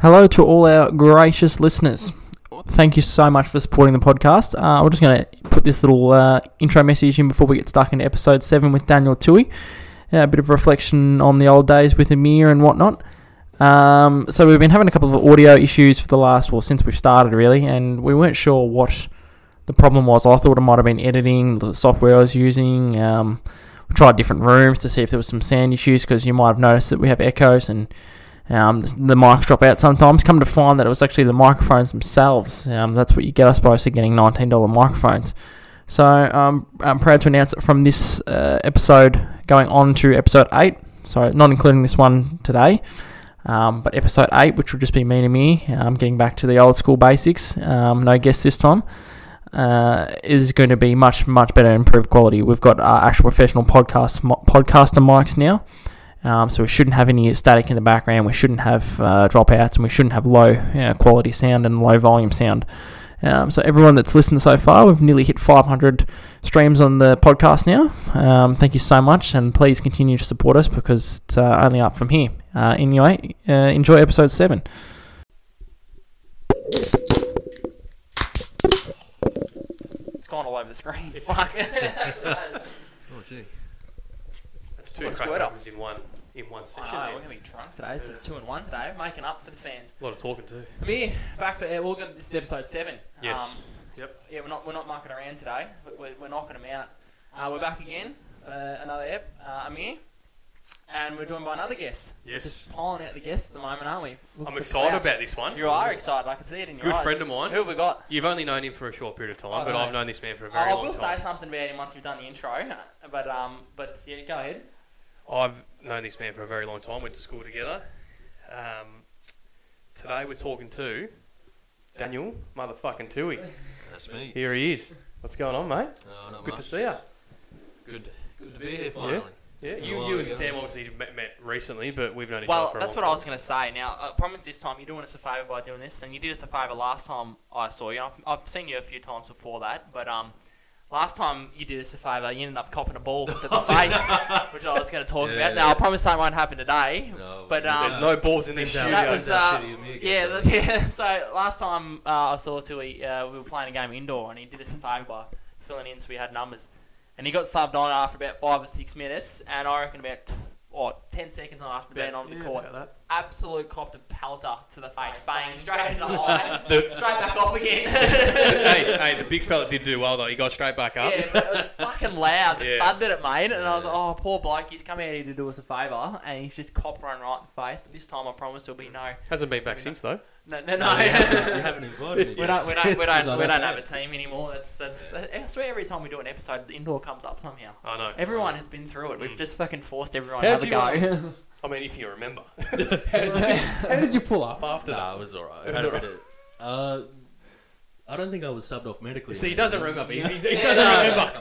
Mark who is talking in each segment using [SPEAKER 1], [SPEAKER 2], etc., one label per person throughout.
[SPEAKER 1] Hello to all our gracious listeners. Thank you so much for supporting the podcast. Uh, we're just going to put this little uh, intro message in before we get stuck into episode seven with Daniel Tui. Uh, a bit of reflection on the old days with Amir and whatnot. Um, so we've been having a couple of audio issues for the last, well, since we've started really, and we weren't sure what the problem was. I thought it might have been editing, the software I was using. Um, we tried different rooms to see if there was some sound issues because you might have noticed that we have echoes and um, the, the mics drop out sometimes. Come to find that it was actually the microphones themselves. Um, that's what you get, I suppose, for getting $19 microphones. So um, I'm proud to announce that from this uh, episode going on to episode 8, sorry, not including this one today, um, but episode 8, which will just be me and me, um, getting back to the old school basics, um, no guests this time, uh, is going to be much, much better improved quality. We've got our actual professional podcast mo- podcaster mics now. Um, so we shouldn't have any static in the background. We shouldn't have uh, dropouts, and we shouldn't have low uh, quality sound and low volume sound. Um, so everyone that's listened so far, we've nearly hit 500 streams on the podcast now. Um, thank you so much, and please continue to support us because it's uh, only up from here. Uh, anyway, uh, enjoy episode seven. It's gone all over the screen.
[SPEAKER 2] Oh, gee.
[SPEAKER 3] That's two
[SPEAKER 1] Let's
[SPEAKER 3] crack
[SPEAKER 1] do it up.
[SPEAKER 3] albums in one in one session.
[SPEAKER 1] I know,
[SPEAKER 3] man.
[SPEAKER 1] we're gonna be drunk today. This is two and one today, making up for the fans.
[SPEAKER 3] A lot of talking too.
[SPEAKER 1] Amir, back to air. We're going. This is episode seven.
[SPEAKER 3] Yes.
[SPEAKER 1] Um,
[SPEAKER 3] yep.
[SPEAKER 1] yeah, we're not we're not mucking around today. We- We're, we're knocking them out. Uh, we're back again. Uh, another ep. Uh, Amir, and we're joined by another guest. We're
[SPEAKER 3] Yes.
[SPEAKER 1] just piling out the guests at the moment, aren't we? Look
[SPEAKER 3] I'm
[SPEAKER 1] for
[SPEAKER 3] excited
[SPEAKER 1] clout.
[SPEAKER 3] about this one.
[SPEAKER 1] You are excited. I can see it in your
[SPEAKER 3] Good
[SPEAKER 1] eyes.
[SPEAKER 3] friend of mine.
[SPEAKER 1] Who have we got?
[SPEAKER 3] You've only known him for a short period of time,
[SPEAKER 1] I
[SPEAKER 3] but
[SPEAKER 1] know.
[SPEAKER 3] I've known this man for a
[SPEAKER 1] Uh,
[SPEAKER 3] very
[SPEAKER 1] I
[SPEAKER 3] long
[SPEAKER 1] will
[SPEAKER 3] time.
[SPEAKER 1] say something about him once we've done the intro. uh, But um, but yeah, go ahead.
[SPEAKER 3] I've known this man for a very long time. Went to school together. Um, today we're talking to Daniel motherfucking Tui.
[SPEAKER 2] That's me.
[SPEAKER 3] Here he is. What's going on, mate?
[SPEAKER 2] Oh, not
[SPEAKER 3] Good to
[SPEAKER 2] much,
[SPEAKER 3] see ya.
[SPEAKER 2] just Good, good to be here finally.
[SPEAKER 3] Yeah.
[SPEAKER 2] a
[SPEAKER 3] You,
[SPEAKER 2] while
[SPEAKER 3] you and
[SPEAKER 2] ago.
[SPEAKER 3] Sam obviously met, met recently, but we've known each other
[SPEAKER 1] Well,
[SPEAKER 3] for a
[SPEAKER 1] that's
[SPEAKER 3] long
[SPEAKER 1] what I
[SPEAKER 3] time.
[SPEAKER 1] was going to say. Now, I promise this time you're doing us a favour by doing this, and you did us a favour last time I saw you. I've, I've seen you a few times before that, but um, last time you did us a favour, you ended up copping a ball to the face, which I was going to talk
[SPEAKER 2] Yeah,
[SPEAKER 1] about.
[SPEAKER 2] yeah.
[SPEAKER 1] Now, I promise that won't happen today,
[SPEAKER 2] No,
[SPEAKER 1] but
[SPEAKER 2] we-
[SPEAKER 1] um,
[SPEAKER 3] There's no balls in this
[SPEAKER 2] That
[SPEAKER 3] studio.
[SPEAKER 1] that was
[SPEAKER 2] That's
[SPEAKER 1] uh,
[SPEAKER 2] shitty of me again,
[SPEAKER 1] yeah,
[SPEAKER 2] sorry.
[SPEAKER 1] that's, yeah. So last time uh, I saw Tui, uh, we were playing a game indoor, and he did us a favour by filling in so we had numbers, and he got subbed on after about five or six minutes, and I reckon about. T- or 10 seconds after being on the
[SPEAKER 3] Yeah,
[SPEAKER 1] court,
[SPEAKER 3] about that.
[SPEAKER 1] absolute copped a pelter to the face, bang, straight into the eye,
[SPEAKER 3] The-
[SPEAKER 1] straight back off again.
[SPEAKER 3] hey, hey, the big fella did do well though. He got straight back up.
[SPEAKER 1] Yeah, but it was fucking loud. The
[SPEAKER 3] Yeah.
[SPEAKER 1] thud that it made, and I was like, "Oh, poor bloke, he's come out here to do us a favour, and he's just cop run right in the face." But this time, I promise there'll be no,
[SPEAKER 3] Hasn't been back since though.
[SPEAKER 1] no, no,
[SPEAKER 3] Oh,
[SPEAKER 2] No,
[SPEAKER 1] no.
[SPEAKER 2] you haven't you haven't invited me.
[SPEAKER 1] We don't, we don't, we
[SPEAKER 2] Yes.
[SPEAKER 1] don't,
[SPEAKER 2] I
[SPEAKER 1] we don't
[SPEAKER 2] know.
[SPEAKER 1] have a team anymore. That's, that's, I swear, every time we do an episode, the indoor comes up somehow.
[SPEAKER 3] I know.
[SPEAKER 1] Everyone has been through it. We've just fucking forced everyone
[SPEAKER 3] Mm. How'd
[SPEAKER 1] to have a
[SPEAKER 3] you, um,
[SPEAKER 1] go.
[SPEAKER 3] I mean, if you remember.
[SPEAKER 1] How did you pull up?
[SPEAKER 3] After that.
[SPEAKER 2] Nah, it was alright.
[SPEAKER 3] It was
[SPEAKER 2] I had a bit of- Uh, I don't think I was subbed off medically.
[SPEAKER 3] See, he
[SPEAKER 2] mate.
[SPEAKER 3] doesn't remember. He's, he's, he
[SPEAKER 1] Yeah.
[SPEAKER 3] doesn't
[SPEAKER 1] Yeah.
[SPEAKER 3] remember.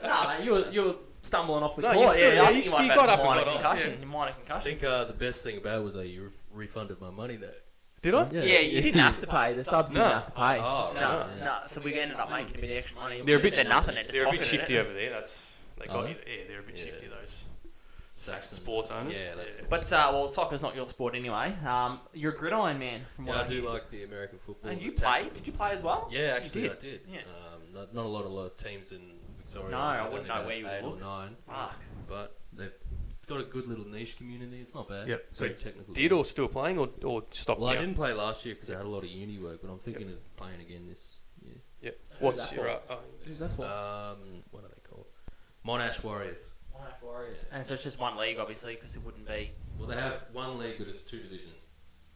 [SPEAKER 2] Come on.
[SPEAKER 1] No, mate, you were, you were stumbling off the
[SPEAKER 3] No,
[SPEAKER 1] court.
[SPEAKER 3] you still-
[SPEAKER 1] I
[SPEAKER 3] you
[SPEAKER 1] think
[SPEAKER 3] still
[SPEAKER 1] might have
[SPEAKER 3] got
[SPEAKER 1] had
[SPEAKER 3] up and
[SPEAKER 1] minor
[SPEAKER 3] got off,
[SPEAKER 1] concussion. Minor
[SPEAKER 2] I
[SPEAKER 1] concussion.
[SPEAKER 2] think uh, the best thing about it was that you ref- refunded my money though.
[SPEAKER 3] Did I?
[SPEAKER 1] Yeah, you didn't have to pay. The subs
[SPEAKER 3] No.
[SPEAKER 1] didn't have to pay.
[SPEAKER 2] Oh,
[SPEAKER 1] no,
[SPEAKER 2] right,
[SPEAKER 1] no.
[SPEAKER 2] yeah.
[SPEAKER 1] So we ended up making a bit of extra money.
[SPEAKER 3] They're a bit-
[SPEAKER 1] Said nothing. They just
[SPEAKER 3] They're a bit
[SPEAKER 1] pocketed
[SPEAKER 3] shifty
[SPEAKER 1] it.
[SPEAKER 3] over there. That's they got
[SPEAKER 2] Oh.
[SPEAKER 3] you. Yeah, they're a bit
[SPEAKER 2] Yeah.
[SPEAKER 3] shifty those
[SPEAKER 2] Saxon
[SPEAKER 3] sports owners.
[SPEAKER 2] Yeah, that's
[SPEAKER 3] yeah.
[SPEAKER 1] But uh, well, soccer's not your sport anyway. Um, you're a gridiron man. From what
[SPEAKER 2] Yeah, I
[SPEAKER 1] I
[SPEAKER 2] do like the American football.
[SPEAKER 1] And
[SPEAKER 2] the
[SPEAKER 1] you
[SPEAKER 2] tactical-
[SPEAKER 1] played? Did you play as well?
[SPEAKER 2] Yeah, actually,
[SPEAKER 1] did.
[SPEAKER 2] I did.
[SPEAKER 1] Yeah.
[SPEAKER 2] Um, not, not a lot of lot of teams in Victoria.
[SPEAKER 1] No,
[SPEAKER 2] There's
[SPEAKER 1] I
[SPEAKER 2] only
[SPEAKER 1] wouldn't know
[SPEAKER 2] about
[SPEAKER 1] where you
[SPEAKER 2] eight
[SPEAKER 1] look.
[SPEAKER 2] or nine,
[SPEAKER 1] Fuck.
[SPEAKER 2] but they've it's got a good little niche community. It's not bad.
[SPEAKER 3] Yep. So
[SPEAKER 2] Very technical.
[SPEAKER 3] Did or still playing or, or stopped
[SPEAKER 2] well, I
[SPEAKER 3] now?
[SPEAKER 2] didn't play last year because I had a lot of uni work, but I'm thinking of playing again this year.
[SPEAKER 3] Yeah. What's
[SPEAKER 1] that
[SPEAKER 3] your?
[SPEAKER 1] for?
[SPEAKER 3] Uh, oh,
[SPEAKER 1] Who's that for?
[SPEAKER 2] Um, what are they called? Monash Warriors.
[SPEAKER 1] And so it's just one league, obviously, because it wouldn't be.
[SPEAKER 2] Well, they have one league, but it's two divisions.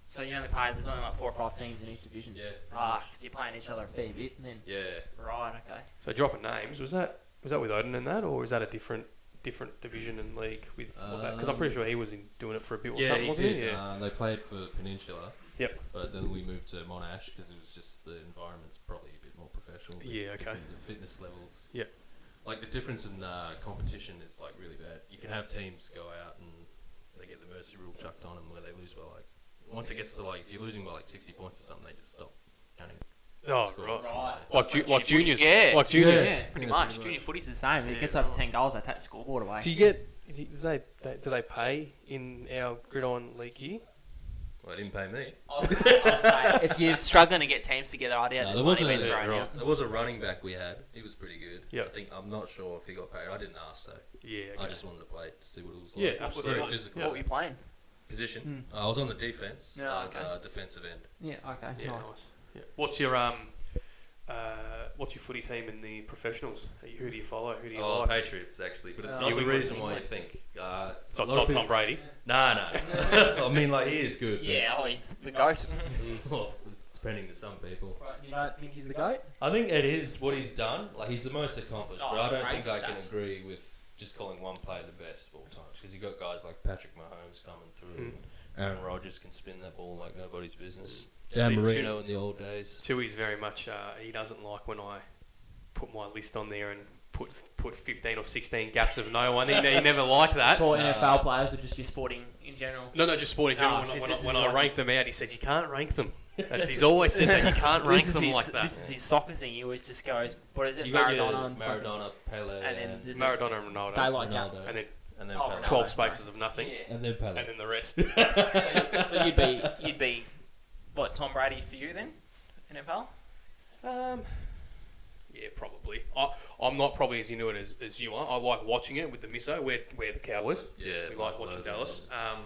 [SPEAKER 1] So you only play. There's only like four or five teams in each division.
[SPEAKER 2] Yeah.
[SPEAKER 1] Ah, because you're playing each other a fair bit, and then.
[SPEAKER 2] Yeah.
[SPEAKER 1] Right. Okay.
[SPEAKER 3] so dropping names was that was that with Odin and that or was that a different different division and league with all that? Because I'm pretty sure he was in doing it for a bit or
[SPEAKER 2] Um, Yeah,
[SPEAKER 3] something.
[SPEAKER 2] he
[SPEAKER 3] wasn't
[SPEAKER 2] did.
[SPEAKER 3] He? Yeah.
[SPEAKER 2] Uh, they played for Peninsula,
[SPEAKER 3] yep.
[SPEAKER 2] but then we moved to Monash because it was just the environment's probably a bit more professional.
[SPEAKER 3] Yeah. Okay.
[SPEAKER 2] the fitness levels.
[SPEAKER 3] Yep.
[SPEAKER 2] Like the difference in uh, competition is like really bad. You can have teams go out and they get the mercy rule chucked on them where they lose by like once it gets to like if you're losing by like sixty points or something, they just stop counting.
[SPEAKER 3] Oh
[SPEAKER 2] scores.
[SPEAKER 3] right.
[SPEAKER 1] Right.
[SPEAKER 3] Like ju- like juniors.
[SPEAKER 1] Yeah.
[SPEAKER 3] Like juniors.
[SPEAKER 1] Yeah, pretty
[SPEAKER 2] Yeah,
[SPEAKER 1] much.
[SPEAKER 2] pretty
[SPEAKER 1] Junior
[SPEAKER 2] much.
[SPEAKER 1] footy's the same. If it
[SPEAKER 3] Yeah,
[SPEAKER 1] gets over
[SPEAKER 3] right.
[SPEAKER 1] ten goals, they take the scoreboard away.
[SPEAKER 3] Do you get? Do they, they do they pay in our gridiron league here?
[SPEAKER 2] Well, it didn't pay me.
[SPEAKER 4] I was, I was saying, if you're struggling to get teams together, I'd out
[SPEAKER 2] No,
[SPEAKER 4] no,
[SPEAKER 2] there
[SPEAKER 4] this
[SPEAKER 2] was a
[SPEAKER 4] money been thrown
[SPEAKER 2] there
[SPEAKER 4] out.
[SPEAKER 2] was a running back we had. He was pretty good.
[SPEAKER 3] Yeah.
[SPEAKER 2] I think I'm not sure if he got paid. I didn't ask though.
[SPEAKER 3] Yeah,
[SPEAKER 2] I
[SPEAKER 3] okay.
[SPEAKER 2] just wanted to play to see what it was like.
[SPEAKER 3] Yeah,
[SPEAKER 2] It was
[SPEAKER 3] absolutely. Hmm.
[SPEAKER 2] Very physical.
[SPEAKER 4] What were you playing?
[SPEAKER 2] Position. Uh, I was on the defense.
[SPEAKER 4] Yeah,
[SPEAKER 2] I was
[SPEAKER 4] okay.
[SPEAKER 2] uh, defensive end.
[SPEAKER 1] Yeah, okay.
[SPEAKER 3] yeah, nice. Yeah. What's your um, uh, what's your footy team in the professionals? Who do you follow? Who do you
[SPEAKER 2] Oh,
[SPEAKER 3] like?
[SPEAKER 2] Patriots actually, but it's
[SPEAKER 3] Uh,
[SPEAKER 2] not
[SPEAKER 3] you
[SPEAKER 2] the
[SPEAKER 3] win.
[SPEAKER 2] reason why you think. Uh,
[SPEAKER 3] So
[SPEAKER 2] a
[SPEAKER 3] it's
[SPEAKER 2] lot
[SPEAKER 3] not
[SPEAKER 2] of
[SPEAKER 3] Tom
[SPEAKER 2] people-
[SPEAKER 3] Brady.
[SPEAKER 2] No, no. I mean, like he is good. but-
[SPEAKER 4] Yeah, oh, he's the ghost.
[SPEAKER 2] Well, depending to some people.
[SPEAKER 1] You don't think he's the goat?
[SPEAKER 2] I think it is what he's done. Like he's the most accomplished,
[SPEAKER 4] Oh,
[SPEAKER 2] but I
[SPEAKER 4] it's
[SPEAKER 2] don't
[SPEAKER 4] crazy
[SPEAKER 2] think I can
[SPEAKER 4] stats.
[SPEAKER 2] agree with just calling one player the best of all times because you've got guys like Patrick Mahomes coming through. Aaron Rodgers can spin that ball like nobody's business. Dan
[SPEAKER 3] See,
[SPEAKER 2] Marino in the old days.
[SPEAKER 3] Tui's very much. Uh, he doesn't like when I put my list on there and put put fifteen or sixteen gaps of no one. He, he never liked that.
[SPEAKER 4] For
[SPEAKER 2] Nah.
[SPEAKER 4] NFL players or just your sporting in general.
[SPEAKER 3] No, no, just sport in general.
[SPEAKER 4] No,
[SPEAKER 3] when I,
[SPEAKER 4] Ah, this-
[SPEAKER 3] when,
[SPEAKER 4] this
[SPEAKER 3] I, when
[SPEAKER 4] is
[SPEAKER 3] I
[SPEAKER 4] like
[SPEAKER 3] rank
[SPEAKER 4] this.
[SPEAKER 3] them out, he said you can't rank them. That's, he's always said that you can't rank
[SPEAKER 4] this is
[SPEAKER 3] them
[SPEAKER 4] his,
[SPEAKER 3] like that.
[SPEAKER 4] This is his soccer thing. He always just goes, what is it,
[SPEAKER 2] You got your
[SPEAKER 4] Maradona? and fucking-
[SPEAKER 2] Maradona, Pele,
[SPEAKER 4] And then
[SPEAKER 2] and,
[SPEAKER 4] there's
[SPEAKER 3] Maradona and Ronaldo,
[SPEAKER 4] Daylight Gap.
[SPEAKER 2] Ronaldo,
[SPEAKER 3] and then
[SPEAKER 2] and then
[SPEAKER 4] Oh,
[SPEAKER 2] Pele.
[SPEAKER 3] twelve
[SPEAKER 4] Ronaldo, sorry.
[SPEAKER 3] spaces of nothing,
[SPEAKER 4] Yeah.
[SPEAKER 2] and then Pele.
[SPEAKER 3] and then the rest.
[SPEAKER 4] so you'd be you'd be what Tom Brady for you then, NFL?
[SPEAKER 3] Um, yeah, probably. I, I'm not probably as into it as, as you are. I like watching it with the miso. We're, we're the Cowboys.
[SPEAKER 2] Yeah,
[SPEAKER 3] we like
[SPEAKER 2] like
[SPEAKER 3] watching
[SPEAKER 2] those
[SPEAKER 3] Dallas. Um,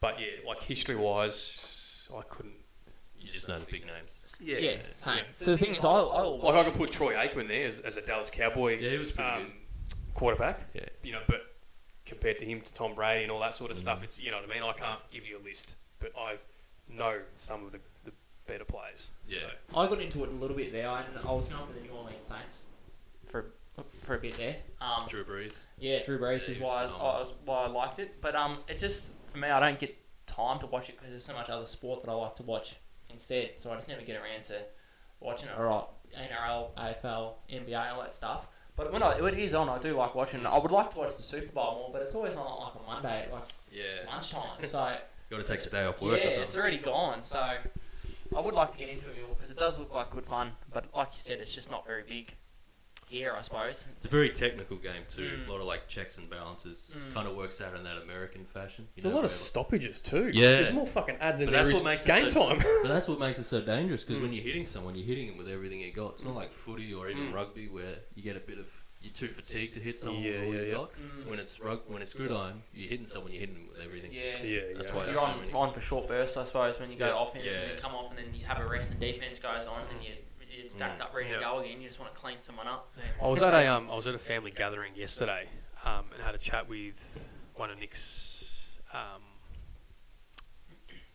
[SPEAKER 3] but yeah, like history wise, I couldn't.
[SPEAKER 2] you just know the big names.
[SPEAKER 3] Yeah,
[SPEAKER 1] same.
[SPEAKER 3] yeah.
[SPEAKER 1] So the thing is, I, I will
[SPEAKER 3] Like I could put Troy Aikman there as, as a Dallas Cowboy.
[SPEAKER 2] Yeah, he was pretty
[SPEAKER 3] um, quarterback.
[SPEAKER 2] Yeah. Mm.
[SPEAKER 3] You know, but compared to him to Tom Brady and all that sort of stuff, it's you know what I mean. I can't give you a list, but I know some of the, the better players.
[SPEAKER 2] Yeah.
[SPEAKER 3] So.
[SPEAKER 1] I got into it a little bit there, and I was going for the New Orleans Saints for for a bit there.
[SPEAKER 4] Um,
[SPEAKER 2] Drew Brees.
[SPEAKER 1] Yeah, Drew
[SPEAKER 4] this
[SPEAKER 1] Brees
[SPEAKER 4] is
[SPEAKER 1] is
[SPEAKER 2] Yeah,
[SPEAKER 1] why.
[SPEAKER 4] why I, I was, why I liked it, but um, it just for me I don't get time to watch it because there's so much other sport that I like to watch instead. So I just never get around to watching it. All right, NRL, AFL, NBA, all that stuff. But when, I, when it is on, I do like watching. it. I would like to watch the Super Bowl more, but it's always on like on Monday, like
[SPEAKER 2] Yeah.
[SPEAKER 4] lunchtime. So
[SPEAKER 2] Got to take a day off
[SPEAKER 4] Yeah,
[SPEAKER 2] work or
[SPEAKER 4] it's
[SPEAKER 2] something.
[SPEAKER 4] already gone. So I would like to get into it because it does look like good fun. But like you said, it's just not very big here, I suppose.
[SPEAKER 2] It's a very technical game too.
[SPEAKER 4] Mm.
[SPEAKER 2] A lot of like checks and balances.
[SPEAKER 4] Mm.
[SPEAKER 2] Kind of works out in that American fashion. you
[SPEAKER 3] There's a
[SPEAKER 2] know,
[SPEAKER 3] lot
[SPEAKER 2] where,
[SPEAKER 3] of stoppages too.
[SPEAKER 2] Yeah.
[SPEAKER 3] There's more fucking ads in
[SPEAKER 2] But
[SPEAKER 3] there.
[SPEAKER 2] that's
[SPEAKER 3] is
[SPEAKER 2] what makes it
[SPEAKER 3] game
[SPEAKER 2] so-
[SPEAKER 3] time.
[SPEAKER 2] But that's what makes it so dangerous because
[SPEAKER 4] Mm.
[SPEAKER 2] when you're hitting someone, you're hitting them with everything you got. It's not like footy or even
[SPEAKER 3] Mm.
[SPEAKER 2] rugby where you get a bit of you're too fatigued to hit someone
[SPEAKER 3] Yeah,
[SPEAKER 2] with all
[SPEAKER 3] yeah,
[SPEAKER 2] you
[SPEAKER 3] yeah.
[SPEAKER 2] got.
[SPEAKER 4] Mm.
[SPEAKER 2] When it's rug, when it's gridiron, you're hitting someone, you're hitting them with everything.
[SPEAKER 4] Yeah.
[SPEAKER 2] That's
[SPEAKER 3] yeah.
[SPEAKER 2] why
[SPEAKER 4] If
[SPEAKER 2] there's
[SPEAKER 4] you're
[SPEAKER 2] so
[SPEAKER 4] on,
[SPEAKER 2] many.
[SPEAKER 4] on for short bursts, I suppose, when you go
[SPEAKER 3] Yeah.
[SPEAKER 4] offense and
[SPEAKER 2] Yeah.
[SPEAKER 4] then come off and then you have a rest and defense goes on and you, you're stacked
[SPEAKER 2] Mm.
[SPEAKER 4] up ready
[SPEAKER 3] Yeah.
[SPEAKER 4] to go again. You just want to clean someone up.
[SPEAKER 3] I was at a um, I was at a family gathering yesterday, um, and had a chat with one of Nick's um,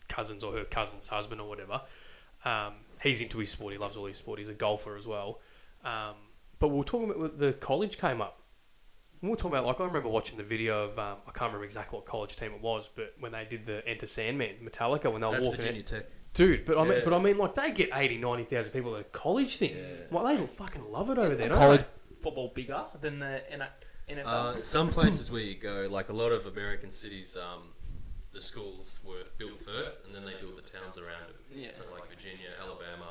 [SPEAKER 3] cousins or her cousin's husband or whatever. Um, he's into his sport. He loves all his sport. He's a golfer as well. Um, but we were talking about the college came up. We were talking about like I remember watching the video of um, I can't remember exactly what college team it was, but when they did the Enter Sandman Metallica when they were
[SPEAKER 2] That's
[SPEAKER 3] walking.
[SPEAKER 2] Virginia
[SPEAKER 3] It,
[SPEAKER 2] Tech.
[SPEAKER 3] Dude, but I mean,
[SPEAKER 2] Yeah.
[SPEAKER 3] but I mean, like they get 80, 90,000 people at a college thing.
[SPEAKER 2] Yeah.
[SPEAKER 3] Like they fucking love it over there. don't
[SPEAKER 1] college
[SPEAKER 3] they?
[SPEAKER 4] football bigger than the N- NFL.
[SPEAKER 2] Uh, some places where you go, like a lot of American cities, um, the schools were built first, and then they built the towns around them.
[SPEAKER 4] Yeah.
[SPEAKER 2] So like Virginia, Alabama,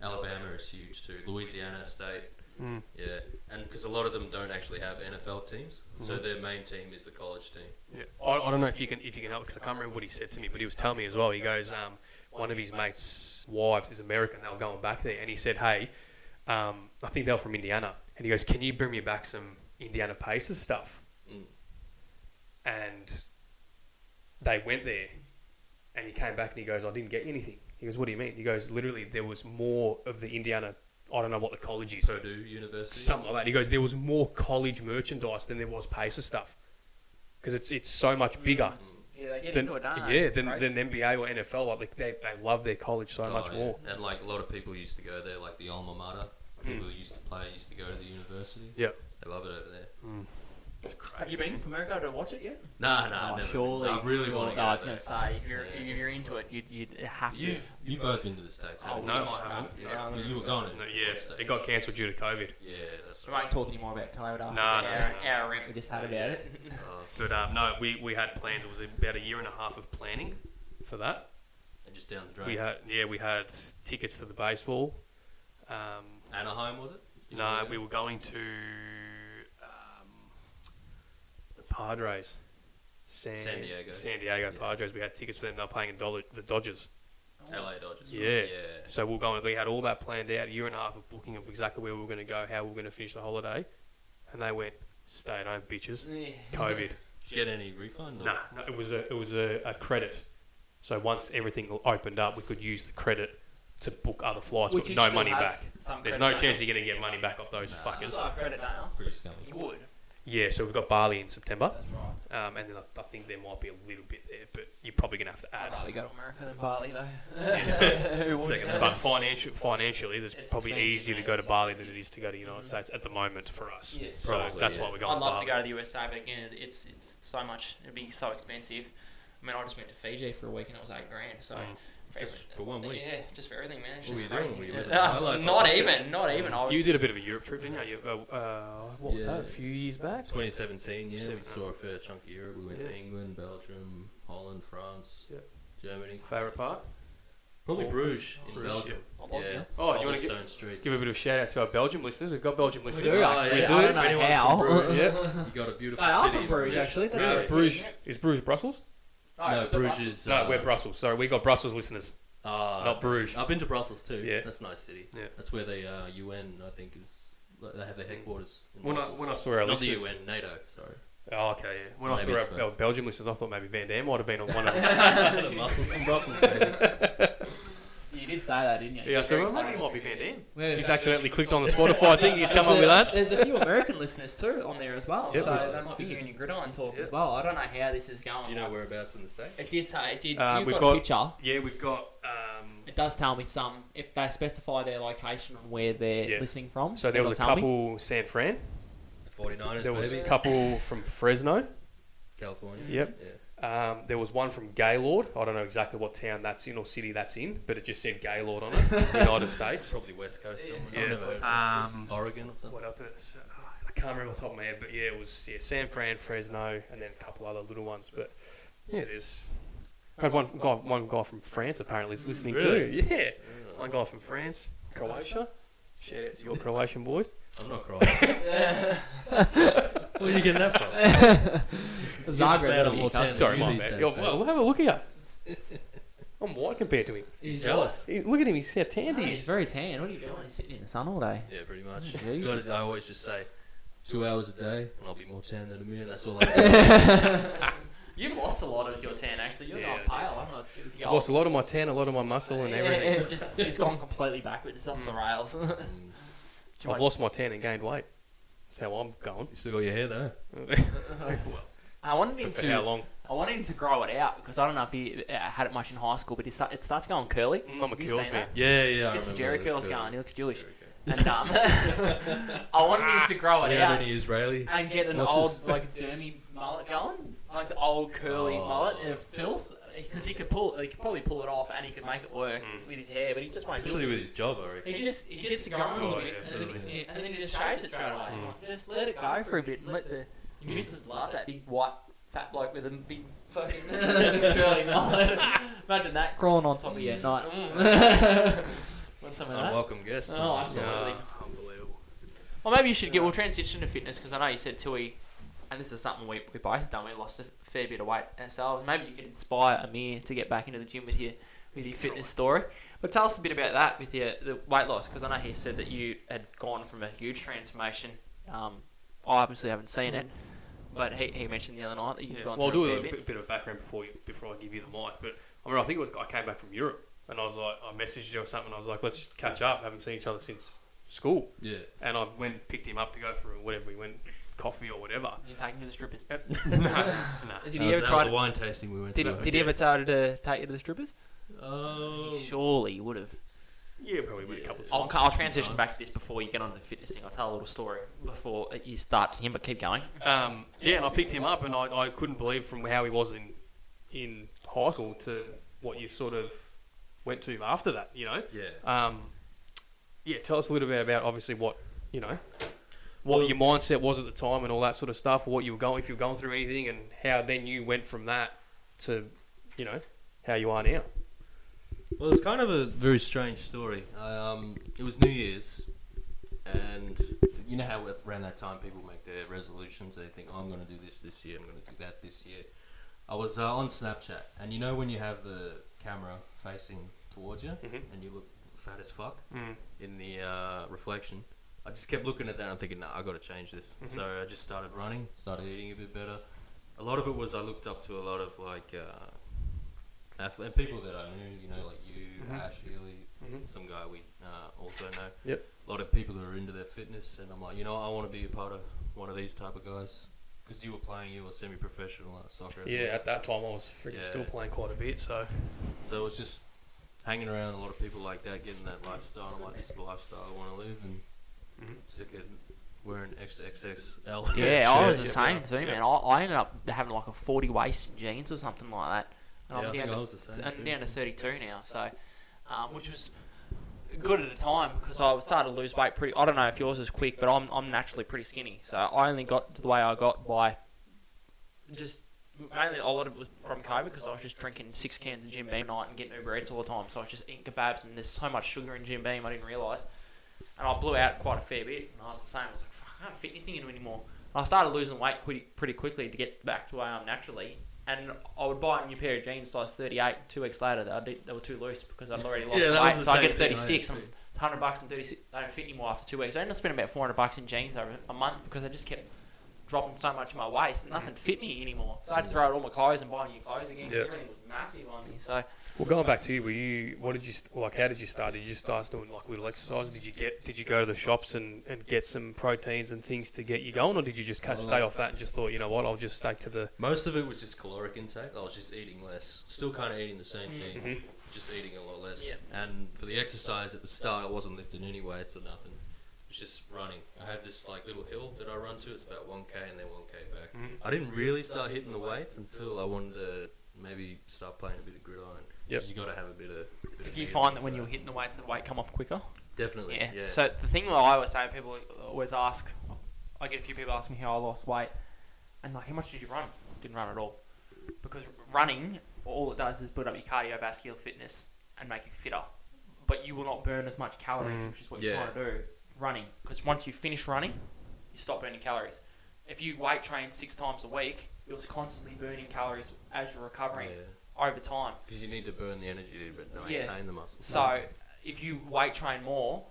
[SPEAKER 2] Alabama is huge too. Louisiana State.
[SPEAKER 3] Mm.
[SPEAKER 2] Yeah, and because a lot of them don't actually have NFL teams, so
[SPEAKER 3] Hmm.
[SPEAKER 2] their main team is the college team.
[SPEAKER 3] Yeah. I, I don't know if you can if you can help because I can't remember what he said to me, but he was telling me as well. He goes, um, one of his mates' wives is American. They were going back there, and he said, hey, um, I think they were from Indiana, and he goes, can you bring me back some Indiana Pacers stuff?
[SPEAKER 2] Mm.
[SPEAKER 3] And they went there, and he came back and he goes, I didn't get you anything. He goes, what do you mean? He goes, literally, there was more of the Indiana. I don't know what the college is.
[SPEAKER 2] Purdue University.
[SPEAKER 3] Something like that. He goes, there was more college merchandise than there was Pacer stuff because it's it's so
[SPEAKER 2] Mm.
[SPEAKER 3] much bigger
[SPEAKER 4] yeah, they get
[SPEAKER 3] than
[SPEAKER 4] into it, don't they?
[SPEAKER 3] yeah than,
[SPEAKER 4] Right.
[SPEAKER 3] than NBA or NFL. Like they, they love their college so
[SPEAKER 2] Oh,
[SPEAKER 3] much
[SPEAKER 2] yeah.
[SPEAKER 3] more. Hmm.
[SPEAKER 2] And like a lot of people used to go there, like the alma mater. People who used to play used to go to the university.
[SPEAKER 3] Yeah,
[SPEAKER 2] They love it over there. It's crazy.
[SPEAKER 4] Have you been to America to watch it yet?
[SPEAKER 2] Nah, nah,
[SPEAKER 1] Oh,
[SPEAKER 2] never.
[SPEAKER 1] surely.
[SPEAKER 2] I really
[SPEAKER 1] surely.
[SPEAKER 2] want to go.
[SPEAKER 1] No, I was
[SPEAKER 2] there.
[SPEAKER 1] gonna
[SPEAKER 4] say if you're
[SPEAKER 2] Yeah.
[SPEAKER 4] if you're into it, you'd you'd have to.
[SPEAKER 2] You've you both been to the states.
[SPEAKER 4] Oh,
[SPEAKER 2] haven't
[SPEAKER 3] No,
[SPEAKER 2] you?
[SPEAKER 3] I haven't.
[SPEAKER 4] Yeah.
[SPEAKER 2] You were going to.
[SPEAKER 3] yeah. It got cancelled due to COVID.
[SPEAKER 2] Yeah, that's
[SPEAKER 1] We
[SPEAKER 2] right.
[SPEAKER 1] won't talk anymore about COVID after
[SPEAKER 3] Nah,
[SPEAKER 1] the
[SPEAKER 3] nah,
[SPEAKER 1] hour,
[SPEAKER 4] nah.
[SPEAKER 1] hour rant we just had about it.
[SPEAKER 2] Uh,
[SPEAKER 3] But um, no, we, we had plans. It was about a year and a half of planning for that.
[SPEAKER 2] and just down the drain.
[SPEAKER 3] We had yeah we had tickets to the baseball. Um,
[SPEAKER 2] Anaheim was it? You
[SPEAKER 3] no,
[SPEAKER 2] were
[SPEAKER 3] we
[SPEAKER 2] there?
[SPEAKER 3] were going to um, the Padres. San,
[SPEAKER 2] San Diego.
[SPEAKER 3] San Diego
[SPEAKER 2] Yeah.
[SPEAKER 3] Padres. We had tickets for them. They were playing in Dol- the Dodgers.
[SPEAKER 2] LA Dodgers. right?
[SPEAKER 3] Yeah.
[SPEAKER 2] Yeah.
[SPEAKER 3] So we'll go and we had all that planned out, a year and a half of booking of exactly where we were going to go, how we were going to finish the holiday, and they went stay at home, bitches. COVID.
[SPEAKER 2] Did you get any refund? or-
[SPEAKER 3] Nah, no, it was a it was a, a credit. So once everything opened up, we could use the credit to book other flights,
[SPEAKER 4] Which
[SPEAKER 3] but
[SPEAKER 4] you
[SPEAKER 3] no
[SPEAKER 4] still
[SPEAKER 3] money
[SPEAKER 4] have
[SPEAKER 3] back.
[SPEAKER 4] some
[SPEAKER 3] There's no
[SPEAKER 4] credit
[SPEAKER 3] chance you're going to get money back off those
[SPEAKER 2] Nah.
[SPEAKER 4] It's
[SPEAKER 3] fuckers.
[SPEAKER 4] like credit now.
[SPEAKER 2] Pretty scummy.
[SPEAKER 4] You would.
[SPEAKER 3] Yeah, so we've got Bali in September,
[SPEAKER 4] That's right.
[SPEAKER 3] um, and then I, I think there might be a little bit there, but you're probably going to have to
[SPEAKER 4] I'd
[SPEAKER 3] add.
[SPEAKER 4] rather go to America than Bali
[SPEAKER 3] Yeah.
[SPEAKER 4] though.
[SPEAKER 3] Second, but financial, financially, there's
[SPEAKER 4] It's
[SPEAKER 3] probably
[SPEAKER 4] expensive,
[SPEAKER 3] easier to
[SPEAKER 4] mate,
[SPEAKER 3] go to
[SPEAKER 4] it's
[SPEAKER 3] Bali than
[SPEAKER 4] expensive.
[SPEAKER 3] it is to go to the United States at the moment for us.
[SPEAKER 4] Yes.
[SPEAKER 3] So
[SPEAKER 2] Probably,
[SPEAKER 3] that's
[SPEAKER 2] yeah.
[SPEAKER 3] why we're going.
[SPEAKER 4] I'd love
[SPEAKER 3] Bali.
[SPEAKER 4] to go to the USA, but again, it's it's so much. It'd be so expensive. I mean, I just went to Fiji for a week and it was eight grand. So
[SPEAKER 3] Mm.
[SPEAKER 4] for
[SPEAKER 2] Just
[SPEAKER 4] every-
[SPEAKER 2] for one week?
[SPEAKER 4] yeah, just for everything, man. It's
[SPEAKER 2] What
[SPEAKER 4] just
[SPEAKER 2] were you
[SPEAKER 4] crazy.
[SPEAKER 2] doing? Were you with
[SPEAKER 4] Yeah.
[SPEAKER 2] the highlight
[SPEAKER 4] not
[SPEAKER 2] for-
[SPEAKER 4] even, not even. I
[SPEAKER 3] You
[SPEAKER 4] would,
[SPEAKER 3] did a bit of a Europe trip, didn't you? you uh, uh, what was
[SPEAKER 2] Yeah.
[SPEAKER 3] that? A few years back.
[SPEAKER 2] 2017, yeah, we
[SPEAKER 3] Seven- uh,
[SPEAKER 2] saw a fair chunk of Europe. We went
[SPEAKER 3] Yeah.
[SPEAKER 2] to England, Belgium, Holland, France,
[SPEAKER 3] Yeah.
[SPEAKER 2] Germany.
[SPEAKER 3] Favorite part?
[SPEAKER 2] Probably
[SPEAKER 3] Or-
[SPEAKER 2] Bruges in
[SPEAKER 3] Bruges,
[SPEAKER 2] Belgium.
[SPEAKER 4] I was, yeah.
[SPEAKER 2] Yeah.
[SPEAKER 3] Oh, you wanna gi-
[SPEAKER 2] Cobblestone streets.
[SPEAKER 3] Give a bit of a shout out to our Belgium listeners. We've got Belgium listeners.
[SPEAKER 2] do,
[SPEAKER 3] Uh,
[SPEAKER 2] actually.
[SPEAKER 3] we
[SPEAKER 2] Yeah,
[SPEAKER 3] do.
[SPEAKER 2] I
[SPEAKER 3] If anyone's
[SPEAKER 1] how.
[SPEAKER 3] from Bruges- yeah.
[SPEAKER 2] you got a beautiful
[SPEAKER 1] They are
[SPEAKER 2] city.
[SPEAKER 1] from
[SPEAKER 2] in
[SPEAKER 1] Bruges, actually, that's
[SPEAKER 2] Really?
[SPEAKER 1] it.
[SPEAKER 3] Uh, Bruges is Bruges Brussels?
[SPEAKER 2] No,
[SPEAKER 4] it was a
[SPEAKER 2] Bruges
[SPEAKER 4] bus-
[SPEAKER 2] is.
[SPEAKER 3] No,
[SPEAKER 2] uh,
[SPEAKER 3] we're Brussels. Sorry, we got Brussels listeners,
[SPEAKER 2] Ah,
[SPEAKER 3] not Bruges.
[SPEAKER 2] I've been to Brussels too.
[SPEAKER 3] Yeah.
[SPEAKER 2] that's a nice city.
[SPEAKER 3] Yeah.
[SPEAKER 2] that's where the uh, UN, I think, is. They have their headquarters. In
[SPEAKER 3] When I,
[SPEAKER 2] Brussels.
[SPEAKER 3] when I saw our
[SPEAKER 2] not the
[SPEAKER 3] listeners,
[SPEAKER 2] UN, NATO. Sorry,
[SPEAKER 3] oh okay, yeah. when I
[SPEAKER 2] Maybe
[SPEAKER 3] saw
[SPEAKER 2] it's
[SPEAKER 3] our, our
[SPEAKER 2] Belgium.
[SPEAKER 3] Belgium listeners, I thought maybe Van Dam might have been on one of them.
[SPEAKER 2] the muscles from Brussels. Baby.
[SPEAKER 4] You did say that, didn't you?
[SPEAKER 3] Yeah, so
[SPEAKER 4] Very
[SPEAKER 3] well, maybe
[SPEAKER 4] exciting.
[SPEAKER 3] it might be Van Dam.
[SPEAKER 1] Where-
[SPEAKER 3] He's accidentally clicked on the Spotify thing. He's come up with us.
[SPEAKER 4] There's a few American listeners too on there as well,
[SPEAKER 3] Yeah,
[SPEAKER 4] so
[SPEAKER 3] we-
[SPEAKER 4] they might be hearing your gridiron talk as well. I don't know how this is going.
[SPEAKER 2] Do you know whereabouts in the states?
[SPEAKER 4] it did say it did.
[SPEAKER 3] Uh,
[SPEAKER 4] you've
[SPEAKER 3] we've
[SPEAKER 4] got,
[SPEAKER 3] got-
[SPEAKER 4] a picture.
[SPEAKER 3] Yeah, we've got. Um,
[SPEAKER 4] It does tell me some if they specify their location and where they're
[SPEAKER 3] Yeah.
[SPEAKER 4] listening from.
[SPEAKER 3] so there was a
[SPEAKER 4] it'll tell me.
[SPEAKER 3] couple San Fran.
[SPEAKER 2] The 49ers,
[SPEAKER 3] There was a
[SPEAKER 2] maybe?
[SPEAKER 3] couple from Fresno.
[SPEAKER 2] California.
[SPEAKER 3] Yep.
[SPEAKER 2] Yeah.
[SPEAKER 3] Um, there was one from Gaylord. I don't know exactly what town that's in or city that's in, but it just said Gaylord on it, United
[SPEAKER 2] It's
[SPEAKER 3] States.
[SPEAKER 2] probably West Coast. somewhere.
[SPEAKER 3] Yeah.
[SPEAKER 2] I've never heard of it.
[SPEAKER 3] Um,
[SPEAKER 2] Oregon or something.
[SPEAKER 3] What else did it say? Oh, I can't remember off the top of my head, but yeah, it was yeah, San Fran, Fresno, and then a couple other little ones. But yeah, there's. I had one guy, one guy from France apparently is listening
[SPEAKER 2] Really?
[SPEAKER 3] too. Yeah, one guy from France, Croatia. Shout out to your Croatian boys.
[SPEAKER 2] I'm not crying. Where are you getting that from?
[SPEAKER 4] Zagreb.
[SPEAKER 2] Just about a
[SPEAKER 4] is-
[SPEAKER 2] Montana.
[SPEAKER 3] Sorry,
[SPEAKER 2] you
[SPEAKER 3] my
[SPEAKER 2] these
[SPEAKER 3] bad.
[SPEAKER 2] days,
[SPEAKER 3] Yo,
[SPEAKER 2] mate.
[SPEAKER 3] well, have a look at you. I'm white compared to him.
[SPEAKER 2] He's jealous.
[SPEAKER 3] He- Look at him, he's how tanned he
[SPEAKER 4] He's
[SPEAKER 3] is.
[SPEAKER 4] very tan. What are you doing? He's sitting in the sun all day.
[SPEAKER 2] Yeah, pretty much.
[SPEAKER 4] Yeah, you
[SPEAKER 2] Gotta- I always just say, two hours a day, and I'll be more tan than a million. That's all I do.
[SPEAKER 4] You've lost a lot of your tan, actually. You're
[SPEAKER 3] Yeah,
[SPEAKER 4] not pale. I'm not. It's
[SPEAKER 3] I've lost a lot of my tan, a lot of my muscle, and everything. Mm.
[SPEAKER 4] It's just it's gone completely backwards. It's off the rails. Too
[SPEAKER 3] I've
[SPEAKER 4] much-
[SPEAKER 3] lost my tan and gained weight. That's how I'm going.
[SPEAKER 2] you still got your hair though.
[SPEAKER 4] I wanted him
[SPEAKER 3] But for how
[SPEAKER 4] to.
[SPEAKER 3] long?
[SPEAKER 4] I wanted him to grow it out because I don't know if he uh, had it much in high school, but he start, it starts going curly.
[SPEAKER 3] I'm a
[SPEAKER 4] Have Mm, you
[SPEAKER 3] curls
[SPEAKER 4] seen
[SPEAKER 3] Mm, man.
[SPEAKER 4] that?
[SPEAKER 2] Yeah, yeah. I
[SPEAKER 4] It's
[SPEAKER 2] remember
[SPEAKER 4] Jerry
[SPEAKER 2] the
[SPEAKER 4] curls
[SPEAKER 2] curl.
[SPEAKER 4] going. He looks Jewish.
[SPEAKER 2] Jerry curl.
[SPEAKER 4] And um, I wanted him to grow
[SPEAKER 2] Do
[SPEAKER 4] it
[SPEAKER 2] you
[SPEAKER 4] out
[SPEAKER 2] have any Israeli?
[SPEAKER 4] and get an
[SPEAKER 2] Watch
[SPEAKER 4] old
[SPEAKER 2] this.
[SPEAKER 4] like dermy mullet going, like the old curly
[SPEAKER 2] Oh.
[SPEAKER 4] mullet of Phil's, because he could pull, he could probably pull it off and he could make it work
[SPEAKER 3] Mm.
[SPEAKER 4] with his hair, but he just won't. do
[SPEAKER 2] Especially
[SPEAKER 4] it.
[SPEAKER 2] with his job, I reckon.
[SPEAKER 4] He just he gets it going a
[SPEAKER 3] Oh,
[SPEAKER 4] little
[SPEAKER 3] yeah,
[SPEAKER 4] bit, and, then
[SPEAKER 2] absolutely.
[SPEAKER 4] he, and then he just shaves it straight away.
[SPEAKER 3] Mm.
[SPEAKER 4] Just let it go for a bit and let the your missus love that big white fat bloke with a big fucking curly mullet. Imagine that crawling on top of you at night. Mm. Want some of that?
[SPEAKER 2] Unwelcome guests.
[SPEAKER 4] Oh, absolutely.
[SPEAKER 3] Yeah, unbelievable.
[SPEAKER 4] Well, maybe you should get. We'll transition to fitness because I know you said Tui, and this is something we, we both done. We lost a fair bit of weight ourselves. Maybe you could inspire Amir to get back into the gym with your with your fitness story. But tell us a bit about that with your the weight loss because I know he said that you had gone from a huge transformation. Um, I obviously haven't seen it, but he, he mentioned the other night that you've
[SPEAKER 3] Mm. Yeah.
[SPEAKER 4] gone
[SPEAKER 3] Well, I'll do
[SPEAKER 4] through
[SPEAKER 3] a
[SPEAKER 4] a fair
[SPEAKER 3] little
[SPEAKER 4] bit.
[SPEAKER 3] bit, bit of background before you, before I give you the mic. But I mean, I think it was, I came back from Europe, and I was like, I messaged you or something. I was like, let's just catch up. haven't seen each other since school,
[SPEAKER 2] Yeah.
[SPEAKER 3] and I went and picked him up to go for whatever we went, coffee or whatever.
[SPEAKER 4] You take him to the strippers.
[SPEAKER 3] no, no.
[SPEAKER 4] Did
[SPEAKER 2] That
[SPEAKER 4] he
[SPEAKER 2] was, that
[SPEAKER 4] ever
[SPEAKER 2] was
[SPEAKER 4] try?
[SPEAKER 2] the
[SPEAKER 4] To,
[SPEAKER 2] wine tasting we went
[SPEAKER 4] did,
[SPEAKER 2] to.
[SPEAKER 4] he- did he ever try to take you to the strippers?
[SPEAKER 2] Oh.
[SPEAKER 4] Surely you would have.
[SPEAKER 3] Yeah, probably went a couple of
[SPEAKER 4] I'll,
[SPEAKER 3] times.
[SPEAKER 4] I'll transition back to this before you get onto the fitness thing. I'll tell a little story before you start to him, but keep going.
[SPEAKER 3] Um, yeah, and I picked him up, and I, I couldn't believe from how he was in in high school to what you sort of went to after that. You know.
[SPEAKER 2] Yeah.
[SPEAKER 3] Um, yeah, tell us a little bit about obviously what you know, what your mindset was at the time, and all that sort of stuff. What you were going, if you were going through anything, and how then you went from that to, you know, how you are now.
[SPEAKER 2] Well, it's kind of a very strange story. I, um, it was New Year's, and you know how with- around that time people make their resolutions. They think, oh, I'm going to do this this year, I'm going to do that this year. I was uh, on Snapchat, and you know when you have the camera facing towards you,
[SPEAKER 3] Mhm.
[SPEAKER 2] and you look fat as fuck
[SPEAKER 3] Mm.
[SPEAKER 2] in the uh, reflection. I just kept looking at that. and I'm thinking, nah, I got to change this.
[SPEAKER 3] Mhm.
[SPEAKER 2] So I just started running, started eating a bit better. A lot of it was I looked up to a lot of like uh, athlete, and people that I knew, you know, like you,
[SPEAKER 3] Mhm.
[SPEAKER 2] Ash, Healy,
[SPEAKER 3] Mhm.
[SPEAKER 2] some guy we uh, also know.
[SPEAKER 3] Yep.
[SPEAKER 2] A lot of people that are into their fitness, and I'm like, you know, I want to be a part of one of these type of guys. Because you were playing, you were semi-professional at soccer. at the
[SPEAKER 3] Yeah, at that time I was freaking
[SPEAKER 2] Yeah.
[SPEAKER 3] still playing quite a bit, so
[SPEAKER 2] so it was just hanging around a lot of people like that, getting that lifestyle. I'm like, this is the lifestyle I want to live, and
[SPEAKER 3] Mhm.
[SPEAKER 2] sick of wearing extra XXL.
[SPEAKER 4] Yeah, I was the
[SPEAKER 2] shirts.
[SPEAKER 4] same too,
[SPEAKER 2] Yeah.
[SPEAKER 4] man. I, I ended up having like a 40 waist jeans or something like that.
[SPEAKER 2] Yeah,
[SPEAKER 4] And
[SPEAKER 2] I
[SPEAKER 4] I'm down
[SPEAKER 2] think I
[SPEAKER 4] to
[SPEAKER 2] was the same.
[SPEAKER 4] and
[SPEAKER 2] too.
[SPEAKER 4] down to 32 now. So, um, which was good at the time because I started to lose weight pretty. I don't know if yours is quick, but I'm I'm naturally pretty skinny. So I only got to the way I got by just mainly a lot of it was from COVID because I was just drinking six cans of Jim Beam night and getting Uber Eats all the time. So I was just eating kebabs and there's so much sugar in Jim Beam I didn't realise. And I blew out quite a fair bit. And I was the same. I was like, fuck, I can't fit anything in anymore. And I started losing weight pretty, pretty quickly to get back to where I am naturally. And I would buy a new pair of jeans size 38. Two weeks later, they, did- they were too loose because I'd already lost
[SPEAKER 2] Yeah, that
[SPEAKER 4] weight.
[SPEAKER 2] was the
[SPEAKER 4] So I
[SPEAKER 2] same
[SPEAKER 4] get
[SPEAKER 2] thing I had
[SPEAKER 4] 36.
[SPEAKER 2] too.
[SPEAKER 4] I'm 100 bucks and 36. They don't fit anymore after two weeks. I ended up spending about 400 bucks in jeans over a month because I just kept dropping so much in my waist. Nothing fit me anymore. So I had to throw out all my clothes and buy new clothes again. 'cause
[SPEAKER 3] Yeah.
[SPEAKER 4] Everything was massive on me. So
[SPEAKER 3] Well, going back to you, were you? What did you st- like? How did you start? Did you just start doing like little exercises? Did you get? Did you go to the shops and, and get some proteins and things to get you going, or did you just cut, stay off that and just thought, you know what, I'll just stick to the?
[SPEAKER 2] Most of it was just caloric intake. I was just eating less. Still kind of eating the same thing,
[SPEAKER 3] Mhm.
[SPEAKER 2] just eating a lot less.
[SPEAKER 4] Yeah.
[SPEAKER 2] And for the exercise at the start, I wasn't lifting any weights or nothing. It's just running. I have this like little hill that I run to. It's about 1k and then 1k back.
[SPEAKER 3] Mhm.
[SPEAKER 2] I didn't really start hitting the weights until I wanted to maybe start playing a bit of gridiron.
[SPEAKER 3] Yep.
[SPEAKER 2] 'Cause You got to have a bit of. bit of
[SPEAKER 4] Did you
[SPEAKER 2] feel
[SPEAKER 4] find that
[SPEAKER 2] for
[SPEAKER 4] when you were hitting the weights, the weight come off quicker?
[SPEAKER 2] Definitely.
[SPEAKER 4] Yeah.
[SPEAKER 2] Yeah.
[SPEAKER 4] So the thing that I always say, people always ask, I get a few people ask me how I lost weight, and like, how much did you run? Didn't run at all, because running, all it does is build up your cardiovascular fitness and make you fitter, but you will not burn as much calories,
[SPEAKER 3] Mm.
[SPEAKER 4] which is what
[SPEAKER 2] Yeah.
[SPEAKER 4] you're trying to do running. Because once you finish running, you stop burning calories. If you weight train six times a week, you're just constantly burning calories as you're recovering over time.
[SPEAKER 2] Because you need to burn the energy, but not
[SPEAKER 4] Yes.
[SPEAKER 2] maintain the muscle.
[SPEAKER 4] So if you weight train more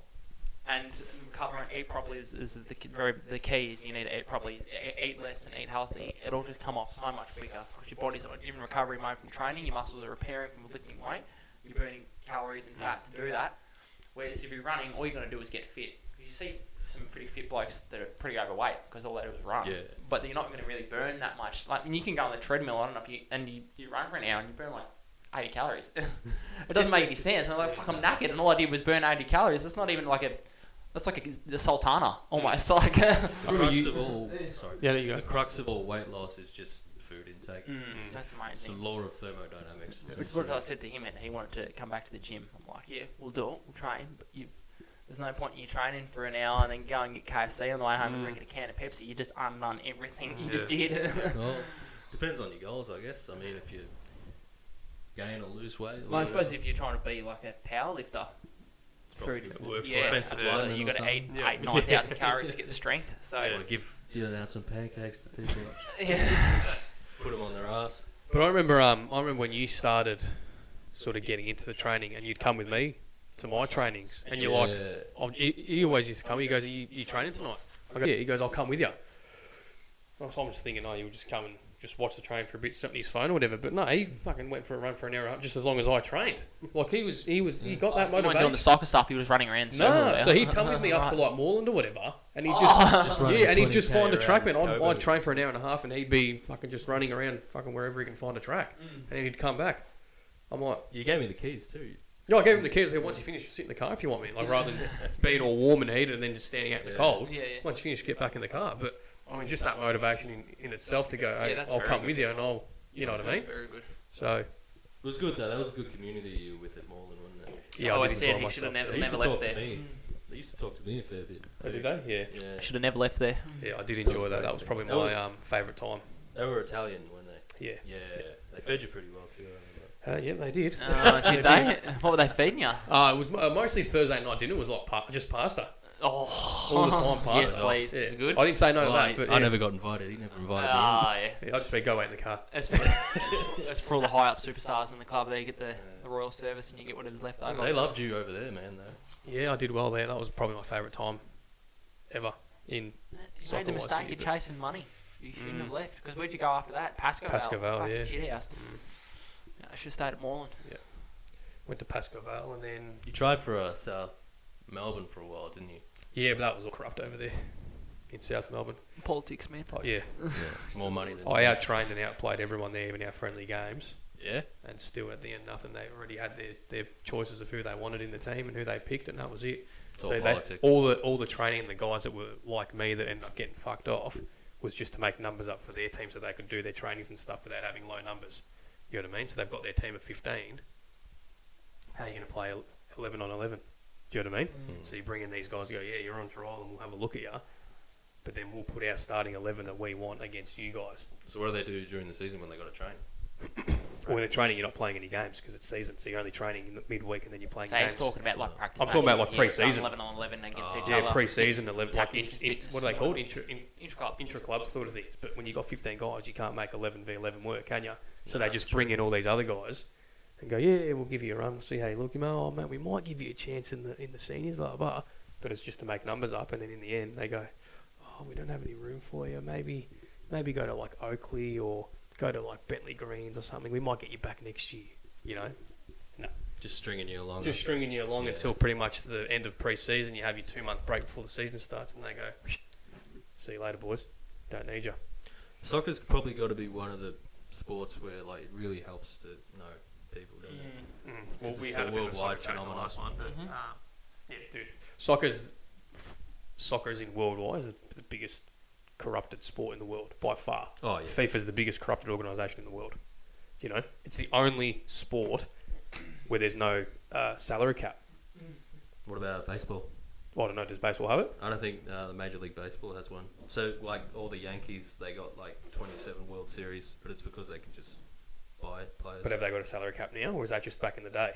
[SPEAKER 4] and recover and eat properly is, is the key- very the key is you need to eat properly, e- eat less and eat healthy. It'll just come off so much quicker because your body's in recovery mode from training, your muscles are repairing from lifting weight, you're burning calories and fat to do that. Whereas if you're running, all you're going to do is get fit. 'Cause You see some pretty fit blokes that are pretty overweight because all they do is run.
[SPEAKER 2] Yeah.
[SPEAKER 4] But you're not going to really burn that much. Like and you can go on the treadmill. I don't know if you and you, you run for an hour and you burn like 80 calories. it doesn't make any sense. And I'm like, fuck, I'm knackered, and all I did was burn 80 calories. That's not even like a, that's like a, the Sultana almost. Like,
[SPEAKER 2] the crux of all, sorry.
[SPEAKER 3] Yeah, there you
[SPEAKER 2] The
[SPEAKER 3] go.
[SPEAKER 2] crux of all weight loss is just food intake.
[SPEAKER 4] Mm, that's
[SPEAKER 2] It's the
[SPEAKER 4] amazing.
[SPEAKER 2] law of thermodynamics.
[SPEAKER 4] Which was what I said to him, and he wanted to come back to the gym. I'm like, yeah, we'll do it. We'll train, but you. There's no point in you training for an hour and then go and get KFC on the way home and
[SPEAKER 3] Mm.
[SPEAKER 4] drink a can of Pepsi. You just undone everything you
[SPEAKER 2] Yeah.
[SPEAKER 4] just did.
[SPEAKER 2] well, depends on your goals, I guess. I mean, if you gain or lose weight.
[SPEAKER 4] well, I
[SPEAKER 2] or-
[SPEAKER 4] suppose if you're trying to be like a power lifter,
[SPEAKER 2] it's probably
[SPEAKER 4] food is-
[SPEAKER 2] good work for
[SPEAKER 4] yeah,
[SPEAKER 2] offensive
[SPEAKER 4] absolutely.
[SPEAKER 2] linemen
[SPEAKER 4] you
[SPEAKER 2] or
[SPEAKER 4] got to
[SPEAKER 2] something.
[SPEAKER 4] eat
[SPEAKER 3] Yeah.
[SPEAKER 4] eight, nine thousand calories to get the strength. So
[SPEAKER 2] Yeah, give dealing out some pancakes to people.
[SPEAKER 4] yeah.
[SPEAKER 2] put them on their ass.
[SPEAKER 3] But I remember, um, I remember when you started, sort of getting into the training, and you'd come with me to my trainings, and you're like,
[SPEAKER 2] Yeah.
[SPEAKER 3] I'll, he, he always used to come. He goes, you, you training tonight? I go, yeah. He goes, I'll come with you. Well, so I'm just thinking, oh, you'll just come and just watch the train for a bit, sit on his phone or whatever. But no, he fucking went for a run for an hour, just as long as I trained. Like he was, he was, he got that
[SPEAKER 4] He wasn't
[SPEAKER 3] motivation.
[SPEAKER 4] doing the soccer stuff. He was running around. the circle
[SPEAKER 3] no,
[SPEAKER 4] there.
[SPEAKER 3] so he'd come with me up to like Moreland or whatever, and he'd just,
[SPEAKER 2] Just running
[SPEAKER 3] yeah, and he'd just
[SPEAKER 2] 20K
[SPEAKER 3] find a track. Man,
[SPEAKER 2] around
[SPEAKER 3] I'd,
[SPEAKER 2] Coburn.
[SPEAKER 3] I'd train for an hour and a half, and he'd be fucking just running around, fucking wherever he can find a track, and then he'd come back. I'm like,
[SPEAKER 2] You gave me the keys too.
[SPEAKER 3] no, I gave him the keys. I said, once you finish, sit in the car if you want me. Like rather than being all warm and heated and then just standing out in the
[SPEAKER 2] Yeah.
[SPEAKER 3] cold.
[SPEAKER 4] Yeah, yeah.
[SPEAKER 3] Once you finish, get back in the car. But I mean, just that motivation in, in itself to go. "Hey,
[SPEAKER 4] that's
[SPEAKER 3] I'll
[SPEAKER 4] very
[SPEAKER 3] come
[SPEAKER 4] good.
[SPEAKER 3] with you, and I'll. You know what I mean?
[SPEAKER 4] Very good.
[SPEAKER 3] So
[SPEAKER 2] It was good though. That was a good community you were with at Moreland, wasn't it?
[SPEAKER 3] yeah, I
[SPEAKER 4] Oh, I
[SPEAKER 3] did
[SPEAKER 4] said
[SPEAKER 3] enjoy
[SPEAKER 4] he should
[SPEAKER 3] myself.
[SPEAKER 4] have never,
[SPEAKER 2] They used
[SPEAKER 4] never
[SPEAKER 2] to talk
[SPEAKER 4] left
[SPEAKER 2] to
[SPEAKER 4] there.
[SPEAKER 2] me. They used to talk to me a fair bit.
[SPEAKER 3] Oh, did they? Yeah,
[SPEAKER 2] Yeah.
[SPEAKER 4] Should have never left there.
[SPEAKER 3] yeah, I did enjoy that. That was probably my um, favorite time.
[SPEAKER 2] They were Italian, weren't they?
[SPEAKER 3] Yeah,
[SPEAKER 2] Yeah. They fed you pretty well too. I remember.
[SPEAKER 3] uh, yeah, they did.
[SPEAKER 4] Uh, did they? What were they feeding you?
[SPEAKER 3] Uh, it was mo- uh, mostly Thursday night dinner was like pa- just pasta.
[SPEAKER 4] Oh,
[SPEAKER 3] all the time past
[SPEAKER 4] Yes,
[SPEAKER 3] stuff.
[SPEAKER 4] please.
[SPEAKER 3] Yeah.
[SPEAKER 4] It's good.
[SPEAKER 3] I didn't say no
[SPEAKER 2] Well, I,
[SPEAKER 3] to that, but
[SPEAKER 2] I
[SPEAKER 3] yeah.
[SPEAKER 2] never got invited. He never invited me.
[SPEAKER 4] Ah, yeah.
[SPEAKER 3] Yeah, I just been go wait in the car.
[SPEAKER 4] That's for, that's for all the high up superstars in the club. There you get the, the royal service and you get whatever's left
[SPEAKER 2] In.
[SPEAKER 4] over.
[SPEAKER 2] They loved you over there, man. Though.
[SPEAKER 3] Yeah, I did well there. That was probably my favourite time ever. In
[SPEAKER 4] You
[SPEAKER 3] Soccer
[SPEAKER 4] made the
[SPEAKER 3] wise,
[SPEAKER 4] mistake
[SPEAKER 3] you
[SPEAKER 4] of
[SPEAKER 3] did.
[SPEAKER 4] chasing money. You shouldn't
[SPEAKER 3] Mm.
[SPEAKER 4] have left. Because where'd you go after that? Pasco
[SPEAKER 3] Pasco Vale,
[SPEAKER 4] Fucking
[SPEAKER 3] yeah. Mm.
[SPEAKER 4] Shit house. Yeah, I should have stayed at Moreland.
[SPEAKER 3] went to Pasco Vale and then
[SPEAKER 2] You tried for uh, South Melbourne for a while, didn't you?
[SPEAKER 3] yeah, but that was all corrupt over there in South Melbourne.
[SPEAKER 4] Politics, man.
[SPEAKER 3] Oh yeah,
[SPEAKER 2] Yeah. Oh, More money than.
[SPEAKER 3] I
[SPEAKER 2] South.
[SPEAKER 3] out trained and outplayed everyone there, even our friendly games,
[SPEAKER 2] Yeah.
[SPEAKER 3] and still at the end nothing. They already had their, their choices of who they wanted in the team and who they picked, and that was it.
[SPEAKER 2] It's all
[SPEAKER 3] So that,
[SPEAKER 2] politics.
[SPEAKER 3] all the all the training and the guys that were like me that ended up getting fucked off was just to make numbers up for their team so they could do their trainings and stuff without having low numbers. You know what I mean? So they've got their team of fifteen. How are you going to play el- eleven on eleven? Do you know what I mean?
[SPEAKER 2] Mm.
[SPEAKER 3] So you bring in these guys, you go, yeah, you're on trial, and we'll have a look at you. But then we'll put our starting eleven that we want against you guys.
[SPEAKER 2] So what do they do during the season when they got to train?
[SPEAKER 3] Or when they're training, you're not playing any games because it's season, so you're only training in the midweek and then you're playing
[SPEAKER 4] So
[SPEAKER 3] games.
[SPEAKER 4] he's talking about like practice.
[SPEAKER 3] I'm talking
[SPEAKER 4] matches,
[SPEAKER 3] about, like,
[SPEAKER 4] yeah, it's done
[SPEAKER 3] pre-season.
[SPEAKER 4] 11 on 11 against
[SPEAKER 2] Oh.
[SPEAKER 4] each
[SPEAKER 3] yeah,
[SPEAKER 4] other.
[SPEAKER 3] pre-season eleven, like in, in,
[SPEAKER 4] Tactics, fitness,
[SPEAKER 3] what are they called?
[SPEAKER 4] whatever.
[SPEAKER 3] Intra, in,
[SPEAKER 4] Inch club.
[SPEAKER 3] intra club sort of things. But when you got 15 guys, you can't make 11 v 11 work, can you? So they just bring in all these other guys and go, yeah, we'll give you a run. We'll see how you look. You know, oh man, we might give you a chance in the in the seniors, blah blah. blah. But it's just to make numbers up, and then in the end they go, oh, we don't have any room for you. Maybe maybe go to like Oakley or go to like Bentley Greens or something. We might get you back next year. You know,
[SPEAKER 2] Just stringing you along.
[SPEAKER 3] just stringing you along
[SPEAKER 2] Yeah.
[SPEAKER 3] until pretty much the end of pre-season. You have your two-month break before the season starts, and they go, "See you later, boys. Don't need you."
[SPEAKER 2] Soccer's probably got to be one of the sports where like it really helps to know people. Doesn't it?
[SPEAKER 3] Mm. Well,
[SPEAKER 2] This
[SPEAKER 3] we
[SPEAKER 2] is
[SPEAKER 3] had
[SPEAKER 2] the
[SPEAKER 3] a bit of a
[SPEAKER 2] worldwide
[SPEAKER 3] soccer chat on the
[SPEAKER 2] phenomenon.
[SPEAKER 3] last
[SPEAKER 2] Mm-hmm.
[SPEAKER 3] one, but
[SPEAKER 4] Mhm.
[SPEAKER 3] um, yeah, dude, soccer's soccer's in worldwide is the biggest corrupted sport in the world by far.
[SPEAKER 2] Oh yeah.
[SPEAKER 3] FIFA is the biggest corrupted organisation in the world. You know, it's the only sport where there's no uh, salary cap.
[SPEAKER 2] What about baseball?
[SPEAKER 3] Well, I don't know. Does baseball have it?
[SPEAKER 2] I don't think uh, the Major League Baseball has one. So like all the Yankees, they got like 27 World Series, but it's because they can just buy players.
[SPEAKER 3] But have they got a salary cap now, or is that just back in the day?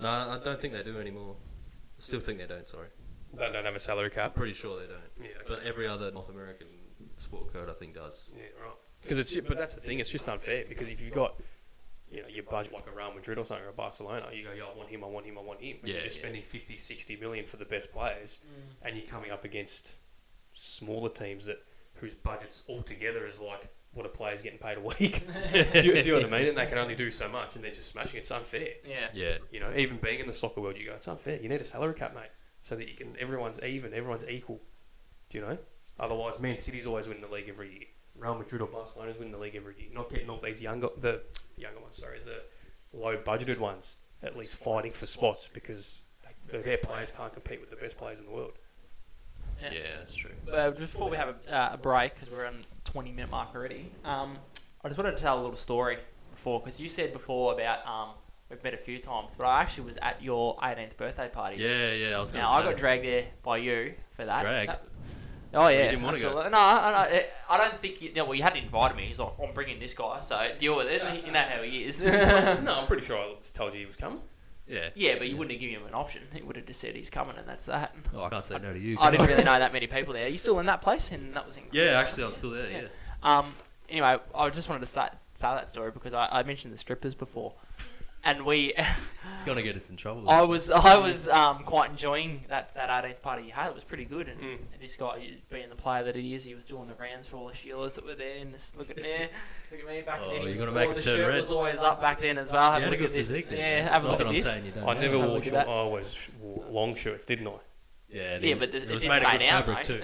[SPEAKER 2] no, I don't think they do anymore. I still think they don't. Sorry,
[SPEAKER 3] They don't have a salary
[SPEAKER 2] I'm
[SPEAKER 3] cap.
[SPEAKER 2] pretty sure they don't.
[SPEAKER 3] Yeah, okay.
[SPEAKER 2] But every other North American sport code, I think, does.
[SPEAKER 3] Yeah, right. Because it's but that's the thing. It's just unfair because if you've got you know your budget like a Real Madrid or something or a Barcelona, you go, yeah, I want him, I want him, I want him. But you're
[SPEAKER 2] Yeah,
[SPEAKER 3] just
[SPEAKER 2] yeah.
[SPEAKER 3] spending 50, 60 million for the best players, and you're coming up against smaller teams that whose budgets altogether is like what a player's getting paid a week. do, you, do you know what I mean? And they can only do so much, and they're just smashing. It's unfair.
[SPEAKER 4] Yeah.
[SPEAKER 2] Yeah,
[SPEAKER 3] You know, even being in the soccer world, you go, it's unfair. You need a salary cap, mate, so that you can everyone's even, everyone's equal. Do you know? Otherwise, Man City's always winning the league every year. Real Madrid or Barcelona's winning the league every year. Not getting all these younger, the younger ones, sorry, the low budgeted ones, at least fighting for spots because they, their players can't compete with the best players in the world.
[SPEAKER 2] yeah,
[SPEAKER 4] Yeah.
[SPEAKER 2] that's true.
[SPEAKER 4] Uh, before we have a, uh, a break, because we're on the 20 minute mark already, um, I just wanted to tell a little story before, because you said before about um, we've met a few times, but I actually was at your 18th birthday party.
[SPEAKER 2] Yeah, yeah. I was gonna
[SPEAKER 4] Now, I
[SPEAKER 2] say.
[SPEAKER 4] got dragged there by you for that.
[SPEAKER 2] Dragged?
[SPEAKER 4] That- oh, yeah.
[SPEAKER 2] didn't wanna go.
[SPEAKER 4] absolutely. No, I, I- I, I don't think, you, no, well, you hadn't invited me. He's like, "Oh, I'm bringing this guy, so deal with it. You know how he is.
[SPEAKER 3] No, I'm pretty sure I just told you he was coming.
[SPEAKER 2] Yeah.
[SPEAKER 4] yeah, but you wouldn't have given him an option. He would have just said he's coming, and that's that.
[SPEAKER 2] Oh, I can't say no to you.
[SPEAKER 4] I
[SPEAKER 2] can
[SPEAKER 4] didn't really know that many people there. Are you still in that place? And that was in
[SPEAKER 2] Yeah, actually, I'm still there. Yeah.
[SPEAKER 4] Yeah. Um. Anyway, I just wanted to say, say that story because I, I mentioned the strippers before, and we,
[SPEAKER 2] It's gonna get us in trouble.
[SPEAKER 4] I was I was um, quite enjoying that that 18th party you had. It was pretty good, and
[SPEAKER 3] Mm.
[SPEAKER 4] this guy being the player that he is, he was doing the rounds for all the Sheilas that were there. And this look at me, look at me back
[SPEAKER 2] Oh,
[SPEAKER 4] then.
[SPEAKER 2] you
[SPEAKER 4] He was,
[SPEAKER 2] gotta make
[SPEAKER 4] oh,
[SPEAKER 2] it
[SPEAKER 4] the
[SPEAKER 2] turn
[SPEAKER 4] shirt
[SPEAKER 2] red.
[SPEAKER 4] was always up back then as well. Have
[SPEAKER 2] you had
[SPEAKER 4] a
[SPEAKER 2] a
[SPEAKER 4] look
[SPEAKER 2] good
[SPEAKER 4] at this.
[SPEAKER 2] physique then.
[SPEAKER 4] Yeah, have a
[SPEAKER 2] Not
[SPEAKER 4] look
[SPEAKER 2] that
[SPEAKER 4] at
[SPEAKER 2] I'm
[SPEAKER 4] this.
[SPEAKER 2] saying you don't.
[SPEAKER 3] I
[SPEAKER 2] now.
[SPEAKER 3] never
[SPEAKER 4] have a
[SPEAKER 3] wore
[SPEAKER 4] look at
[SPEAKER 3] short,
[SPEAKER 4] that.
[SPEAKER 3] I always wore long shorts, didn't I?
[SPEAKER 2] Yeah, it
[SPEAKER 4] Yeah,
[SPEAKER 2] is.
[SPEAKER 4] but it,
[SPEAKER 2] it was
[SPEAKER 4] didn't
[SPEAKER 2] made of
[SPEAKER 4] stay
[SPEAKER 2] good
[SPEAKER 4] down.
[SPEAKER 2] fabric
[SPEAKER 4] though.
[SPEAKER 2] too.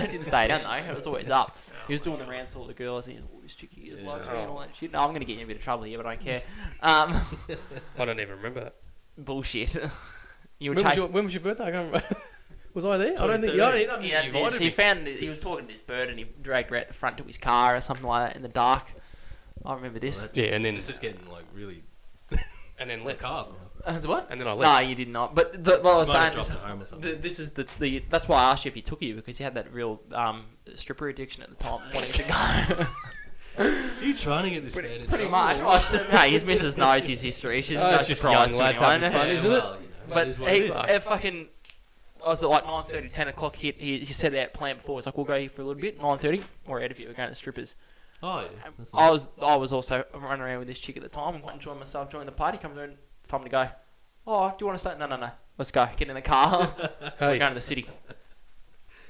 [SPEAKER 4] it didn't stay down though. It was always up. He was doing the rounds to all the girls. And, oh, this chickie
[SPEAKER 2] Yeah.
[SPEAKER 4] likes me and all that shit. No, I'm going to get you in a bit of trouble here, but I don't care. Um,
[SPEAKER 3] I don't even remember that.
[SPEAKER 4] bullshit. you
[SPEAKER 3] When
[SPEAKER 4] were
[SPEAKER 3] was, your,
[SPEAKER 4] chasing.
[SPEAKER 3] when was your birthday? I can't remember. was I there? I don't think. I don't, I don't
[SPEAKER 4] He,
[SPEAKER 3] think
[SPEAKER 4] had
[SPEAKER 3] you
[SPEAKER 4] this,
[SPEAKER 3] invited
[SPEAKER 4] he
[SPEAKER 3] me.
[SPEAKER 4] found this- he was talking to this bird and he dragged her out the front to his car or something like that in the dark. I remember this.
[SPEAKER 2] Well,
[SPEAKER 3] Yeah, and then
[SPEAKER 2] This is getting like really
[SPEAKER 3] and then left.
[SPEAKER 2] macabre. now.
[SPEAKER 4] Uh, what?
[SPEAKER 3] And then I left.
[SPEAKER 4] No, you did not. But the, what I was
[SPEAKER 2] Might have
[SPEAKER 4] saying
[SPEAKER 2] dropped
[SPEAKER 4] is,
[SPEAKER 2] it home or something.
[SPEAKER 4] the, this is the, the that's why I asked you if he took you because he had that real um, stripper addiction at the time, wanting to go.
[SPEAKER 2] Are you trying to get this man in
[SPEAKER 4] Pretty
[SPEAKER 2] trouble?
[SPEAKER 4] much. Well, she- hey, his missus knows his history. She's
[SPEAKER 3] Oh,
[SPEAKER 4] no
[SPEAKER 3] it's just
[SPEAKER 4] surprise
[SPEAKER 3] young lads
[SPEAKER 4] to anyone.
[SPEAKER 3] having fun,
[SPEAKER 2] Yeah,
[SPEAKER 3] isn't it?
[SPEAKER 2] well, you know, that
[SPEAKER 4] But
[SPEAKER 2] is
[SPEAKER 4] he,
[SPEAKER 2] what it is.
[SPEAKER 4] it fucking. I was at like 9.30, 10 o'clock hit. He, he set out plan before. It's like, we'll go here for a little bit. 9.30, we're out of here. We're going to the strippers.
[SPEAKER 2] Oh, yeah. That's
[SPEAKER 4] I was I was also running around with this chick at the time. I'm quite enjoying myself, joining the party. Comes in, it's time to go. Oh, do you want to stay? No, no, no. Let's go. Get in the car. We're going to the city.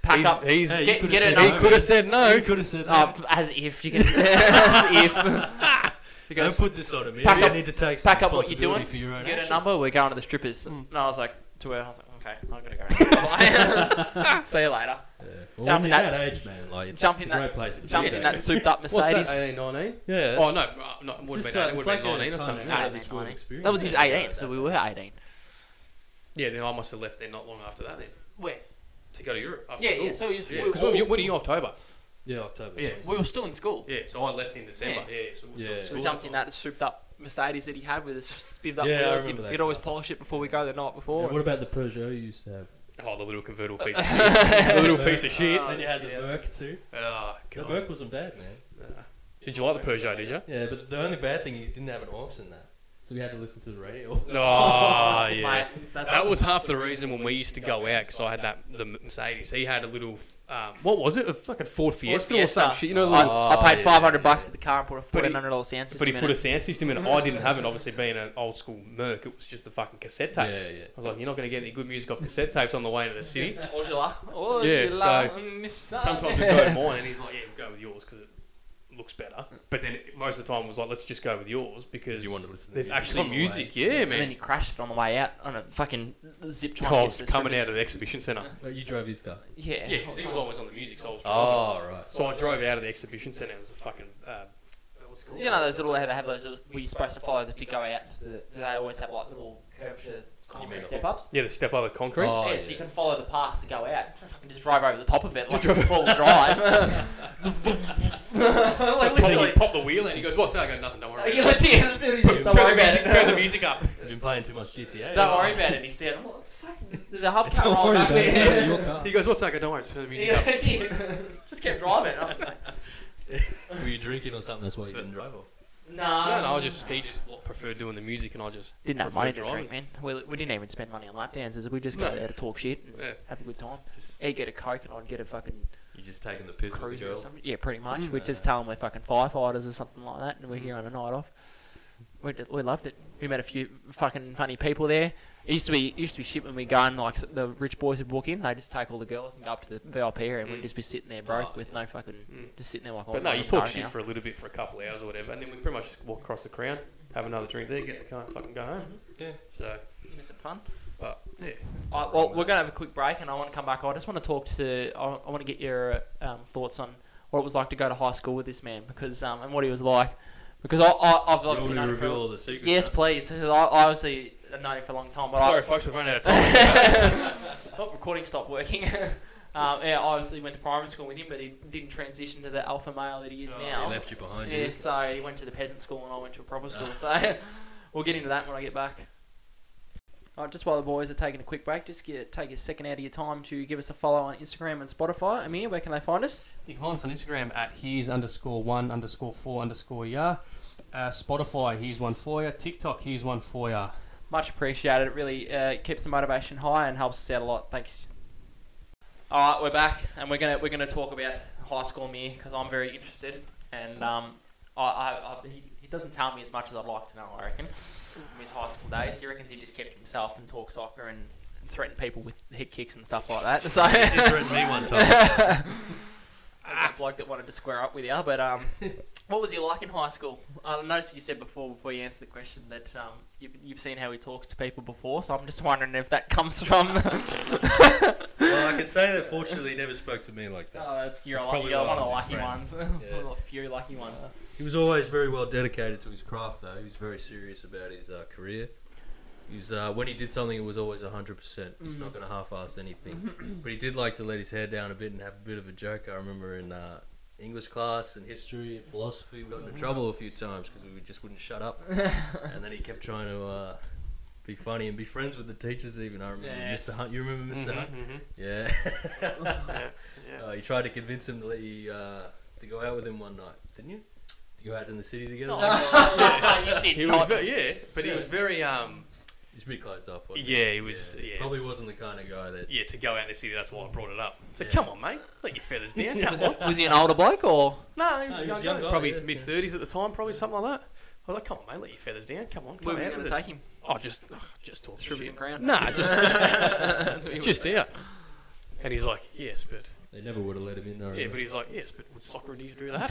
[SPEAKER 4] Pack
[SPEAKER 3] he's,
[SPEAKER 4] up.
[SPEAKER 3] he's-
[SPEAKER 2] Hey, you
[SPEAKER 4] get-
[SPEAKER 2] could've
[SPEAKER 4] get
[SPEAKER 2] said
[SPEAKER 4] it- he
[SPEAKER 2] no. Um,
[SPEAKER 3] could have said no.
[SPEAKER 2] You could have said,
[SPEAKER 4] Oh,
[SPEAKER 2] no,
[SPEAKER 4] as if you can. as if.
[SPEAKER 2] don't
[SPEAKER 4] Because
[SPEAKER 2] put this on me.
[SPEAKER 4] pack
[SPEAKER 2] you
[SPEAKER 4] up-
[SPEAKER 2] need to take some
[SPEAKER 4] pack up what you're doing.
[SPEAKER 2] responsibility for your own
[SPEAKER 4] get
[SPEAKER 2] actions.
[SPEAKER 4] a number. We're going to the strippers. And I was like, to her. I was like, okay, I'm gonna go. Bye. See you later.
[SPEAKER 2] Yeah. Well,
[SPEAKER 4] Jump
[SPEAKER 2] when
[SPEAKER 4] in
[SPEAKER 2] you're
[SPEAKER 4] that-
[SPEAKER 2] that age, man, like, it's,
[SPEAKER 4] jump
[SPEAKER 2] it's
[SPEAKER 4] in
[SPEAKER 2] a great
[SPEAKER 4] that-
[SPEAKER 2] place to
[SPEAKER 4] Jumped
[SPEAKER 2] be.
[SPEAKER 4] in
[SPEAKER 2] though.
[SPEAKER 4] that souped up Mercedes.
[SPEAKER 3] What's that? 18, 19?
[SPEAKER 2] Yeah.
[SPEAKER 3] Oh
[SPEAKER 2] that's-
[SPEAKER 3] no, uh, no, it
[SPEAKER 2] it's
[SPEAKER 3] would have
[SPEAKER 2] just,
[SPEAKER 3] been,
[SPEAKER 2] uh,
[SPEAKER 3] eight, it would've
[SPEAKER 2] it's like
[SPEAKER 3] been
[SPEAKER 2] a
[SPEAKER 3] nineteen or
[SPEAKER 2] kind of
[SPEAKER 3] something.
[SPEAKER 2] out
[SPEAKER 4] Ah,
[SPEAKER 2] of this world
[SPEAKER 4] no,
[SPEAKER 2] experience.
[SPEAKER 4] That was his
[SPEAKER 2] Yeah,
[SPEAKER 4] 18,
[SPEAKER 2] that-
[SPEAKER 4] so we were 18.
[SPEAKER 3] Yeah, then I must have left there not long after that then
[SPEAKER 4] Where?
[SPEAKER 3] to go to Europe. After
[SPEAKER 4] Yeah,
[SPEAKER 3] school.
[SPEAKER 4] yeah. So he was,
[SPEAKER 2] Yeah,
[SPEAKER 4] we,
[SPEAKER 3] 'Cause
[SPEAKER 4] were,
[SPEAKER 3] when, you- when are you October?
[SPEAKER 2] Yeah, October.
[SPEAKER 3] Yeah.
[SPEAKER 2] 26th.
[SPEAKER 4] we were still in school.
[SPEAKER 3] Yeah, so I left in December. Yeah, so we
[SPEAKER 2] Yeah.
[SPEAKER 4] So we jumped in that souped up Mercedes that he had with his spivved up
[SPEAKER 2] Yeah, I
[SPEAKER 4] wheels. He'd,
[SPEAKER 2] remember that
[SPEAKER 4] he'd always polish it before we go the night
[SPEAKER 2] And
[SPEAKER 4] before.
[SPEAKER 2] what about the Peugeot you used to have? Oh,
[SPEAKER 3] Oh, the little convertible piece of shit. the little piece of shit.
[SPEAKER 2] then you had the
[SPEAKER 4] shit, yes.
[SPEAKER 2] Merc too.
[SPEAKER 3] Ah,
[SPEAKER 2] The
[SPEAKER 3] God.
[SPEAKER 2] Merc wasn't bad, man.
[SPEAKER 3] Did you like the Peugeot, did you? Ah,
[SPEAKER 2] Yeah, but the only bad thing is you didn't have an aux in that, so we had to listen to the radio. all the
[SPEAKER 3] Oh,
[SPEAKER 4] Mate,
[SPEAKER 3] yeah.
[SPEAKER 4] that's-
[SPEAKER 3] That was half the reason when we used to go out because I had that the Mercedes. He had a little, um, what was it? A fucking Ford Fiesta, or some shit. You know, the
[SPEAKER 4] I,
[SPEAKER 3] little,
[SPEAKER 2] Oh,
[SPEAKER 4] I paid
[SPEAKER 2] yeah,
[SPEAKER 4] five hundred
[SPEAKER 2] yeah,
[SPEAKER 4] bucks at the car and put a
[SPEAKER 3] But he-
[SPEAKER 4] fourteen hundred dollar sound system
[SPEAKER 3] but he
[SPEAKER 4] in
[SPEAKER 3] put a
[SPEAKER 4] it.
[SPEAKER 3] sound system in it. I didn't have it. Obviously, being an old school Merc, it was just the fucking cassette tapes.
[SPEAKER 2] Yeah, yeah.
[SPEAKER 3] I was like, you're not going to get any good music off cassette tapes on the way to the city.
[SPEAKER 4] Angela. Oh,
[SPEAKER 3] Yeah,
[SPEAKER 4] you
[SPEAKER 3] so
[SPEAKER 4] love me so-
[SPEAKER 3] Sometimes we go to mine, and he's like, yeah, we'll go with yours because it looks better. But then it- most of the time, was like, let's just go with yours because
[SPEAKER 2] You want to listen to
[SPEAKER 3] there's
[SPEAKER 2] music
[SPEAKER 3] actually
[SPEAKER 2] on the way.
[SPEAKER 3] music. Yeah,
[SPEAKER 4] and then he
[SPEAKER 3] man.
[SPEAKER 4] crashed it on the way out on a fucking zip
[SPEAKER 3] Oh,
[SPEAKER 4] trying
[SPEAKER 3] I
[SPEAKER 4] to
[SPEAKER 3] was
[SPEAKER 4] get to the
[SPEAKER 3] coming
[SPEAKER 4] strippers.
[SPEAKER 3] out of the exhibition centre.
[SPEAKER 2] But you drove his car.
[SPEAKER 4] Yeah. Oh,
[SPEAKER 3] Yeah, because he was always on the music, so I was driving.
[SPEAKER 2] Oh right.
[SPEAKER 3] So I drove out of the exhibition centre. It was a fucking. Uh, what's it called?
[SPEAKER 4] You know those little they have those little we supposed to follow to go out to the they always have like little curvature
[SPEAKER 2] mean-
[SPEAKER 4] concrete step ups.
[SPEAKER 3] Yeah, the step over concrete.
[SPEAKER 2] Oh,
[SPEAKER 4] yeah, so you
[SPEAKER 2] yeah.
[SPEAKER 4] can follow the path to go out. Fucking just drive over the top of it like it's a full drive. like
[SPEAKER 3] Probably
[SPEAKER 4] literally.
[SPEAKER 3] you pop the wheel in. He goes, "What's that?" I go, "Nothing. Don't worry." about it."
[SPEAKER 4] Yeah, that's it, that's
[SPEAKER 3] turn,
[SPEAKER 4] it, Don't worry
[SPEAKER 3] the
[SPEAKER 4] about
[SPEAKER 3] music, turn the
[SPEAKER 4] it.
[SPEAKER 3] music up.
[SPEAKER 2] I've been playing too much GTA.
[SPEAKER 4] Don't worry about it. He said, "What the fuck? There's a hub car
[SPEAKER 2] Don't
[SPEAKER 4] roll
[SPEAKER 2] worry
[SPEAKER 4] back
[SPEAKER 2] about it. It's
[SPEAKER 4] there."
[SPEAKER 2] only your car.
[SPEAKER 3] He goes, "What's that?" I go, "Don't worry. Turn the music
[SPEAKER 4] Yeah,
[SPEAKER 3] up."
[SPEAKER 4] that's it. Just kept driving. I'm like,
[SPEAKER 2] Were you drinking or something? That's why you didn't drive. Or?
[SPEAKER 4] Nah.
[SPEAKER 3] No, no, I just he just preferred doing the music, and I just
[SPEAKER 4] didn't have
[SPEAKER 3] preferred
[SPEAKER 4] money to
[SPEAKER 3] driving.
[SPEAKER 4] drink, man. We, we didn't even spend money on lap dances. We just got
[SPEAKER 3] No.
[SPEAKER 4] there to talk shit and
[SPEAKER 3] Yeah.
[SPEAKER 4] have a good time.
[SPEAKER 2] Just,
[SPEAKER 4] He'd get a coke and I'd get a fucking
[SPEAKER 2] you just taking the piss with the
[SPEAKER 4] cruiser or
[SPEAKER 2] girls.
[SPEAKER 4] something. Yeah, pretty much.
[SPEAKER 3] Mm.
[SPEAKER 4] We'd just tell them we're fucking firefighters or something like that, and we're here on a night off. We, did, we loved it. We met a few fucking funny people there. It used to be it used to be shit when we go and like s- the rich boys would walk in, they would just take all the girls and go up to the VIP area, and
[SPEAKER 3] Mm.
[SPEAKER 4] we'd just be sitting there broke
[SPEAKER 2] Oh,
[SPEAKER 4] with no fucking
[SPEAKER 3] Mm.
[SPEAKER 4] just sitting there like.
[SPEAKER 3] But
[SPEAKER 4] "Oh,
[SPEAKER 3] no,
[SPEAKER 4] I'm
[SPEAKER 3] you
[SPEAKER 4] sorry
[SPEAKER 3] talk shit
[SPEAKER 4] now."
[SPEAKER 3] for a little bit for a couple of hours or whatever, and then we pretty much just walk across the crown, have another drink there, get in the car, and fucking go home.
[SPEAKER 2] Yeah.
[SPEAKER 3] So,
[SPEAKER 4] You miss it fun.
[SPEAKER 3] but yeah,
[SPEAKER 4] Alright, well, we're going to have a quick break, and I want to come back. I just want to talk to. I, I want to get your um, thoughts on what it was like to go to high school with this man, because um, and what he was like, because I, I, I've
[SPEAKER 2] You want me
[SPEAKER 4] obviously
[SPEAKER 2] to
[SPEAKER 4] known him for.
[SPEAKER 2] reveal all the secrets?
[SPEAKER 4] Yes, please. 'cause I, I obviously have known him for a long time, but
[SPEAKER 3] sorry,
[SPEAKER 4] I,
[SPEAKER 3] folks, we've run out of time.
[SPEAKER 4] oh, recording stopped working. um, yeah, I obviously went to primary school with him, but he didn't transition to the alpha male that he is
[SPEAKER 3] Oh,
[SPEAKER 2] He
[SPEAKER 4] now.
[SPEAKER 2] left you behind.
[SPEAKER 4] Yeah,
[SPEAKER 2] Yeah.
[SPEAKER 4] so he went to the peasant school and I went to a proper school. So we'll get into that when I get back. All right, just while the boys are taking a quick break, just get, take a second out of your time to give us a follow on Instagram and Spotify. Amir, where can they find us?
[SPEAKER 3] You can find us on Instagram at here's underscore one underscore four underscore ya. Uh, Spotify, here's one for ya. TikTok, here's one for ya.
[SPEAKER 4] Much appreciated. It really uh, keeps the motivation high and helps us out a lot. Thanks. All right, we're back, and we're gonna we're gonna talk about high school Amir because I'm very interested, and um, I, I, I he, he doesn't tell me as much as I'd like to know. I reckon from his high school days, he reckons he just kept to himself and talked soccer and threatened people with head kicks and stuff like that. So
[SPEAKER 2] He did threaten me one time.
[SPEAKER 4] that bloke that wanted to square up with you. But um, what was he like in high school? I noticed you said before before you answered the question that um, you've, you've seen how he talks to people before. So I'm just wondering if that comes from. oh,
[SPEAKER 2] well, I can say that fortunately he never spoke to me like that.
[SPEAKER 4] Oh, that's you're,
[SPEAKER 2] That's
[SPEAKER 4] a
[SPEAKER 2] probably
[SPEAKER 4] lucky, you're
[SPEAKER 2] why
[SPEAKER 4] one of the
[SPEAKER 2] I was
[SPEAKER 4] lucky
[SPEAKER 2] his
[SPEAKER 4] ones. one of the few lucky ones.
[SPEAKER 2] He was always very well dedicated to his craft, though. He was very serious about his uh, career. He was, uh, when he did something, it was always 100%. He's not going to half-ass anything. but he did like to let his hair down a bit and have a bit of a joke. I remember in uh, English class and history and philosophy, we got into trouble a few times because we just wouldn't shut up. and then he kept trying to uh, be funny and be friends with the teachers even. I remember
[SPEAKER 4] Yes.
[SPEAKER 2] Mr. Hunt. You remember mister Hunt?
[SPEAKER 3] Mm-hmm.
[SPEAKER 2] Yeah. Uh, you tried to convince him to let you uh, to go out with him one night, didn't you? To go out in the city together.
[SPEAKER 4] Oh, you did
[SPEAKER 3] He was
[SPEAKER 4] not.
[SPEAKER 3] ve- yeah, but he was very um,
[SPEAKER 2] He's pretty closed off. wasn't
[SPEAKER 3] Yeah, he was- yeah.
[SPEAKER 2] Probably wasn't the kind of guy that.
[SPEAKER 3] Yeah, to go out in the city, that's why I brought it up. It's like,
[SPEAKER 2] Yeah.
[SPEAKER 3] come on, mate, let your feathers down.
[SPEAKER 4] was,
[SPEAKER 3] Come on.
[SPEAKER 4] he, was he an older bloke or?
[SPEAKER 3] No, he
[SPEAKER 2] No,
[SPEAKER 3] was,
[SPEAKER 2] he
[SPEAKER 3] a
[SPEAKER 2] was
[SPEAKER 3] young
[SPEAKER 2] young
[SPEAKER 3] guy,
[SPEAKER 2] guy,
[SPEAKER 3] probably
[SPEAKER 2] yeah, yeah.
[SPEAKER 3] mid thirties at the time, probably something like that. I was like, come on, mate, let your feathers down. Come on,
[SPEAKER 4] Where
[SPEAKER 3] come
[SPEAKER 4] were you
[SPEAKER 3] out
[SPEAKER 4] going
[SPEAKER 3] with
[SPEAKER 4] to
[SPEAKER 3] us.
[SPEAKER 4] take him?
[SPEAKER 3] Oh, just, oh, just talk
[SPEAKER 4] Shrimp's
[SPEAKER 3] shit.
[SPEAKER 4] and Crown.
[SPEAKER 3] Nah, just,
[SPEAKER 4] That's what he was-
[SPEAKER 3] just out. And he's like, yes, but
[SPEAKER 2] They never would have let him in.
[SPEAKER 3] yeah,
[SPEAKER 2] I
[SPEAKER 3] but
[SPEAKER 2] remember.
[SPEAKER 3] he's like, yes, but would Socrates do that?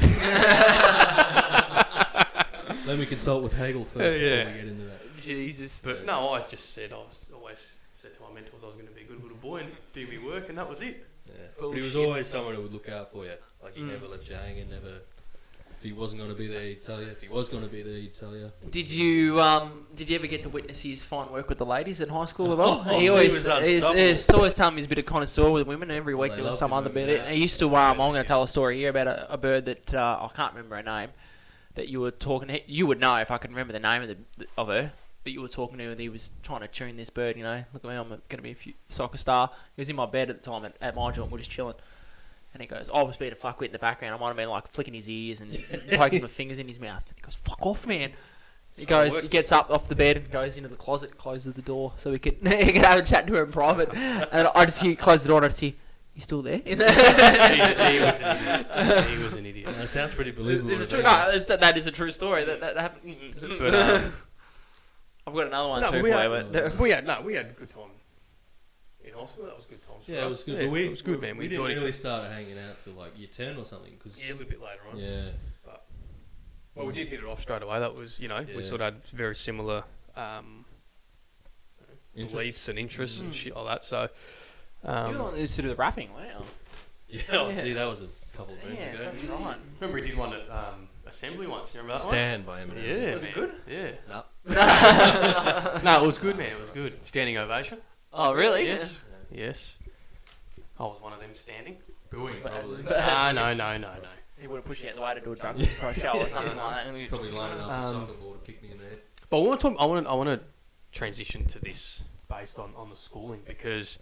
[SPEAKER 2] Let me consult with Hegel first
[SPEAKER 3] Uh,
[SPEAKER 2] before
[SPEAKER 3] yeah.
[SPEAKER 2] we get into that.
[SPEAKER 4] Jesus.
[SPEAKER 3] But no, I just said I was always said to my mentors I was going to be a good little boy and do me work, and that was it.
[SPEAKER 2] Yeah. But he was
[SPEAKER 4] Bullshit.
[SPEAKER 2] always someone who would look out for you. Like he
[SPEAKER 3] Mm.
[SPEAKER 2] never left you hanging. Never. If he wasn't going to be there, he'd tell you. If he was going to be there, he'd tell you.
[SPEAKER 4] Did you um did you ever get to witness his fine work with the ladies in high school as well?
[SPEAKER 2] Oh, he
[SPEAKER 4] he always
[SPEAKER 2] was
[SPEAKER 4] he's,
[SPEAKER 2] unstoppable.
[SPEAKER 4] he's always telling me he's a bit of connoisseur with women. Every week
[SPEAKER 2] They
[SPEAKER 4] there was
[SPEAKER 2] loved
[SPEAKER 4] some
[SPEAKER 2] him,
[SPEAKER 4] other
[SPEAKER 2] didn't
[SPEAKER 4] bird.
[SPEAKER 2] they?
[SPEAKER 4] And he used to um I'm going to tell a story here about a, a bird that uh, I can't remember her name that you were talking. To, you would know if I could remember the name of the of her. But you were talking to her, and he was trying to tune this bird. You know, look at me, I'm going to be a fu- soccer star. He was in my bed at the time at, at my joint. We're just chilling. And he goes, "Oh, I was being a fuckwit in the background. I might have been like flicking his ears and poking my fingers in his mouth. He goes, fuck off, man. He
[SPEAKER 3] So it
[SPEAKER 4] goes,
[SPEAKER 3] worked.
[SPEAKER 4] he gets up off the bed and goes into the closet, closes the door so we could he could have a chat to her in private. And I just hear, close the door and I just hear, you still there?
[SPEAKER 3] He, he was an idiot. He was an idiot.
[SPEAKER 2] That sounds pretty believable.
[SPEAKER 4] this is
[SPEAKER 2] to
[SPEAKER 4] true.
[SPEAKER 2] me.
[SPEAKER 4] No, it's, that, that is a true story. That, that, happened.
[SPEAKER 3] But um,
[SPEAKER 4] I've got another one
[SPEAKER 3] no,
[SPEAKER 4] too
[SPEAKER 3] but
[SPEAKER 4] for
[SPEAKER 3] we
[SPEAKER 4] you.
[SPEAKER 3] had,
[SPEAKER 4] But
[SPEAKER 3] we had no, we had a good time in high school. That was good times. for
[SPEAKER 2] Yeah, it
[SPEAKER 3] us.
[SPEAKER 2] was good.
[SPEAKER 3] Yeah,
[SPEAKER 2] but we,
[SPEAKER 3] it was good, man.
[SPEAKER 2] We,
[SPEAKER 3] We,
[SPEAKER 2] didn't
[SPEAKER 3] enjoyed
[SPEAKER 2] really
[SPEAKER 3] it.
[SPEAKER 2] start hanging out till like year ten or something. Cause
[SPEAKER 3] Yeah, a little bit later on.
[SPEAKER 2] yeah.
[SPEAKER 3] Well, we did hit it off straight away. That was, you know,
[SPEAKER 2] Yeah.
[SPEAKER 3] we sort of had very similar um,
[SPEAKER 2] Interests.
[SPEAKER 3] beliefs and interests and
[SPEAKER 4] Mm.
[SPEAKER 3] shit like that. So,
[SPEAKER 4] you were the
[SPEAKER 3] um,
[SPEAKER 4] one that used to do the rapping, wow.
[SPEAKER 2] Yeah, oh,
[SPEAKER 4] Yeah.
[SPEAKER 2] gee, that was a couple of moons
[SPEAKER 4] Yes,
[SPEAKER 2] ago.
[SPEAKER 4] that's right.
[SPEAKER 3] remember we did one at um, assembly once. You remember that
[SPEAKER 2] Stand by
[SPEAKER 3] one?
[SPEAKER 2] Eminem.
[SPEAKER 3] Yeah,
[SPEAKER 4] Was
[SPEAKER 3] man.
[SPEAKER 4] it good?
[SPEAKER 3] Yeah.
[SPEAKER 2] No.
[SPEAKER 3] no, it was good, man. It was good. Standing ovation.
[SPEAKER 4] Oh, really?
[SPEAKER 3] Yes. Yes. I was one of them standing.
[SPEAKER 2] Booing probably.
[SPEAKER 4] but-
[SPEAKER 3] Ah, no, no, no, no.
[SPEAKER 4] He would have pushed you out the way to do a drug control show or something like that.
[SPEAKER 2] probably lining up
[SPEAKER 3] Um,
[SPEAKER 2] for soccer ball to kick me in the head.
[SPEAKER 3] But I want to talk. I want to. I want to transition to this based on on the schooling because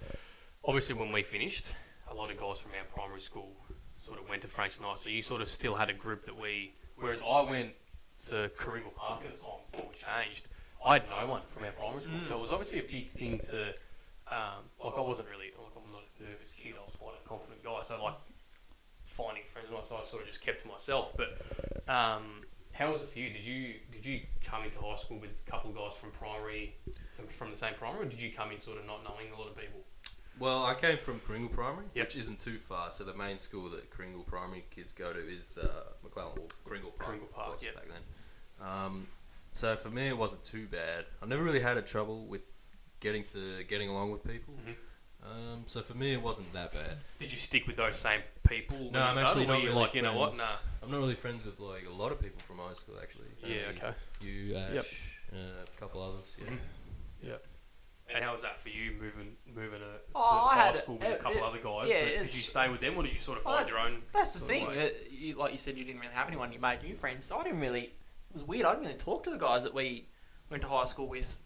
[SPEAKER 3] obviously when we finished, a lot of guys from our primary school sort of went to Franks and I. So you sort of still had a group that we. Whereas I went to Coringle Park at the time before we changed. I had no one from our primary school, so it was obviously a big thing to. Um, like I wasn't really like I'm not a nervous kid. I was quite a confident guy, so like finding friends and all that, so I sort of just kept to myself. But um, how was it for you? Did you did you come into high school with a couple of guys from primary from, from the same primary, or did you come in sort of not knowing a lot of people?
[SPEAKER 2] Well, I came from Kringle Primary,
[SPEAKER 3] Yep.
[SPEAKER 2] which isn't too far. So the main school that Kringle Primary kids go to is uh, McClellan or Kringle Park.
[SPEAKER 3] Kringle Park,
[SPEAKER 2] was
[SPEAKER 3] yep.
[SPEAKER 2] Back then. Um, so for me, it wasn't too bad. I never really had a trouble with getting to getting along with people.
[SPEAKER 3] Mhm.
[SPEAKER 2] Um, so for me, it wasn't that bad.
[SPEAKER 3] Did you stick with those same people? when
[SPEAKER 2] No,
[SPEAKER 3] you
[SPEAKER 2] I'm
[SPEAKER 3] started,
[SPEAKER 2] actually
[SPEAKER 3] or
[SPEAKER 2] not
[SPEAKER 3] were you
[SPEAKER 2] really
[SPEAKER 3] like you know what?
[SPEAKER 2] friends-
[SPEAKER 3] Nah.
[SPEAKER 2] I'm not really friends with like a lot of people from high school actually.
[SPEAKER 3] Yeah.
[SPEAKER 2] Only
[SPEAKER 3] Okay.
[SPEAKER 2] You, Ash,
[SPEAKER 3] Yep.
[SPEAKER 2] uh, a couple others. Yeah.
[SPEAKER 3] Mhm. And how was that for you moving moving to,
[SPEAKER 4] Oh,
[SPEAKER 3] to
[SPEAKER 4] I
[SPEAKER 3] high
[SPEAKER 4] had-
[SPEAKER 3] school with a
[SPEAKER 4] it-
[SPEAKER 3] couple
[SPEAKER 4] it-
[SPEAKER 3] other guys?
[SPEAKER 4] yeah,
[SPEAKER 3] but did you
[SPEAKER 4] it's-
[SPEAKER 3] stay with them, or did you sort of
[SPEAKER 4] I-
[SPEAKER 3] find your own?
[SPEAKER 4] That's the
[SPEAKER 3] sort of
[SPEAKER 4] thing.
[SPEAKER 3] way?
[SPEAKER 4] that you, like you said, you didn't really have anyone. You made new friends. So I didn't really. It was weird. I didn't really talk to the guys that we went to high school with.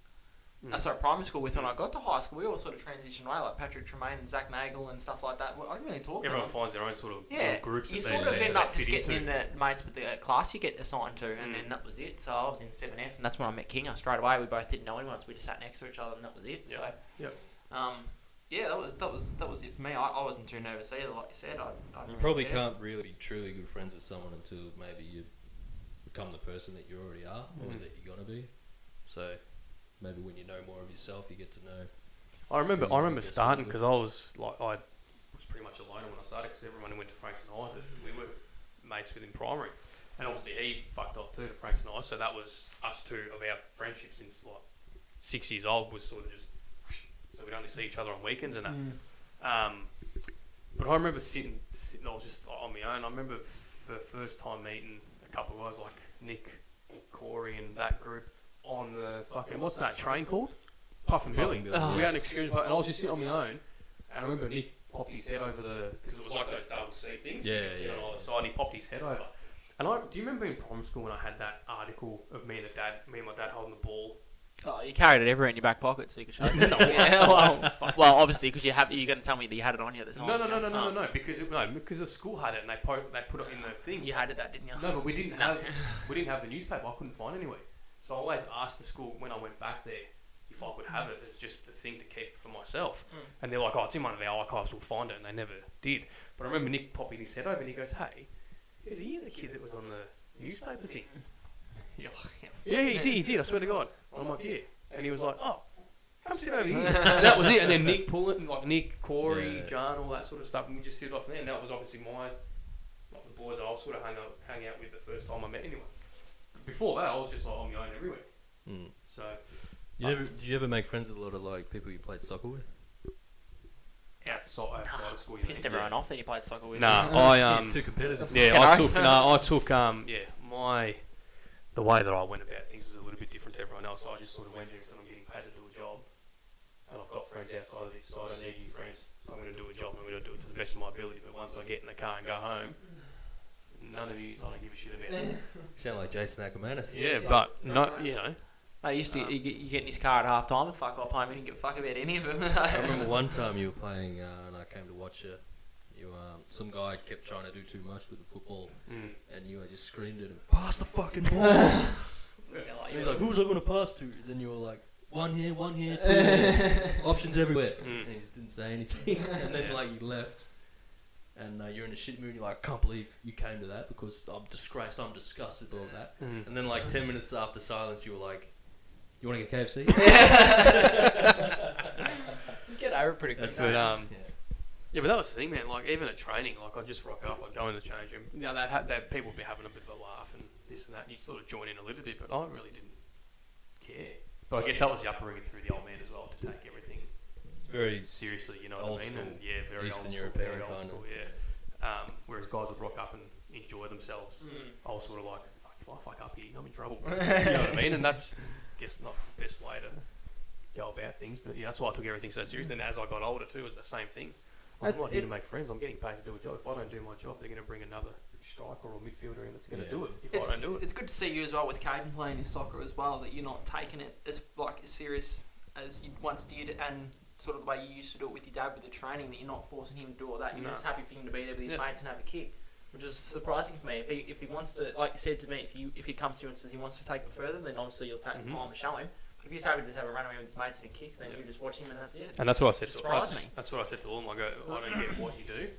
[SPEAKER 3] Mm.
[SPEAKER 4] Uh, sorry, primary school with when I got to high school. We all sort of transitioned away, like Patrick Tremaine and Zach Nagel and stuff like that. Well, I didn't really talk
[SPEAKER 3] Everyone
[SPEAKER 4] to them.
[SPEAKER 3] finds their own sort of
[SPEAKER 4] Yeah,
[SPEAKER 3] little groups.
[SPEAKER 4] you
[SPEAKER 3] that
[SPEAKER 4] sort
[SPEAKER 3] they,
[SPEAKER 4] of
[SPEAKER 3] they,
[SPEAKER 4] end
[SPEAKER 3] they
[SPEAKER 4] up
[SPEAKER 3] fit
[SPEAKER 4] just getting
[SPEAKER 3] into.
[SPEAKER 4] in the mates with the uh, class you get assigned to, and
[SPEAKER 3] Mm.
[SPEAKER 4] then that was it. So I was in 7F, and that's when I met Kinga straight away. We both didn't know him once. We just sat next to each other, and that was it. So,
[SPEAKER 3] Yep, yep.
[SPEAKER 4] Um, yeah, that was that was that was it for me. I, I wasn't too nervous either. Like you said, I, I
[SPEAKER 2] You
[SPEAKER 4] didn't really
[SPEAKER 2] probably
[SPEAKER 4] care.
[SPEAKER 2] can't really be truly good friends with someone until maybe you become the person that you already are or
[SPEAKER 3] Mm.
[SPEAKER 2] that you're going to be. So maybe when you know more of yourself, you get to know.
[SPEAKER 3] I remember,
[SPEAKER 2] Yeah,
[SPEAKER 3] I
[SPEAKER 2] I
[SPEAKER 3] remember
[SPEAKER 2] guess it
[SPEAKER 3] starting
[SPEAKER 2] would.
[SPEAKER 3] because I was like, I was pretty much alone when I started because everyone who went to Franks and I, we were mates within primary, and obviously he fucked off too to Franks and I, so that was us two of our friendship since like six years old was sort of just so we'd only see each other on weekends and that.
[SPEAKER 2] Mm.
[SPEAKER 3] Um, but I remember sitting, sitting, I was just on my own. I remember for the first time meeting a couple of guys like Nick, Corey, and that group on the fucking what's that train called? Puff and Billy.
[SPEAKER 2] Puffin Billy,
[SPEAKER 3] We
[SPEAKER 2] yeah.
[SPEAKER 3] had an excursion, party, and I was just sitting on my own. And I remember Nick popped his head over the because it was like those double seat things. you
[SPEAKER 2] Yeah,
[SPEAKER 3] could sit
[SPEAKER 2] yeah.
[SPEAKER 3] on either side. And he popped his head over. And I do you remember in primary school when I had that article of me and the dad, me and my dad holding the ball
[SPEAKER 4] Oh, you carried it everywhere in your back pocket, so you could show it. Oh,
[SPEAKER 3] No.
[SPEAKER 4] yeah, well, well, obviously, because you have you're going to tell me that you had it on you at the time.
[SPEAKER 3] No, no, no, no,
[SPEAKER 4] Oh.
[SPEAKER 3] no, no, no. Because it, no, because the school had it, and they po- they put it in the thing.
[SPEAKER 4] You hated that, didn't you?
[SPEAKER 3] No, but we didn't
[SPEAKER 4] No.
[SPEAKER 3] have we didn't have the newspaper. I couldn't find it anywhere. So I always asked the school when I went back there if if I would have it as just a thing to keep for myself. And they're like, oh, it's in one of our archives, we'll find it. And they never did. But I remember Nick popping his head over and he goes, hey, is he the kid that was on the newspaper thing?
[SPEAKER 2] You're like,
[SPEAKER 3] Yeah, he did, he did, I swear to God. I'm like, yeah. And he was like, oh, come sit over here. that was it. And then Nick Pullen, like Nick, Corey,
[SPEAKER 2] Yeah.
[SPEAKER 3] John, all that sort of stuff. And we just hit it off there. And that was obviously my, like the boys I sort of hung out, hung out with the first time I met anyone. Before that, I was just like on my own everywhere.
[SPEAKER 2] Mm.
[SPEAKER 3] So,
[SPEAKER 2] You never, did you ever make friends with a lot of like people you played soccer with?
[SPEAKER 3] outside, outside of school, you
[SPEAKER 4] Pissed
[SPEAKER 3] mean?
[SPEAKER 4] everyone off that you played soccer with.
[SPEAKER 3] Nah,
[SPEAKER 2] Oh,
[SPEAKER 3] I um,
[SPEAKER 2] Uh, Too competitive.
[SPEAKER 3] yeah,
[SPEAKER 4] Can
[SPEAKER 3] I
[SPEAKER 4] I?
[SPEAKER 3] took, no, I took um, yeah, my, the way that I went about things was a little bit different to everyone else. I just sort of went there and said, I'm getting paid to do a job, and I've got friends outside of this, so I don't need any friends. So I'm going to do a job, and I'm going to do it to the best of my ability. But once I get in the car and go home, none of you, I don't give a shit about.
[SPEAKER 2] Sound like Jason Ackermanis.
[SPEAKER 3] yeah, but no, you know,
[SPEAKER 4] I used to you get, you get in his car at half time and fuck off home. He didn't give a fuck about any of them.
[SPEAKER 2] I remember one time you were playing, uh, and I came to watch you. You, um, some guy kept trying to do too much with the football,
[SPEAKER 3] Mm.
[SPEAKER 2] and you uh, just screamed at him, "Pass the fucking ball!" he was like,
[SPEAKER 4] like,
[SPEAKER 2] "Who's I going to pass to?" Then you were like, "One here, one here, three here. options everywhere."
[SPEAKER 3] Mm.
[SPEAKER 2] And he just didn't say anything, and then like you left, and uh, you're in a shit mood. You're like, "I can't believe you came to that because I'm disgraced, I'm disgusted by all that."
[SPEAKER 3] Mm.
[SPEAKER 2] And then like ten minutes after silence, you were like, "You want to get KFC?"
[SPEAKER 4] get over it pretty quick.
[SPEAKER 2] That's
[SPEAKER 3] But,
[SPEAKER 2] it.
[SPEAKER 3] um, Yeah, but that was the thing, man. Like even at training, like I'd just rock up, I'd go in the change room. You know, that ha- that people would be having a bit of a laugh and this and that. And you'd sort of join in a little bit, but I really didn't care. But I guess that was the upbringing through the old man as well to take everything
[SPEAKER 2] It's very
[SPEAKER 3] seriously. You know
[SPEAKER 2] Old
[SPEAKER 3] what I mean?
[SPEAKER 2] school,
[SPEAKER 3] And yeah, very
[SPEAKER 2] Eastern
[SPEAKER 3] old school,
[SPEAKER 2] European
[SPEAKER 3] very old
[SPEAKER 2] kind of-
[SPEAKER 3] school. Yeah. Um, whereas guys would rock up and enjoy themselves.
[SPEAKER 1] Mm.
[SPEAKER 3] I was sort of like, "Fuck, if I fuck up here, I'm in trouble. you know what I mean? And that's, I guess, not the best way to go about things. But yeah, that's why I took everything so seriously. And as I got older, too, it was the same thing. I'm
[SPEAKER 1] That's-
[SPEAKER 3] not here to
[SPEAKER 1] it-
[SPEAKER 3] make friends. I'm getting paid to do a job. If I don't do my job, they're going to bring another striker or midfielder in that's going to
[SPEAKER 2] Yeah.
[SPEAKER 3] do it. If
[SPEAKER 4] It's,
[SPEAKER 3] I don't do it,
[SPEAKER 4] it's good to see you as well with Caden playing his soccer as well. That you're not taking it as like as serious as you once did, and sort of the way you used to do it with your dad with the training. That you're not forcing him to do all that. You're
[SPEAKER 3] No.
[SPEAKER 4] just happy for him to be there with his
[SPEAKER 3] Yeah.
[SPEAKER 4] mates and have a kick, which is surprising for me. If he, if he wants to, like you said to me, if you if he comes to you and says he wants to take it further, then obviously you'll take
[SPEAKER 3] Mhm.
[SPEAKER 4] the time and show him. But if he's happy to just have a run away with his mates and a kick, then
[SPEAKER 3] Yeah.
[SPEAKER 4] you just watch him and that's it.
[SPEAKER 3] And that's what I said
[SPEAKER 4] It
[SPEAKER 3] to
[SPEAKER 4] surprised
[SPEAKER 3] that's,
[SPEAKER 4] me.
[SPEAKER 3] that's what I said to all of them. I go, I don't care what you do,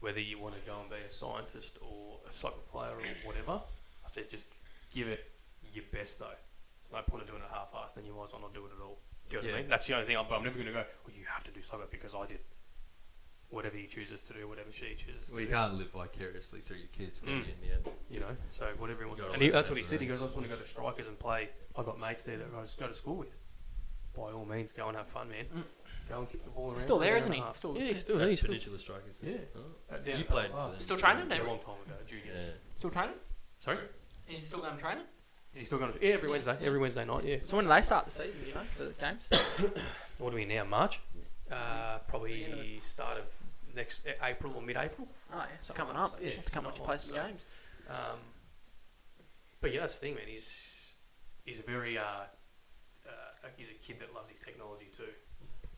[SPEAKER 3] whether you want to go and be a scientist or a soccer player or whatever. I said, just give it your best though. There's no point in doing it half-assed. Then you might as well not do it at all. Do you know what I
[SPEAKER 2] Yeah.
[SPEAKER 3] mean? That's the only thing. I'm, but I'm never going to go. Well, you have to do soccer because I did. Whatever he chooses to do, whatever she chooses to
[SPEAKER 2] Well, you
[SPEAKER 3] do,
[SPEAKER 2] can't live vicariously through your kids, can
[SPEAKER 3] Mm.
[SPEAKER 2] you, in the end?
[SPEAKER 3] you know. So whatever he wants.
[SPEAKER 2] Gotta
[SPEAKER 3] To, and he,
[SPEAKER 2] let
[SPEAKER 3] that's
[SPEAKER 2] them
[SPEAKER 3] what he said. He
[SPEAKER 2] know.
[SPEAKER 3] goes, I just want to go to strikers and play. I got mates there that I just go to school with. By all means, go and have fun, man.
[SPEAKER 4] Mm.
[SPEAKER 3] Go and kick the ball around.
[SPEAKER 4] He's still
[SPEAKER 3] for an
[SPEAKER 4] there,
[SPEAKER 3] hour
[SPEAKER 4] isn't
[SPEAKER 3] and a
[SPEAKER 4] he?
[SPEAKER 3] half.
[SPEAKER 4] Still-
[SPEAKER 3] yeah, he's still there.
[SPEAKER 2] That's
[SPEAKER 3] He's still
[SPEAKER 2] Peninsula Strikers.
[SPEAKER 3] Yeah.
[SPEAKER 2] Oh.
[SPEAKER 3] Uh, down
[SPEAKER 2] You
[SPEAKER 3] at
[SPEAKER 2] played
[SPEAKER 3] Alba.
[SPEAKER 2] for them.
[SPEAKER 4] Still training,
[SPEAKER 3] A
[SPEAKER 4] David?
[SPEAKER 3] long time ago, juniors.
[SPEAKER 2] Yeah.
[SPEAKER 4] Still training?
[SPEAKER 3] Sorry,
[SPEAKER 4] Is he still going to train?
[SPEAKER 3] is he still going to? Yeah, every Wednesday, every Wednesday night. Yeah.
[SPEAKER 4] So when do they start the season? Do you know the games?
[SPEAKER 3] What are we now? March? Uh, probably start of next eh, April or mid-April.
[SPEAKER 4] Oh, yeah, it's
[SPEAKER 3] Something
[SPEAKER 4] coming
[SPEAKER 3] like
[SPEAKER 4] up.
[SPEAKER 3] that.
[SPEAKER 4] Yeah,
[SPEAKER 3] Yeah,
[SPEAKER 4] have to come
[SPEAKER 3] it's
[SPEAKER 4] watch you
[SPEAKER 3] not
[SPEAKER 4] play
[SPEAKER 3] like
[SPEAKER 4] some
[SPEAKER 3] so.
[SPEAKER 4] games.
[SPEAKER 3] Um, but yeah, that's the thing, man. He's he's a very uh, uh, he's a kid that loves his technology too.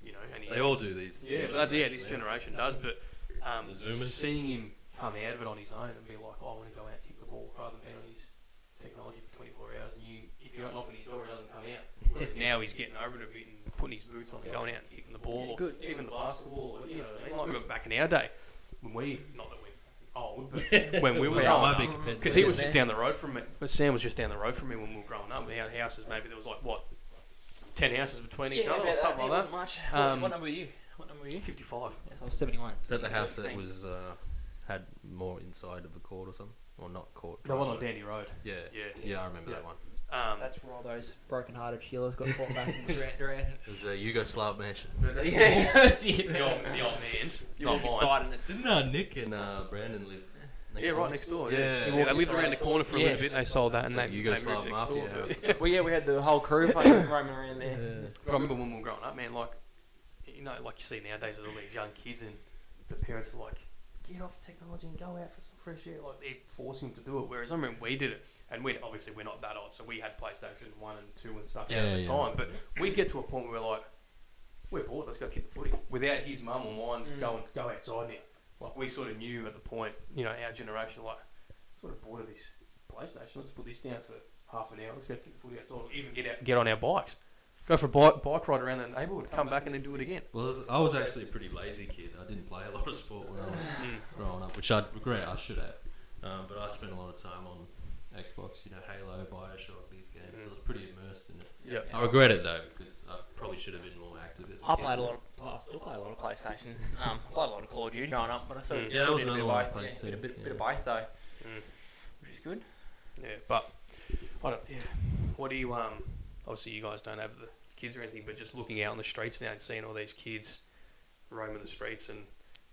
[SPEAKER 3] You know, and he,
[SPEAKER 2] They all do these.
[SPEAKER 3] yeah, but that's yeah, this generation does. But um,
[SPEAKER 2] The Zoomers.
[SPEAKER 3] seeing him come out of it on his own and be like, oh, I want to go out and kick the ball rather than being on his technology for 24 hours, and you, if you don't knock on his door, it doesn't come out. Whereas now he's getting over it a bit and putting his boots on and going out and kicking the ball,
[SPEAKER 4] Yeah,
[SPEAKER 3] or
[SPEAKER 4] good.
[SPEAKER 3] even the basketball, or, you know what I mean? Like we were back in our day when we, not that we're old, but when we were
[SPEAKER 2] Well,
[SPEAKER 3] growing
[SPEAKER 2] I might be
[SPEAKER 3] up,
[SPEAKER 2] competitive.
[SPEAKER 3] because he was just down the road from me. But Sam was just down the road from me when we were growing up. Our houses, maybe there was like what, ten houses between each other or something like that.
[SPEAKER 4] much.
[SPEAKER 3] Um,
[SPEAKER 4] what, what number were you? What number were you?
[SPEAKER 3] Fifty-five.
[SPEAKER 4] Yes, I was 71.
[SPEAKER 2] Is that the house that
[SPEAKER 4] 16.
[SPEAKER 2] was uh, had more inside of the court or something, or not court?
[SPEAKER 3] The one on
[SPEAKER 2] driveway?
[SPEAKER 3] Dandy Road.
[SPEAKER 2] Yeah,
[SPEAKER 3] Yeah.
[SPEAKER 2] yeah, I remember that
[SPEAKER 3] Yeah.
[SPEAKER 2] one.
[SPEAKER 3] Um,
[SPEAKER 4] That's where all those broken-hearted Sheilas got fought back in Durant. Durant.
[SPEAKER 2] It was the Yugoslav mansion.
[SPEAKER 4] yeah, that's it.
[SPEAKER 3] the old, the old man's.
[SPEAKER 4] You
[SPEAKER 3] not
[SPEAKER 4] walk
[SPEAKER 3] mine.
[SPEAKER 4] inside and it's...
[SPEAKER 2] Didn't uh, Nick and uh, Brandon live? Next
[SPEAKER 3] yeah,
[SPEAKER 2] door?
[SPEAKER 3] right next door. Yeah,
[SPEAKER 2] Yeah.
[SPEAKER 3] yeah.
[SPEAKER 2] You walk
[SPEAKER 3] they lived
[SPEAKER 4] inside.
[SPEAKER 3] around the corner for a
[SPEAKER 4] Yes.
[SPEAKER 3] little bit. They sold that and they,
[SPEAKER 2] Like
[SPEAKER 3] they moved
[SPEAKER 2] Yugoslav
[SPEAKER 3] next door.
[SPEAKER 2] mafia
[SPEAKER 3] But,
[SPEAKER 2] house.
[SPEAKER 4] Well, yeah, we had the whole crew fucking roaming around
[SPEAKER 2] Yeah.
[SPEAKER 4] there.
[SPEAKER 3] but I remember when we were growing up, man. Like, you know, like you see nowadays with all these young kids and the parents are like, get off technology and go out for some fresh air. Like they're forcing them to do it. Whereas I remember we did it, and we obviously we're not that old, so we had PlayStation One and Two and stuff
[SPEAKER 2] Yeah,
[SPEAKER 3] at the
[SPEAKER 2] yeah.
[SPEAKER 3] time. But we'd get to a point where we're like, we're bored. Let's go kick the footy without his mum or mine
[SPEAKER 4] Mm.
[SPEAKER 3] go and go outside now. Like we sort of knew at the point, you know, our generation like sort of bored of this PlayStation. Let's put this down for half an hour. Let's go kick the footy outside. Or even get out, get on our bikes. Go for a bike, bike ride around the neighbourhood, come back and then do it again.
[SPEAKER 2] Well, I was actually a pretty lazy kid. I didn't play a lot of sport when I was
[SPEAKER 3] Mm.
[SPEAKER 2] growing up, which I regret. I should have. Um, but I spent a lot of time on Xbox, you know, Halo, Bioshock, these games.
[SPEAKER 3] Mm.
[SPEAKER 2] I was pretty immersed in it.
[SPEAKER 3] Yeah.
[SPEAKER 2] I regret it though because I probably should have been more active. As a
[SPEAKER 4] I
[SPEAKER 2] kid.
[SPEAKER 4] played a lot. Of, I still play a lot of PlayStation. Um, I played a lot of Call of Duty growing up, but I still
[SPEAKER 3] Mm.
[SPEAKER 2] Yeah, that was
[SPEAKER 4] did a
[SPEAKER 2] another
[SPEAKER 4] bit of
[SPEAKER 2] one I
[SPEAKER 4] both,
[SPEAKER 2] played
[SPEAKER 4] yeah,
[SPEAKER 2] too,
[SPEAKER 4] Bit, of- bit,
[SPEAKER 2] yeah.
[SPEAKER 4] of both though,
[SPEAKER 3] Mm.
[SPEAKER 4] which is good.
[SPEAKER 3] Yeah, but I don't. Yeah. What do you um? Obviously, you guys don't have the kids or anything, but just looking out on the streets now and seeing all these kids roaming the streets and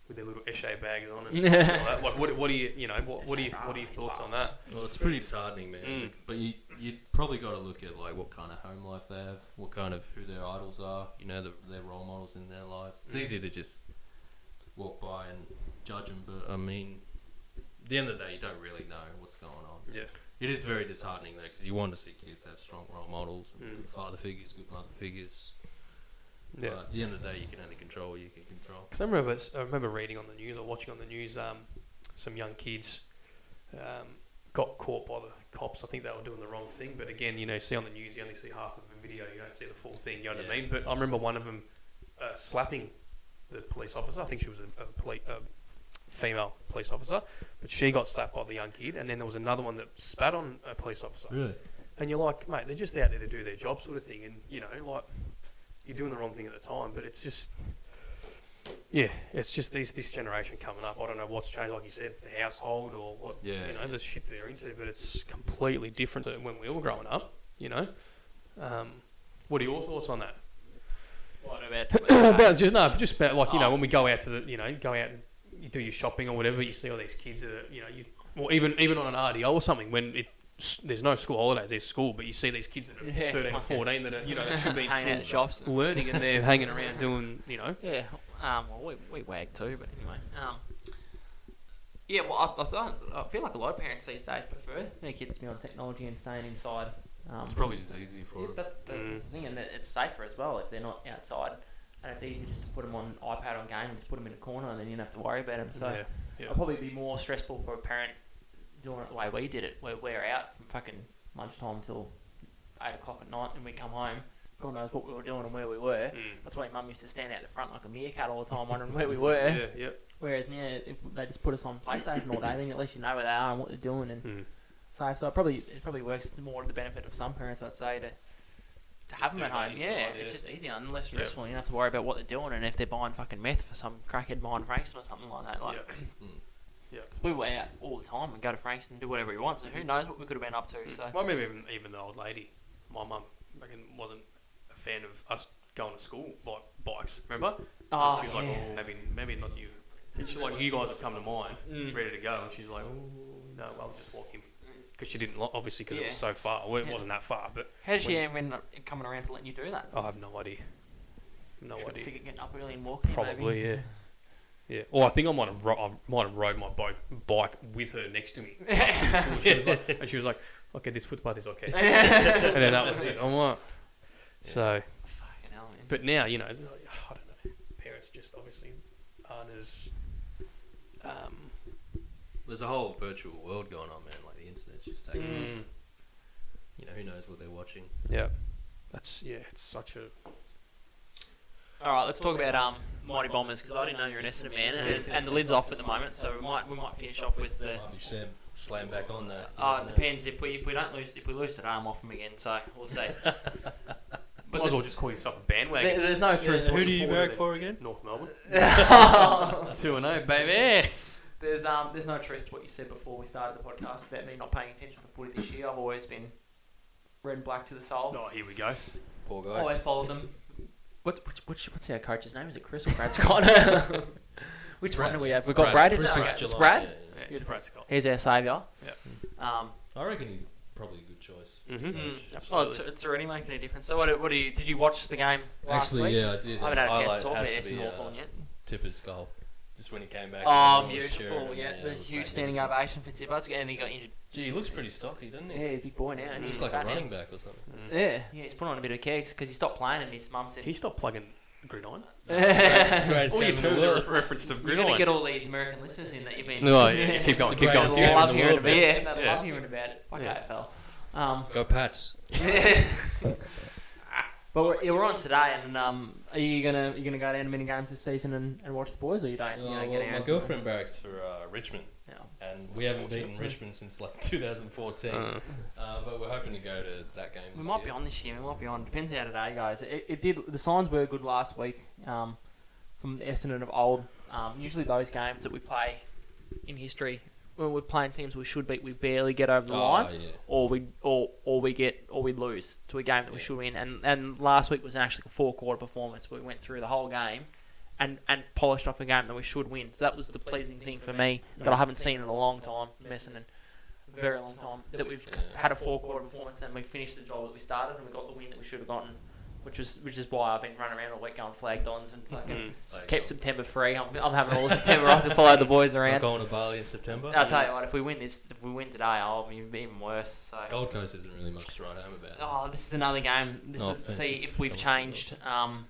[SPEAKER 3] with their little eshay bags on and all that. Like, what, what do you you know what what do you what are your thoughts on that?
[SPEAKER 2] Well, it's pretty disheartening, man.
[SPEAKER 3] Mm.
[SPEAKER 2] But you you probably got to look at like what kind of home life they have, what kind of who their idols are, you know, the, their role models in their lives. It's
[SPEAKER 3] Mm.
[SPEAKER 2] easy to just walk by and judge them, but I mean, at the end of the day, you don't really know what's going on.
[SPEAKER 3] Yeah.
[SPEAKER 2] It is very disheartening though, because you want to see kids have strong role models, and
[SPEAKER 3] Mm.
[SPEAKER 2] good father figures, good mother figures.
[SPEAKER 3] Yeah.
[SPEAKER 2] But at the end of the day, you can only control what you can control.
[SPEAKER 3] Because I remember, s- I remember reading on the news or watching on the news, um, some young kids um, got caught by the cops. I think they were doing the wrong thing. But again, you know, see on the news, you only see half of the video. You don't see the full thing. You know what I
[SPEAKER 2] Yeah.
[SPEAKER 3] mean? But I remember one of them uh, slapping the police officer. I think she was a, a, poli- a female police officer, but she got slapped by the young kid. And then there was another one that spat on a police officer.
[SPEAKER 2] Really?
[SPEAKER 3] And you're like, mate, they're just out there to do their job, sort of thing. And you know, like, you're doing the wrong thing at the time. But it's just, yeah, it's just these this generation coming up. I don't know what's changed, like you said, the household or what,
[SPEAKER 2] Yeah.
[SPEAKER 3] you know, the shit they're into. But it's completely different to when we were growing up. You know, um, what are your thoughts on that?
[SPEAKER 4] What about? Um,
[SPEAKER 3] about just no, just about like you know
[SPEAKER 4] Oh.
[SPEAKER 3] when we go out to the you know go out and you do your shopping or whatever. You see all these kids that are, you know you or even even on an RDO or something when it s- there's no school holidays, there's school, but you see these kids that are
[SPEAKER 4] Yeah.
[SPEAKER 3] 13 or 14 that are you know that should be in
[SPEAKER 4] hanging
[SPEAKER 3] school
[SPEAKER 4] out at shops. and-
[SPEAKER 3] learning and they're hanging around doing you know
[SPEAKER 4] Yeah. Um, well, we, we wag too, but anyway. Um, yeah, well, I, I, thought, I feel like a lot of parents these days prefer their kids to be on technology and staying inside. Um,
[SPEAKER 2] It's probably just easy for
[SPEAKER 4] yeah,
[SPEAKER 2] them.
[SPEAKER 4] that's, that's
[SPEAKER 3] Mm.
[SPEAKER 4] the thing, and it- it's safer as well if they're not outside. And it's easy just to put them on iPad on game and just put them in a corner, and then you don't have to worry about them. So
[SPEAKER 3] yeah, yeah.
[SPEAKER 4] it'll probably be more stressful for a parent doing it the way we did it, where we're out from fucking lunchtime till eight o'clock at night, and we come home. God knows what we were doing and where we were.
[SPEAKER 3] Mm.
[SPEAKER 4] That's why mum used to stand out the front like a meerkat all the time, wondering where we were.
[SPEAKER 3] yeah yeah
[SPEAKER 4] Whereas now, if they just put us on PlayStation all day, then at least you know where they are and what they're doing, and
[SPEAKER 3] Mm.
[SPEAKER 4] so so it probably it probably works more to the benefit of some parents, I'd say, to to have
[SPEAKER 3] Just
[SPEAKER 4] them at
[SPEAKER 3] do it
[SPEAKER 4] home.
[SPEAKER 3] inside,
[SPEAKER 4] Yeah,
[SPEAKER 3] yeah.
[SPEAKER 4] it's just easier and less
[SPEAKER 3] Yeah.
[SPEAKER 4] stressful. You don't have to worry about what they're doing and if they're buying fucking meth for some crackhead buying Frankston or something like that. Like
[SPEAKER 3] yeah.
[SPEAKER 2] Mm.
[SPEAKER 3] Yeah.
[SPEAKER 4] we were out all the time and go to Frankston and do whatever we want. So who knows what we could have been up to? So
[SPEAKER 3] Well, I remember even, even the old lady, my mum, reckon wasn't a fan of us going to school like bikes. Remember?
[SPEAKER 4] Oh,
[SPEAKER 3] she was like,
[SPEAKER 4] yeah.
[SPEAKER 3] oh, maybe maybe not you. And she's like, you guys have come to mine,
[SPEAKER 4] Mm.
[SPEAKER 3] ready to go, and she's like, oh no, I'll just walk him because she didn't lo- obviously because it was so far. Well, it
[SPEAKER 4] Yeah.
[SPEAKER 3] wasn't that far, but
[SPEAKER 4] how did she end up coming around to letting you do that?
[SPEAKER 3] I have no idea. No
[SPEAKER 4] She was
[SPEAKER 3] idea.
[SPEAKER 4] sick of getting up early and walking.
[SPEAKER 3] Probably
[SPEAKER 4] maybe.
[SPEAKER 3] yeah. Yeah, or I think I might have ro- I might have rode my bike bike with her next to me. up to the school. She was like, and she was like, "Okay, this footpath is okay." and then that was it. I'm like, so.
[SPEAKER 4] Fucking hell, man.
[SPEAKER 3] But now, you know, they're like, I don't know. Parents just obviously aren't as. Um,
[SPEAKER 2] There's a whole virtual world going on, man. Like the internet's just taking off.
[SPEAKER 3] mm,
[SPEAKER 2] You know, who knows what they're watching.
[SPEAKER 3] yeah. That's, yeah, it's such a.
[SPEAKER 4] All right, let's talk about um, Mighty Bombers because I didn't know you were an Essendon man, and, and the lid's off at the moment, so we might we might finish off with the.
[SPEAKER 2] Might be Sam slam back on that.
[SPEAKER 4] Uh, it depends if we if we don't lose if we lose today, I'm off them again, so we'll see.
[SPEAKER 3] But
[SPEAKER 4] But
[SPEAKER 3] might as
[SPEAKER 4] there's,
[SPEAKER 3] well just call yourself a bandwagon.
[SPEAKER 4] there, there's no truth.
[SPEAKER 3] Who do you back
[SPEAKER 2] for again?
[SPEAKER 3] North Melbourne.
[SPEAKER 4] there's
[SPEAKER 3] 2 and 0, baby.
[SPEAKER 4] um there's no truth to what you said before we started the podcast about me not paying attention to footy this year. I've always been red and black to the soul.
[SPEAKER 3] Oh, here we go.
[SPEAKER 2] Poor guy.
[SPEAKER 4] Always followed them. What, which, which, what's our coach's name? Is it Chris or Brad's Connor? which one do we have? We've got Brad. is
[SPEAKER 2] Chris
[SPEAKER 4] that
[SPEAKER 2] is
[SPEAKER 4] right? It's
[SPEAKER 2] Geelong,
[SPEAKER 4] Brad.
[SPEAKER 2] yeah, yeah.
[SPEAKER 3] Yeah, it's practical.
[SPEAKER 4] He's our saviour.
[SPEAKER 3] Yeah.
[SPEAKER 4] Um,
[SPEAKER 2] I reckon he's probably a good choice.
[SPEAKER 3] Mhm.
[SPEAKER 2] Coach.
[SPEAKER 4] mm, oh, it's, it's already making a difference. So, what, what do you did you watch the game last
[SPEAKER 2] Actually,
[SPEAKER 4] week?
[SPEAKER 2] yeah, I did.
[SPEAKER 4] I haven't had a chance
[SPEAKER 2] Highlight
[SPEAKER 4] to talk about
[SPEAKER 2] has
[SPEAKER 4] Essendon
[SPEAKER 2] be,
[SPEAKER 4] Hawthorn
[SPEAKER 2] uh,
[SPEAKER 4] yet.
[SPEAKER 2] Tipper's goal. Just when he came back.
[SPEAKER 4] Oh,
[SPEAKER 2] everyone was
[SPEAKER 4] beautiful!
[SPEAKER 2] cheering,
[SPEAKER 4] Yeah,
[SPEAKER 2] it
[SPEAKER 4] the
[SPEAKER 2] was
[SPEAKER 4] huge standing
[SPEAKER 2] magnificent.
[SPEAKER 4] ovation for Tibbetts, and he got injured.
[SPEAKER 2] Gee, he looks pretty stocky, doesn't he?
[SPEAKER 4] Yeah, he's a big boy now.
[SPEAKER 2] He
[SPEAKER 4] And he's
[SPEAKER 2] looks like
[SPEAKER 4] fat
[SPEAKER 2] a
[SPEAKER 4] now.
[SPEAKER 2] running back or something.
[SPEAKER 4] Yeah, yeah, he's put on a bit of kegs because he stopped playing, and his mum said,
[SPEAKER 3] Can you stop plugging Gridiron?
[SPEAKER 2] It's the greatest
[SPEAKER 3] All your
[SPEAKER 2] game in the
[SPEAKER 3] terms are
[SPEAKER 2] world.
[SPEAKER 3] re- reference to
[SPEAKER 4] "You're going to
[SPEAKER 3] Gridiron.
[SPEAKER 4] get all these American listeners in that you've been."
[SPEAKER 3] No, yeah, yeah, keep going,
[SPEAKER 2] It's
[SPEAKER 3] keep
[SPEAKER 2] the
[SPEAKER 3] going.
[SPEAKER 2] greatest
[SPEAKER 4] They'll
[SPEAKER 2] game
[SPEAKER 4] love
[SPEAKER 2] in the
[SPEAKER 4] hearing
[SPEAKER 2] world,
[SPEAKER 4] about
[SPEAKER 2] man.
[SPEAKER 4] it. Yeah, they'll
[SPEAKER 3] Yeah.
[SPEAKER 4] love hearing about it. Fuck
[SPEAKER 3] Yeah.
[SPEAKER 4] AFL. Um,
[SPEAKER 2] Go Pats.
[SPEAKER 4] But we're, yeah, we're on today, and um, are you gonna you gonna go down to many games this season and, and watch the boys, or you don't?
[SPEAKER 2] Oh,
[SPEAKER 4] you don't
[SPEAKER 2] well,
[SPEAKER 4] get
[SPEAKER 2] my
[SPEAKER 4] out?
[SPEAKER 2] girlfriend barracks for uh, Richmond,
[SPEAKER 4] Yeah.
[SPEAKER 2] and we haven't
[SPEAKER 4] unfortunate,
[SPEAKER 2] beaten
[SPEAKER 4] yeah.
[SPEAKER 2] Richmond since like 2014.
[SPEAKER 3] Uh,
[SPEAKER 2] Uh, but we're hoping to go to that game.
[SPEAKER 4] We
[SPEAKER 2] this
[SPEAKER 4] might
[SPEAKER 2] year.
[SPEAKER 4] be on this year. We might be on. Depends how today goes. It, it did. The signs were good last week um, from the Essendon of old. Um, usually those games that we play in history when we're playing teams we should beat, we barely get over the
[SPEAKER 2] Oh,
[SPEAKER 4] line,
[SPEAKER 2] yeah.
[SPEAKER 4] or we or or we get or we lose to a game that we
[SPEAKER 2] Yeah.
[SPEAKER 4] should win. And and last week was actually a four quarter performance. We went through the whole game. And, and polished off a game that we should win. So that was the pleasing thing for me that I haven't seen in a long time, from Essendon very long time that we've
[SPEAKER 2] Yeah.
[SPEAKER 4] had a four quarter performance and we finished the job that we started and we got the win that we should have gotten, which was which is why I've been running around all week going flag dons
[SPEAKER 2] Mm-hmm.
[SPEAKER 4] and fucking
[SPEAKER 3] Mhm.
[SPEAKER 4] s- kept September free. I'm, I'm having all of September off to follow the boys
[SPEAKER 2] I'm
[SPEAKER 4] around.
[SPEAKER 2] going to Bali in September.
[SPEAKER 4] I'll tell you what, if we win this, if we win today, I'll be even worse. So.
[SPEAKER 2] Gold Coast isn't really much to write home about.
[SPEAKER 4] Oh, this is another game. This
[SPEAKER 2] No
[SPEAKER 4] is
[SPEAKER 2] offense
[SPEAKER 4] see
[SPEAKER 2] if
[SPEAKER 4] if we've
[SPEAKER 2] someone-
[SPEAKER 4] changed. Um,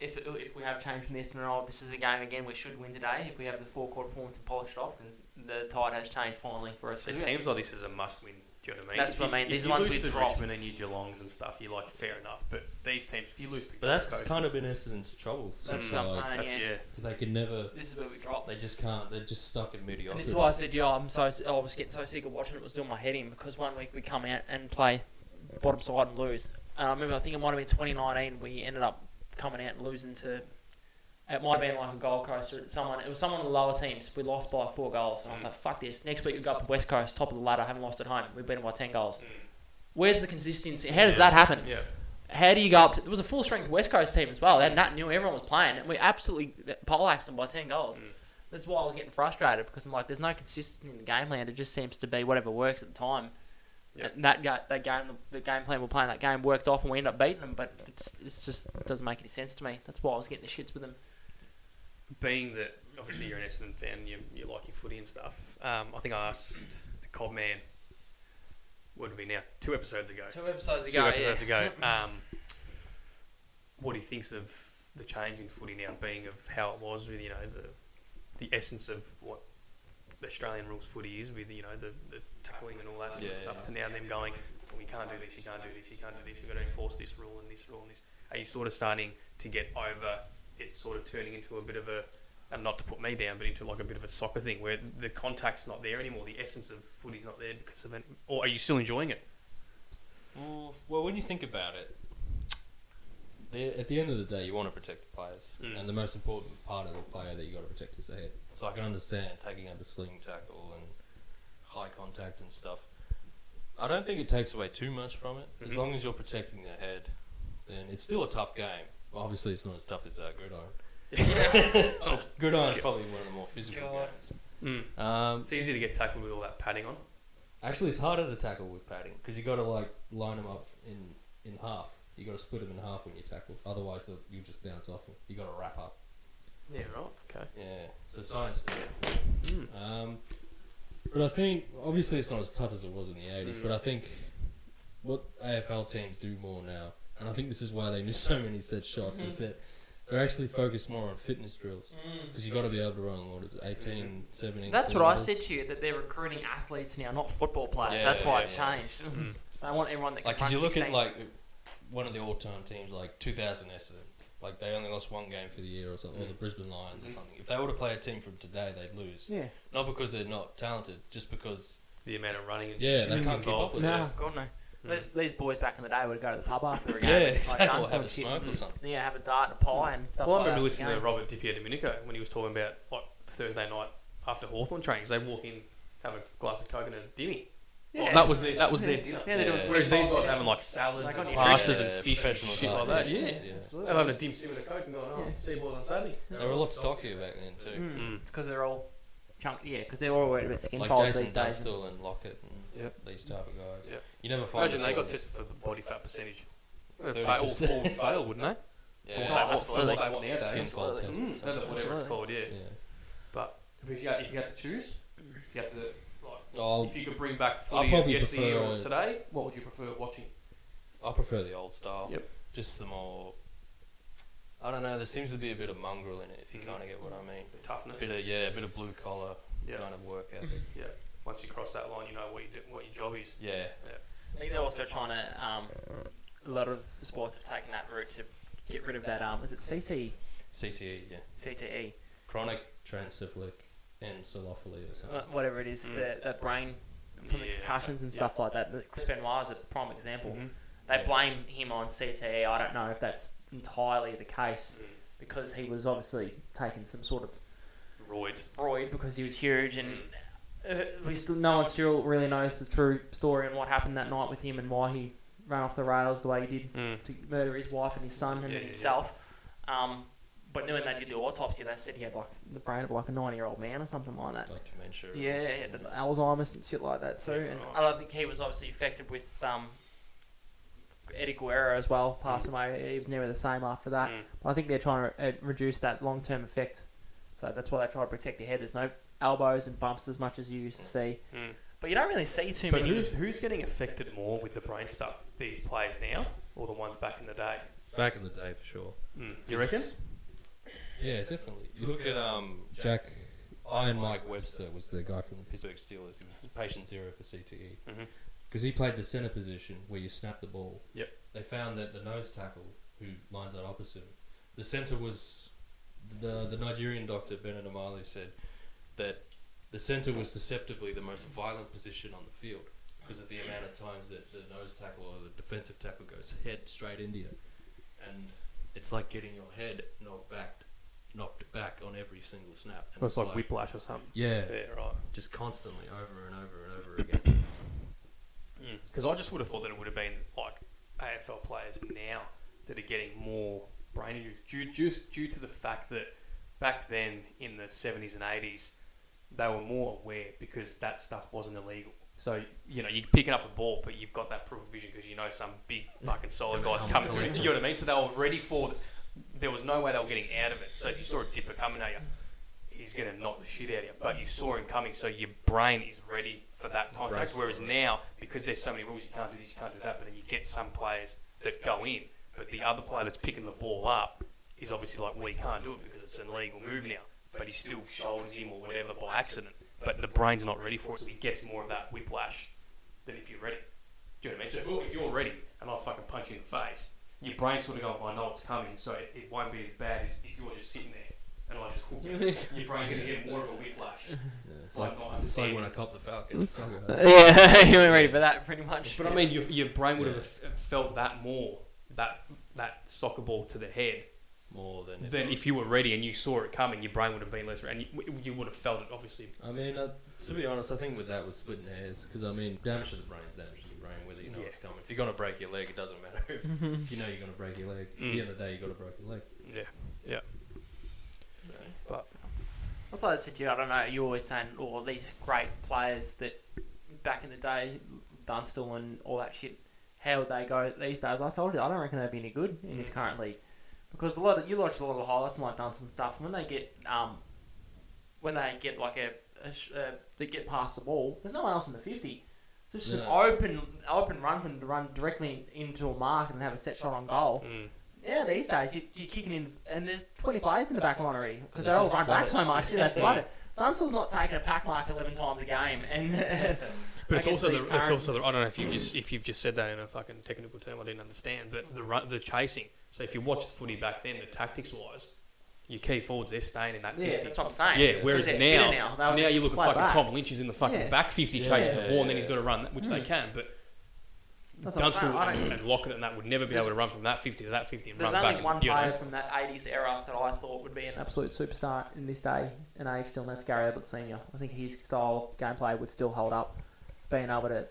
[SPEAKER 4] if, if we have changed from this and all, this is a game again we should win today. If we have the four quarter performance and polished off, then the tide has changed finally for us.
[SPEAKER 3] so teams like this is a must win. Do you know what I mean?
[SPEAKER 4] That's
[SPEAKER 3] If
[SPEAKER 4] what
[SPEAKER 3] you-
[SPEAKER 4] I mean,
[SPEAKER 3] If
[SPEAKER 4] these
[SPEAKER 3] you
[SPEAKER 4] ones
[SPEAKER 3] lose
[SPEAKER 4] with
[SPEAKER 3] to
[SPEAKER 4] Rob.
[SPEAKER 3] Richmond and your Geelongs and stuff, you're like fair enough. But these teams, if you lose to,
[SPEAKER 2] But that's
[SPEAKER 3] Gold Coast,
[SPEAKER 2] kind of been Essendon's trouble.
[SPEAKER 4] That's
[SPEAKER 2] Because
[SPEAKER 4] what I'm saying.
[SPEAKER 3] that's
[SPEAKER 4] yeah.
[SPEAKER 3] yeah.
[SPEAKER 2] they can never,
[SPEAKER 4] This is where we drop.
[SPEAKER 2] they just can't, they're just stuck in mediocrity.
[SPEAKER 4] And this is why I said, yeah, I'm so I was getting so sick of watching it. It was doing my head in because one week we come out and play bottom side and lose. And I remember, I think it might have been 2019. We ended up coming out and losing to. It might have been like a Gold Coast or someone. It was someone of the lower teams. We lost by four goals. And I was like, fuck this. Next week we go up to West Coast, top of the ladder, haven't lost at home. We beat them by 10 goals. Where's the consistency? How does
[SPEAKER 3] Yeah.
[SPEAKER 4] that happen?
[SPEAKER 3] Mm. Yeah.
[SPEAKER 4] How do you go up? To, it was a full strength West Coast team as well. They had Nat knew everyone was playing, and we absolutely poleaxed them by ten goals.
[SPEAKER 3] Mm.
[SPEAKER 4] That's why I was getting frustrated because I'm like, there's no consistency in the game plan. It just seems to be whatever works at the time.
[SPEAKER 3] Yeah.
[SPEAKER 4] And that ga- that game, the game plan we're playing that game worked off, and we end up beating them. But it's, it's just it doesn't make any sense to me. That's why I was getting the shits with them.
[SPEAKER 3] being that obviously you're an Essendon fan, you, you like your footy and stuff. Um, I think I asked the Cobb man, what did it be now? Two episodes ago.
[SPEAKER 4] Two episodes
[SPEAKER 3] Two episodes ago. Um, what he thinks of the change in footy now, being of how it was with you know the the essence of what the Australian rules footy is, with you know the, the tackling and all that sort of
[SPEAKER 2] Yeah.
[SPEAKER 3] stuff, to now them going, well, you can't do this, you can't do this, you can't do this, you've got to enforce this rule and this rule and this. Are you sort of starting to get over it, sort of turning into a bit of a and not to put me down, but into like a bit of a soccer thing where the contact's not there anymore, the essence of footy's not there because of it. Or are you still enjoying it?
[SPEAKER 2] Mm, Well, when you think about it, the- at the end of the day, you want to protect the players,
[SPEAKER 3] Mm.
[SPEAKER 2] and the most important part of the player that you got to protect is the head. So I can understand taking out the sling tackle and high contact and stuff. I don't think it takes away too much from it, as
[SPEAKER 3] Mhm.
[SPEAKER 2] long as you're protecting their head. Then it's still a tough game. Obviously, it's not as tough as uh, gridiron. gridiron is probably one of the more physical
[SPEAKER 4] God.
[SPEAKER 2] games.
[SPEAKER 3] Mm.
[SPEAKER 2] Um,
[SPEAKER 3] It's easy to get tackled with all that padding on.
[SPEAKER 2] Actually, it's harder to tackle with padding because you got to like line them up in in half. You got to split them in half when you tackle. Otherwise, they'll- you'll just bounce off them. You got to wrap up.
[SPEAKER 3] Yeah, right. Okay.
[SPEAKER 2] Yeah, it's a science to it.
[SPEAKER 3] Mm.
[SPEAKER 2] Um, but I think obviously it's not as tough as it was in the eighties.
[SPEAKER 3] Mm.
[SPEAKER 2] But I think what AFL teams do more now, and I think this is why they miss so many set shots, is that they're actually focused more on fitness drills because you got to be able to run what is it, 18, 17
[SPEAKER 4] That's what I
[SPEAKER 2] kilometres.
[SPEAKER 4] said to you that they're recruiting athletes now, not football players.
[SPEAKER 2] Yeah,
[SPEAKER 4] That's why
[SPEAKER 2] yeah,
[SPEAKER 4] it's
[SPEAKER 2] yeah. Mm.
[SPEAKER 4] changed. I want everyone that
[SPEAKER 2] Like,
[SPEAKER 4] can
[SPEAKER 2] cause
[SPEAKER 4] run
[SPEAKER 2] you look
[SPEAKER 4] 16.
[SPEAKER 2] at like one of the all-time teams, like 2000 Essendon. Like they only lost one game for the year or something,
[SPEAKER 3] Mm.
[SPEAKER 2] or the Brisbane Lions or something. If they were to play a team from today, they'd lose.
[SPEAKER 4] Mm-hmm. yeah,
[SPEAKER 2] Not because they're not talented, just because
[SPEAKER 3] The amount of running and
[SPEAKER 2] yeah,
[SPEAKER 3] shit
[SPEAKER 2] they
[SPEAKER 3] that's
[SPEAKER 2] can't keep
[SPEAKER 3] involved.
[SPEAKER 2] up with
[SPEAKER 4] no,
[SPEAKER 2] it.
[SPEAKER 4] God no. These, these boys back in the day would go to the pub after a game.
[SPEAKER 2] Hmm. Yeah,
[SPEAKER 4] and,
[SPEAKER 2] exactly. Or have
[SPEAKER 4] like, Mm. dance and
[SPEAKER 2] a
[SPEAKER 4] shit.
[SPEAKER 2] smoke or something.
[SPEAKER 4] Yeah, have a dart and a pie and stuff
[SPEAKER 3] Well, I
[SPEAKER 4] like
[SPEAKER 3] remember
[SPEAKER 4] that. at the
[SPEAKER 3] listening to
[SPEAKER 4] game.
[SPEAKER 3] Robert Di Domenico when he was talking about like Thursday night after Hawthorn trainings. They walk in, have a glass of coke and a dimmy. Well,
[SPEAKER 4] Yeah.
[SPEAKER 3] that was their that was their dinner.
[SPEAKER 4] Yeah, they're doing
[SPEAKER 2] Yeah.
[SPEAKER 4] three
[SPEAKER 3] Whereas these
[SPEAKER 4] balls.
[SPEAKER 3] guys are having like salads
[SPEAKER 4] Like on
[SPEAKER 3] and
[SPEAKER 4] your
[SPEAKER 3] pastas
[SPEAKER 2] Yeah,
[SPEAKER 3] and fish and
[SPEAKER 2] professional
[SPEAKER 3] shit like that. Yeah.
[SPEAKER 2] dietitians,
[SPEAKER 3] They're having a dim sim and a coke and going, oh, see you boys on Saturday.
[SPEAKER 2] They were a lot stockier back then too.
[SPEAKER 4] Mm.
[SPEAKER 3] Mm.
[SPEAKER 4] It's because they're all chunky. Yeah, because they're all worried about skin
[SPEAKER 2] Like
[SPEAKER 4] colds
[SPEAKER 2] Jason
[SPEAKER 4] these days.
[SPEAKER 2] Dunstall and Lockett and
[SPEAKER 3] Yep.
[SPEAKER 2] these type of guys.
[SPEAKER 3] Yep.
[SPEAKER 2] You never find.
[SPEAKER 3] Imagine
[SPEAKER 2] the
[SPEAKER 3] they got
[SPEAKER 2] forward-
[SPEAKER 3] tested for body fat percentage. They'd
[SPEAKER 2] 30%.
[SPEAKER 3] Fail, all four would fail, wouldn't they? For
[SPEAKER 2] Yeah.
[SPEAKER 3] what they want, for what
[SPEAKER 4] absolutely.
[SPEAKER 3] they want nowadays.
[SPEAKER 2] Skin fold
[SPEAKER 4] Absolutely.
[SPEAKER 2] tests or
[SPEAKER 3] Mm,
[SPEAKER 2] something.
[SPEAKER 3] whatever it's called, yeah.
[SPEAKER 2] Yeah.
[SPEAKER 3] But if you, had, if you had to choose, if you had to, like,
[SPEAKER 2] I'll,
[SPEAKER 3] if you could bring back
[SPEAKER 2] I'll
[SPEAKER 3] footy of
[SPEAKER 2] probably
[SPEAKER 3] yesteryear
[SPEAKER 2] prefer-
[SPEAKER 3] or today, what would you prefer watching?
[SPEAKER 2] I prefer the old style.
[SPEAKER 3] Yep.
[SPEAKER 2] Just the more. I don't know. There seems to be a bit of mongrel in it, if you
[SPEAKER 3] Mhm.
[SPEAKER 2] kind of get what I mean.
[SPEAKER 3] The
[SPEAKER 2] A
[SPEAKER 3] toughness.
[SPEAKER 2] bit of yeah, a bit of blue collar
[SPEAKER 3] Yeah.
[SPEAKER 2] kind of work ethic.
[SPEAKER 3] Yeah. Once you cross that line, you know what you do, what your job is.
[SPEAKER 2] yeah.
[SPEAKER 4] I think they're also trying to um, a lot of the sports have taken that route to get rid of that. Um, is it CT
[SPEAKER 2] CTE, E, yeah.
[SPEAKER 4] CTE,
[SPEAKER 2] Chronic transcephalic encephalopathy or something.
[SPEAKER 4] Uh, whatever it is,
[SPEAKER 3] Mm.
[SPEAKER 4] the that brain from the
[SPEAKER 3] Yeah,
[SPEAKER 4] concussions and
[SPEAKER 2] Hmm. yeah. Mm-hmm.
[SPEAKER 4] stuff like that. The- Chris Benoit is a prime example.
[SPEAKER 3] Mhm.
[SPEAKER 4] They
[SPEAKER 2] Yeah.
[SPEAKER 4] blame him on CTE. I don't know if that's entirely the case
[SPEAKER 2] Mm.
[SPEAKER 4] because he was obviously taking some sort of
[SPEAKER 3] Roids.
[SPEAKER 4] Freud because he was huge and uh, we still no one still really knows the true story and what happened that night with him and why he ran off the rails the way he did
[SPEAKER 3] Mm.
[SPEAKER 4] to murder his wife and his son and
[SPEAKER 3] Yeah, yeah,
[SPEAKER 4] himself. Um, but then when they did the autopsy, they said he had like the brain of like a nine-year-old man or something like that.
[SPEAKER 2] Like dementia. or-
[SPEAKER 4] Yeah, yeah, the Alzheimer's and shit like that too. And
[SPEAKER 3] Right.
[SPEAKER 4] I don't think he was obviously affected with um, Eddie Guerrero as well. Passed away, he was never the same after that.
[SPEAKER 3] Mm.
[SPEAKER 4] But I think they're trying to uh, reduce that long-term effect. So that's why they try to protect your head. There's no elbows and bumps as much as you used to see.
[SPEAKER 3] Mm.
[SPEAKER 2] Mm-hmm.
[SPEAKER 4] But you don't really see too
[SPEAKER 3] But
[SPEAKER 4] many.
[SPEAKER 3] who's, who's getting affected more with the brain stuff? These players now or the ones back in the day? Mm.
[SPEAKER 2] Back in the day, for sure.
[SPEAKER 3] You reckon?
[SPEAKER 2] Yeah, definitely. You look at um Jack Iron Mike Webster was the guy from the Pittsburgh Steelers. He was patient zero for E. CTE
[SPEAKER 3] Mhm.
[SPEAKER 2] because he played the center position where you snap the ball.
[SPEAKER 3] Yep.
[SPEAKER 2] They found that the nose tackle who lines out opposite him, the center was the the Nigerian doctor Bernard Amalu said that the center was deceptively the most violent position on the field because of the amount of times that the nose tackle or the defensive tackle goes head straight into you, and it's like getting your head knocked back, knocked back on every single snap. And
[SPEAKER 3] It's like, whiplash or something.
[SPEAKER 2] yeah,
[SPEAKER 3] Yeah, right.
[SPEAKER 2] just constantly over and over and over again.
[SPEAKER 3] Because I just would have thought Mm. that it would have been like AFL players now that are getting more brain injuries due, just due to the fact that back then in the 70s and 80s, they were more aware because that stuff wasn't illegal. So, you know, you're picking up a ball, but you've got that proof of vision because you know some big fucking solid
[SPEAKER 2] They were
[SPEAKER 3] guy's
[SPEAKER 2] coming
[SPEAKER 3] coming
[SPEAKER 2] to
[SPEAKER 3] through.
[SPEAKER 2] it.
[SPEAKER 3] You know what I mean? So they were ready for There was no way they were getting out of it. So if you saw a dipper coming at you, he's going to knock the shit out of you. But you saw him coming, so your brain is ready for that contact.
[SPEAKER 2] Brace
[SPEAKER 3] Whereas
[SPEAKER 2] for it.
[SPEAKER 3] now, because there's so many rules, you can't do this, you can't do that. But then you get some players that go in, but the other player that's picking the ball up is obviously like, we can't do it because it's an illegal move now. But he still shoulders him or whatever by accident. But the brain's not ready for it, so he gets more of that whiplash than if you're ready. Do you know what I mean? So if you're, if you're ready and I fucking punch you in the face, your brain's sort of going, well, I know it's coming, so it, it won't be as bad as if you're just sitting there and I just hook you. your brain's going to get more of a whiplash.
[SPEAKER 2] Yeah, it's like it's like when I cop the Falcon. It's so good.
[SPEAKER 4] yeah, you weren't ready for that pretty much.
[SPEAKER 3] But I mean, your, your brain would have f- felt that more, that that soccer ball to the head,
[SPEAKER 2] more than
[SPEAKER 3] than if you were ready and you saw it coming, your brain would have been less, and you, you would have felt it, obviously.
[SPEAKER 2] I mean, uh, to be honest, I think with that was splitting hairs because I mean, damage to the brain is damage to the brain, whether you know
[SPEAKER 3] Yeah.
[SPEAKER 2] it's coming. If you're gonna break your leg, it doesn't matter if,
[SPEAKER 4] Mm-hmm.
[SPEAKER 2] if you know you're gonna break your leg. At
[SPEAKER 3] Mm.
[SPEAKER 2] the end of the day, you gotta break your leg.
[SPEAKER 3] Yeah, yeah. But
[SPEAKER 4] That's why I said to you, I don't know, you're always saying all these great players that back in the day, Dunstall and all that shit, how would they go these days? I told you, I don't reckon they'd be any good in this current league. Because a lot of, you watch a lot of the highlights and like Dunstall and stuff, and when they get, um, when they get like a, a sh- uh, they get past the ball, there's no one else in the 50. It's just an
[SPEAKER 2] No.
[SPEAKER 4] open, open run from to run directly in- into a mark and have a set shot on goal.
[SPEAKER 3] Mm.
[SPEAKER 4] Yeah, these days you, you're kicking in, and there's 20 players in the back line already because
[SPEAKER 2] They
[SPEAKER 4] they're all
[SPEAKER 2] just
[SPEAKER 4] run
[SPEAKER 2] flood
[SPEAKER 4] back
[SPEAKER 2] it.
[SPEAKER 4] so much. Yeah, they flood it. Dunstall's not taking a pack mark 11 times a game, and
[SPEAKER 3] but it's
[SPEAKER 4] against
[SPEAKER 3] also the,
[SPEAKER 4] these
[SPEAKER 3] it's
[SPEAKER 4] current-
[SPEAKER 3] also the, I don't know if you just if you've just said that in a fucking technical term I didn't understand, but the run, the chasing. So if you watch the footy back then, the tactics wise, your key forwards they're staying in that
[SPEAKER 4] yeah,
[SPEAKER 3] fifty.
[SPEAKER 4] that's what I'm saying.
[SPEAKER 3] Yeah, whereas
[SPEAKER 4] Because
[SPEAKER 3] now,
[SPEAKER 4] they're fitter
[SPEAKER 3] now
[SPEAKER 4] They'll just
[SPEAKER 3] you look at
[SPEAKER 4] play
[SPEAKER 3] fucking
[SPEAKER 4] back.
[SPEAKER 3] Tom Lynch is in the fucking
[SPEAKER 4] Yeah. Hmm.
[SPEAKER 3] back 50
[SPEAKER 2] Yeah.
[SPEAKER 3] chasing the
[SPEAKER 2] Yeah,
[SPEAKER 3] ball and then
[SPEAKER 2] yeah,
[SPEAKER 3] he's got to run, that, which they can, but
[SPEAKER 4] That's what I'm saying.
[SPEAKER 3] Dunstall
[SPEAKER 4] I
[SPEAKER 3] and,
[SPEAKER 4] don't-
[SPEAKER 3] and Lockett and that would never be
[SPEAKER 4] There's-
[SPEAKER 3] able to run from that 50 to that 50 and
[SPEAKER 4] There's
[SPEAKER 3] run
[SPEAKER 4] only
[SPEAKER 3] back.
[SPEAKER 4] one
[SPEAKER 3] you know.
[SPEAKER 4] player from that 80s era that I thought would be an absolute superstar in this day and age still, and that's Gary Ablett Sr. I think his style of gameplay would still hold up, being able to,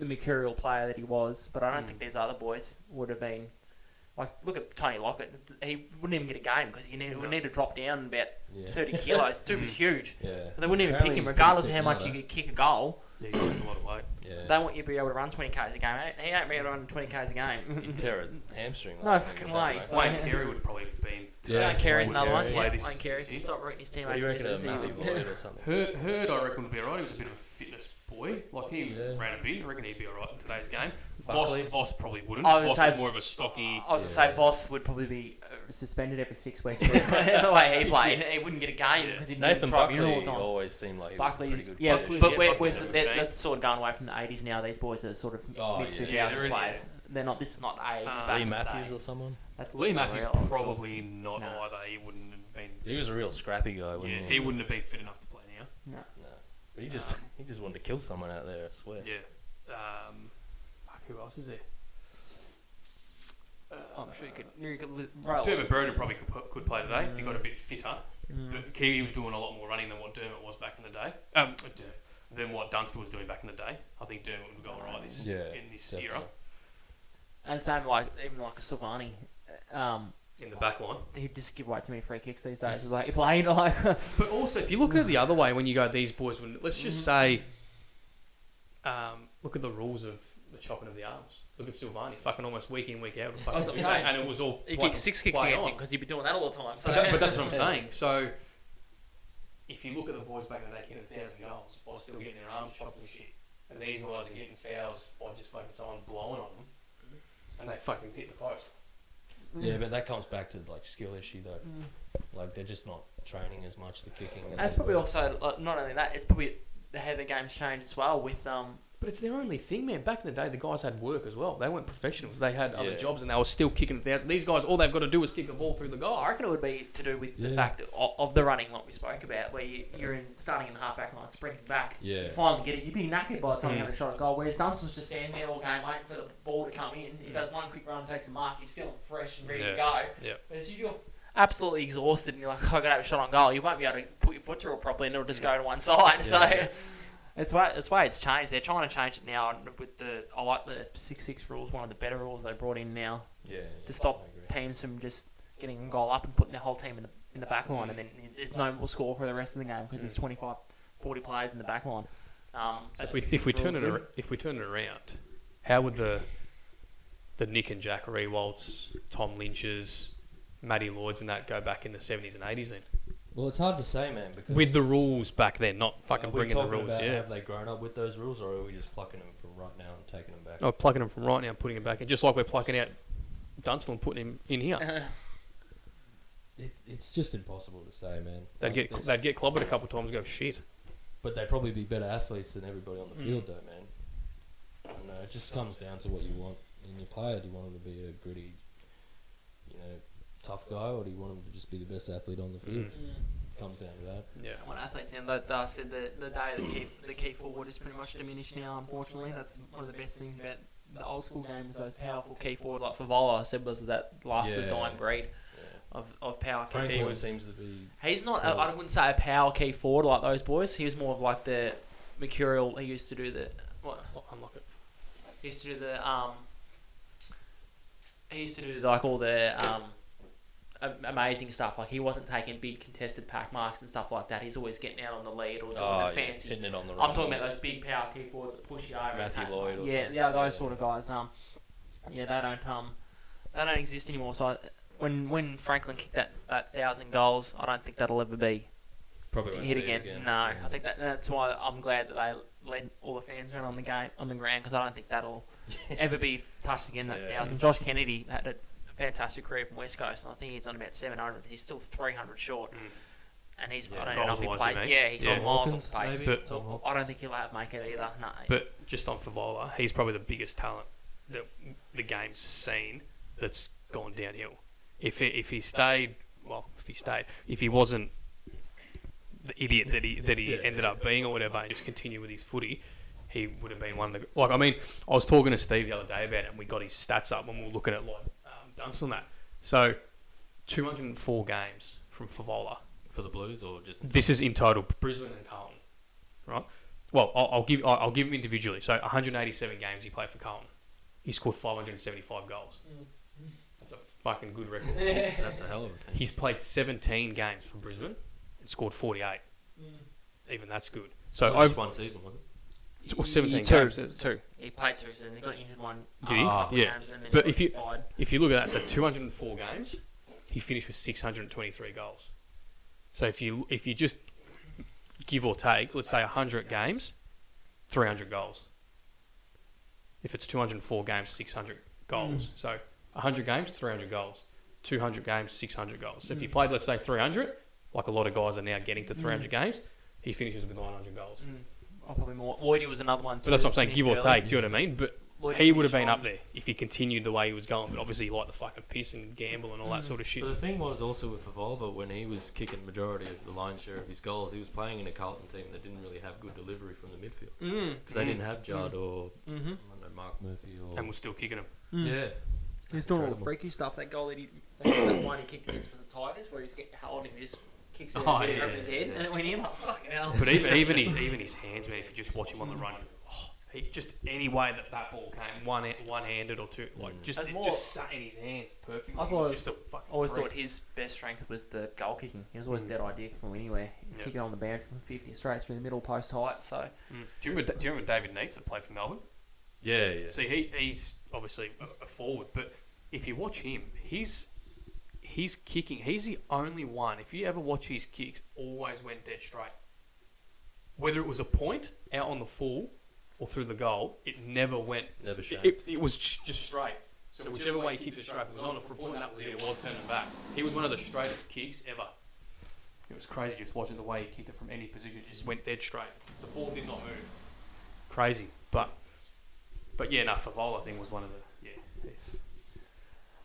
[SPEAKER 4] the mercurial player that he was. But I
[SPEAKER 3] Hmm.
[SPEAKER 4] don't think these other boys would have been. Like, look at Tony Lockett. He wouldn't even get a game because he need, would need to drop down about
[SPEAKER 2] Yeah.
[SPEAKER 4] 30 kilos. Dude
[SPEAKER 3] Hmm.
[SPEAKER 4] was huge.
[SPEAKER 2] Yeah.
[SPEAKER 4] They wouldn't even
[SPEAKER 2] Apparently
[SPEAKER 4] pick him,
[SPEAKER 2] he's pretty
[SPEAKER 4] regardless of
[SPEAKER 2] fit
[SPEAKER 4] how
[SPEAKER 2] now,
[SPEAKER 4] much
[SPEAKER 2] though.
[SPEAKER 4] you could kick a goal.
[SPEAKER 3] Yeah, he's lost a lot of weight.
[SPEAKER 2] Yeah.
[SPEAKER 4] They want you to be able to run 20 k's a game. He ain't be able to run 20 k's a game.
[SPEAKER 2] Terror hamstring. or
[SPEAKER 4] No
[SPEAKER 2] something
[SPEAKER 4] fucking
[SPEAKER 2] like that,
[SPEAKER 4] way,
[SPEAKER 2] mate.
[SPEAKER 4] so-
[SPEAKER 3] Wayne Carey would probably have been.
[SPEAKER 2] Yeah.
[SPEAKER 4] Wayne Carey's
[SPEAKER 2] Wayne
[SPEAKER 4] another one.
[SPEAKER 2] Carey.
[SPEAKER 4] Yeah,
[SPEAKER 3] Play this-
[SPEAKER 4] Wayne Carey. If you stop reading his
[SPEAKER 2] What
[SPEAKER 4] teammates'
[SPEAKER 2] do you reckon of
[SPEAKER 4] misses,
[SPEAKER 2] Matthew
[SPEAKER 4] he's-
[SPEAKER 2] Lloyd or something?
[SPEAKER 3] Heard, Heard, I reckon, would be alright. He was a bit of a fitness boy. Like he
[SPEAKER 2] Yeah.
[SPEAKER 3] ran a bit. I reckon he'd be all right in today's game. Voss,
[SPEAKER 4] Buckley.
[SPEAKER 3] Voss probably wouldn't.
[SPEAKER 4] I was
[SPEAKER 3] Voss
[SPEAKER 4] gonna
[SPEAKER 3] is
[SPEAKER 4] say-
[SPEAKER 3] more of a stocky.
[SPEAKER 4] I was
[SPEAKER 2] Yeah.
[SPEAKER 4] gonna say Voss would probably be uh, suspended every six weeks the way he played. He wouldn't get a game because he'd be in the
[SPEAKER 2] Nathan
[SPEAKER 4] tribunal all
[SPEAKER 2] Buckley
[SPEAKER 4] the time.
[SPEAKER 2] always seemed like he
[SPEAKER 4] Buckley,
[SPEAKER 2] was a pretty good
[SPEAKER 4] yeah,
[SPEAKER 2] player.
[SPEAKER 3] Buckley's-
[SPEAKER 4] but
[SPEAKER 3] yeah,
[SPEAKER 4] we're, we're,
[SPEAKER 3] Buckley's a
[SPEAKER 4] they're,
[SPEAKER 3] machine.
[SPEAKER 4] that's sort of gone away from the '80s now. These boys are sort of
[SPEAKER 2] Oh,
[SPEAKER 4] mid
[SPEAKER 2] yeah.
[SPEAKER 4] 2000s
[SPEAKER 3] Yeah, they're in-
[SPEAKER 4] players. They're not. This is not the '80s.
[SPEAKER 3] Uh,
[SPEAKER 4] back
[SPEAKER 2] Lee
[SPEAKER 4] in the
[SPEAKER 2] Matthews
[SPEAKER 4] day.
[SPEAKER 2] or someone.
[SPEAKER 4] That's
[SPEAKER 3] Lee Matthews
[SPEAKER 4] unreal.
[SPEAKER 3] probably not
[SPEAKER 4] No.
[SPEAKER 3] either. He wouldn't have been.
[SPEAKER 2] He was a real scrappy guy,
[SPEAKER 3] Yeah,
[SPEAKER 2] wasn't he?
[SPEAKER 3] he wouldn't have been fit enough to play now.
[SPEAKER 4] No.
[SPEAKER 2] No. But he just he just wanted to kill someone out there. I swear.
[SPEAKER 3] Yeah. Um, fuck, who else is there?
[SPEAKER 4] I'm sure you could. You could li- roll.
[SPEAKER 3] Dermot Burden Uh, probably could, pu- could play today if he got a bit fitter.
[SPEAKER 4] Mm.
[SPEAKER 3] But Kiwi was doing a lot more running than what Dermot was back in the day. Um, Dermot, than what Dunster was doing back in the day. I think Dermot would go all right this,
[SPEAKER 2] Yeah,
[SPEAKER 3] in this era.
[SPEAKER 2] definitely.
[SPEAKER 4] And same like even like a Silvani, um,
[SPEAKER 3] In the back line.
[SPEAKER 4] he'd just give away too many free kicks these days. Like playing like
[SPEAKER 3] But also, if you look at it the other way, when you go, these boys would. Let's just say, um, look at the rules of the chopping of the arms. Look at Silvani, fucking almost week in, week out. of Fucking
[SPEAKER 4] That's what
[SPEAKER 3] do
[SPEAKER 4] I'm
[SPEAKER 3] that,
[SPEAKER 4] saying.
[SPEAKER 3] and it was all
[SPEAKER 4] he
[SPEAKER 3] play-
[SPEAKER 4] kicked six kick
[SPEAKER 3] play
[SPEAKER 4] dancing
[SPEAKER 3] on.
[SPEAKER 4] because he'd be doing that all the time. So
[SPEAKER 3] But, that- but that's what I'm saying. So, if you look at the boys back in the day, getting a thousand goals by still getting their arms chopped and shit, and these guys are getting fouls by just fucking someone blowing on them, and they fucking hit the post.
[SPEAKER 4] Mm.
[SPEAKER 2] Yeah, but that comes back to like skill issue though. Like they're just not training as much the kicking. as
[SPEAKER 4] That's
[SPEAKER 2] they
[SPEAKER 4] probably
[SPEAKER 2] were.
[SPEAKER 4] also like, not only that. It's probably how the game's changed as well with um
[SPEAKER 3] But it's their only thing, man. Back in the day, the guys had work as well. They weren't professionals. They had other
[SPEAKER 2] Yeah.
[SPEAKER 3] jobs, and they were still kicking a thousand. These guys, all they've got to do is kick the ball through the goal.
[SPEAKER 4] Oh, I reckon it would be to do with the
[SPEAKER 2] Yeah.
[SPEAKER 4] fact of, of the running, like we spoke about, where you, you're in starting in the halfback line, sprinting back,
[SPEAKER 2] Yeah.
[SPEAKER 4] you finally get it. You'd be knackered by the time
[SPEAKER 3] Mm.
[SPEAKER 4] you have a shot at goal. Whereas Dunstan's just standing there all game waiting for the ball to come in.
[SPEAKER 2] Mm.
[SPEAKER 4] He does one quick run, takes the mark, he's feeling fresh and ready
[SPEAKER 3] Yeah.
[SPEAKER 4] to go.
[SPEAKER 3] Yeah.
[SPEAKER 4] Whereas you- you're absolutely exhausted and you're like, oh, I gotta have a shot on goal. You won't be able to put your foot through it properly, and it'll just go to one side.
[SPEAKER 2] Yeah.
[SPEAKER 4] So. It's why it's why it's changed. They're trying to change it now and with the I like the six six rules, one of the better rules they brought in now
[SPEAKER 2] Yeah, yeah,
[SPEAKER 4] to stop
[SPEAKER 2] I agree.
[SPEAKER 4] teams from just getting a goal up and putting their whole team in the in the back line, and then there's no more score for the rest of the game because there's 25, 40 players in the back line. Um, so
[SPEAKER 3] Mm. if we,
[SPEAKER 4] six
[SPEAKER 3] if we
[SPEAKER 4] is
[SPEAKER 3] turn it
[SPEAKER 4] always
[SPEAKER 3] ar- if we turn it around, how would the the Nick and Jack Rewalt's, Tom Lynch's, Matty Lloyd's and that go back in the seventies and eighties then?
[SPEAKER 2] Well, it's hard to say, man. Because
[SPEAKER 3] With the rules back then, not
[SPEAKER 2] Are
[SPEAKER 3] fucking
[SPEAKER 2] we
[SPEAKER 3] bringing the
[SPEAKER 2] talking
[SPEAKER 3] rules.
[SPEAKER 2] about
[SPEAKER 3] Yeah.
[SPEAKER 2] Have they grown up with those rules, or are we just plucking them from right now and taking them back?
[SPEAKER 3] Oh, plucking them from right now and putting it back in, just like we're plucking out Dunstall and putting him in
[SPEAKER 2] Uh-huh.
[SPEAKER 3] here.
[SPEAKER 4] good.
[SPEAKER 2] It, it's just impossible to say, man.
[SPEAKER 3] They'd
[SPEAKER 2] Like,
[SPEAKER 3] get
[SPEAKER 2] that's-
[SPEAKER 3] they'd get clobbered a couple of times. and Go shit.
[SPEAKER 2] but they'd probably be better athletes than everybody on the
[SPEAKER 3] Mm.
[SPEAKER 2] field, though, man. I don't know. It just comes down to what you want in your player. Do you want him to be a gritty, you know, tough guy, or do you want him to just be the best athlete on the field?
[SPEAKER 3] Mm.
[SPEAKER 4] Mm.
[SPEAKER 2] Comes down to that.
[SPEAKER 3] Yeah.
[SPEAKER 4] One athlete's in that uh, said that the day the key, the key forward is pretty much diminished now. Unfortunately, that's one of the best things about the old school game is those powerful key forward like Favola. I said was that last of the
[SPEAKER 2] Yeah.
[SPEAKER 4] dying breed
[SPEAKER 2] Yeah.
[SPEAKER 4] of, of power key
[SPEAKER 2] Frank
[SPEAKER 4] forwards.
[SPEAKER 2] Lloyd seems to be.
[SPEAKER 4] He's not.
[SPEAKER 2] Yeah.
[SPEAKER 4] I wouldn't say a power key forward like those boys. He was more of like the mercurial. He used to do the what?
[SPEAKER 3] Unlock it.
[SPEAKER 4] He used to do the um. He used to do like all the um, a- amazing stuff. Like he wasn't taking big contested pack marks and stuff like that. He's always getting out on the lead or doing
[SPEAKER 2] Oh,
[SPEAKER 4] the
[SPEAKER 2] yeah,
[SPEAKER 4] fancy.
[SPEAKER 2] hitting it on the
[SPEAKER 4] I'm
[SPEAKER 2] right
[SPEAKER 4] talking
[SPEAKER 2] one.
[SPEAKER 4] about those big power key forwards that push you over. and
[SPEAKER 2] Matthew
[SPEAKER 4] take-
[SPEAKER 2] Lloyd or
[SPEAKER 4] Yeah,
[SPEAKER 2] something.
[SPEAKER 4] yeah, those
[SPEAKER 2] Yeah.
[SPEAKER 4] sort of guys. Um, yeah, they don't um, they don't exist anymore. So I, when when Franklin kicked that, that thousand goals, I don't think that'll ever be
[SPEAKER 2] Probably won't
[SPEAKER 4] hit
[SPEAKER 2] see it
[SPEAKER 4] again. No, I think that, that's why I'm glad that they led all the fans around on the game on the ground because I don't think that'll ever be touched again. That
[SPEAKER 2] Yeah.
[SPEAKER 4] thousand. Josh Kennedy had a fantastic career from West Coast, and I think he's on about 700. He's still 300 short,
[SPEAKER 3] Mm.
[SPEAKER 4] and he's
[SPEAKER 2] Yeah,
[SPEAKER 4] I don't know if he
[SPEAKER 3] goals-wise, you
[SPEAKER 4] plays.
[SPEAKER 3] mean?
[SPEAKER 4] Yeah, he's
[SPEAKER 3] Yeah.
[SPEAKER 4] on miles
[SPEAKER 2] Hawkins,
[SPEAKER 4] on pace.
[SPEAKER 2] maybe?
[SPEAKER 3] But-
[SPEAKER 2] Tom
[SPEAKER 4] I don't
[SPEAKER 2] Hawkins.
[SPEAKER 4] think he'll uh, make it either. No,
[SPEAKER 3] But just on Favola, he's probably the biggest talent that the game's seen that's gone downhill. If he, if he stayed, well, if he stayed, if he wasn't the idiot that he that he
[SPEAKER 2] Yeah.
[SPEAKER 3] ended up being or whatever, and just continue with his footy, he would have been one of the like. I mean, I was talking to Steve the other day about it, and we got his stats up when we were looking at like um, Dunstall and that. So, 204 games from Favola.
[SPEAKER 2] For the Blues, or just.
[SPEAKER 3] This is in total Brisbane and Carlton, right? Well, I'll, I'll give I'll, I'll give him individually. So 187 games he played for Carlton. He scored 575 goals. That's a fucking good record.
[SPEAKER 2] That's a hell of a thing.
[SPEAKER 3] He's played 17 games for Brisbane and scored 48. Even that's good. So
[SPEAKER 2] It was just
[SPEAKER 3] over
[SPEAKER 2] one season, was it?
[SPEAKER 3] well, 17
[SPEAKER 4] Two.
[SPEAKER 3] games. Two.
[SPEAKER 4] he played two, and he got injured one.
[SPEAKER 3] Did he?
[SPEAKER 4] a couple of
[SPEAKER 3] Yeah.
[SPEAKER 4] Games, and then
[SPEAKER 3] But
[SPEAKER 4] he
[SPEAKER 3] if you-
[SPEAKER 4] got fired.
[SPEAKER 3] If you look at that, so 204 games, he finished with 623 goals. So if you if you just give or take, let's say 100 games, 300 goals. If it's 204 games, 600 goals. So 100 games, 300 goals. 200 games, 600 goals. So if he played, let's say, 300, like a lot of guys are now getting to 300 games, he finishes with 900 goals.
[SPEAKER 4] Oh, probably more. Lloydie was another one.
[SPEAKER 3] But that's what I'm saying,
[SPEAKER 4] Finished
[SPEAKER 3] give or
[SPEAKER 4] early.
[SPEAKER 3] take. Do you know what I mean? But
[SPEAKER 4] Lloyd
[SPEAKER 3] he would have
[SPEAKER 4] finished
[SPEAKER 3] been
[SPEAKER 4] on-
[SPEAKER 3] up there if he continued the way he was going. But obviously, he liked the fucking piss and gamble and all that sort of shit.
[SPEAKER 2] But the thing was also with Evolver, when he was kicking the majority of the lion's share of his goals, he was playing in a Carlton team that didn't really have good delivery from the midfield.
[SPEAKER 4] Mm.
[SPEAKER 2] Because they didn't have Jard or
[SPEAKER 4] Mm-hmm.
[SPEAKER 2] I don't know, Mark Murphy or.
[SPEAKER 3] And we're still kicking him.
[SPEAKER 2] yeah.
[SPEAKER 4] He's doing all the
[SPEAKER 2] Incredible.
[SPEAKER 4] freaky stuff. That goal that he, that, that one he kicked against was the Tigers, where he's getting held and he just kicks it
[SPEAKER 2] Oh,
[SPEAKER 4] over
[SPEAKER 2] yeah,
[SPEAKER 4] his head,
[SPEAKER 2] yeah.
[SPEAKER 4] and it went in. Like, fucking hell.
[SPEAKER 3] But even even his even his hands, man. If you just watch him on the run, oh, he just any way that that ball came, one one handed or two, like just
[SPEAKER 4] That's
[SPEAKER 3] it
[SPEAKER 4] more-
[SPEAKER 3] just sat in his hands perfectly.
[SPEAKER 4] I
[SPEAKER 3] He was
[SPEAKER 4] thought-
[SPEAKER 3] just a fucking.
[SPEAKER 4] I always
[SPEAKER 3] freak.
[SPEAKER 4] thought his best strength was the goal kicking. He was always
[SPEAKER 3] Mm.
[SPEAKER 4] dead eye dick from anywhere,
[SPEAKER 3] Yeah.
[SPEAKER 4] kicking on the band from 50 straight through the middle post height. So
[SPEAKER 3] Mm. Do you remember? Do you remember David Neitz that played for Melbourne?
[SPEAKER 2] Yeah, yeah.
[SPEAKER 3] See, he, he's obviously a, a forward, but if you watch him, he's he's kicking. He's the only one. If you ever watch his kicks, always went dead straight. Whether it was a point out on the full or through the goal, it never went.
[SPEAKER 2] Never
[SPEAKER 3] It,
[SPEAKER 2] shaped.
[SPEAKER 3] it, it was j- just straight. So, whichever way he kicked the straight, if it was on a full point, that was it. It was turning back. He was one of the straightest kicks ever. It was crazy just watching the way he kicked it from any position. It just went dead straight. The ball did not move. Crazy, but but yeah, no, Favola thing was one of the yeah.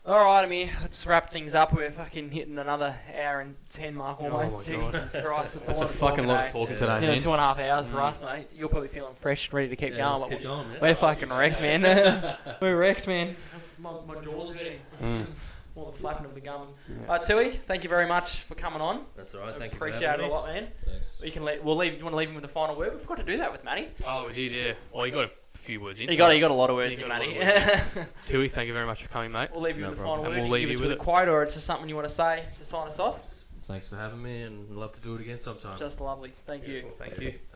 [SPEAKER 4] All right, I mean, let's wrap things up. We're fucking hitting another hour and ten mark
[SPEAKER 3] Oh my
[SPEAKER 4] almost.
[SPEAKER 3] God.
[SPEAKER 4] Jesus Christ, it's
[SPEAKER 3] That's a fucking lot of talking
[SPEAKER 2] today,
[SPEAKER 3] today,
[SPEAKER 4] You know,
[SPEAKER 3] man.
[SPEAKER 4] two and a half hours for
[SPEAKER 3] Mm.
[SPEAKER 4] us, mate. You're probably feeling fresh and ready to keep
[SPEAKER 2] Yeah,
[SPEAKER 4] going.
[SPEAKER 2] let's
[SPEAKER 4] but
[SPEAKER 2] keep going, man.
[SPEAKER 4] We're fucking wrecked, man. We're wrecked, man. My, my jaw's hurting. All the flapping of the gums. Uh, Tui, thank you very much for coming on.
[SPEAKER 2] That's alright, thank you.
[SPEAKER 4] Appreciate
[SPEAKER 2] for
[SPEAKER 4] it
[SPEAKER 2] having
[SPEAKER 4] a
[SPEAKER 2] me.
[SPEAKER 4] lot, man.
[SPEAKER 2] Thanks.
[SPEAKER 4] You can let, we'll leave. Do you want to leave him with a final word? We forgot to do that with Manny.
[SPEAKER 3] Oh, we did, yeah. Well, you got a few words in.
[SPEAKER 4] He
[SPEAKER 3] so-
[SPEAKER 4] got, he got a lot of words
[SPEAKER 3] words
[SPEAKER 4] in,
[SPEAKER 3] in,
[SPEAKER 4] Manny.
[SPEAKER 3] Tui, thank you very much for coming, mate.
[SPEAKER 4] we'll leave you
[SPEAKER 2] No
[SPEAKER 4] with the final
[SPEAKER 2] problem.
[SPEAKER 4] word.
[SPEAKER 3] And
[SPEAKER 4] you
[SPEAKER 3] we'll leave
[SPEAKER 4] can give
[SPEAKER 3] you
[SPEAKER 4] us
[SPEAKER 3] with
[SPEAKER 4] with a
[SPEAKER 3] it.
[SPEAKER 4] quote, or it's just something you want to say to sign us off.
[SPEAKER 2] Thanks for having me, and love to do it again sometime.
[SPEAKER 4] Just lovely. Thank you.
[SPEAKER 3] Thank you.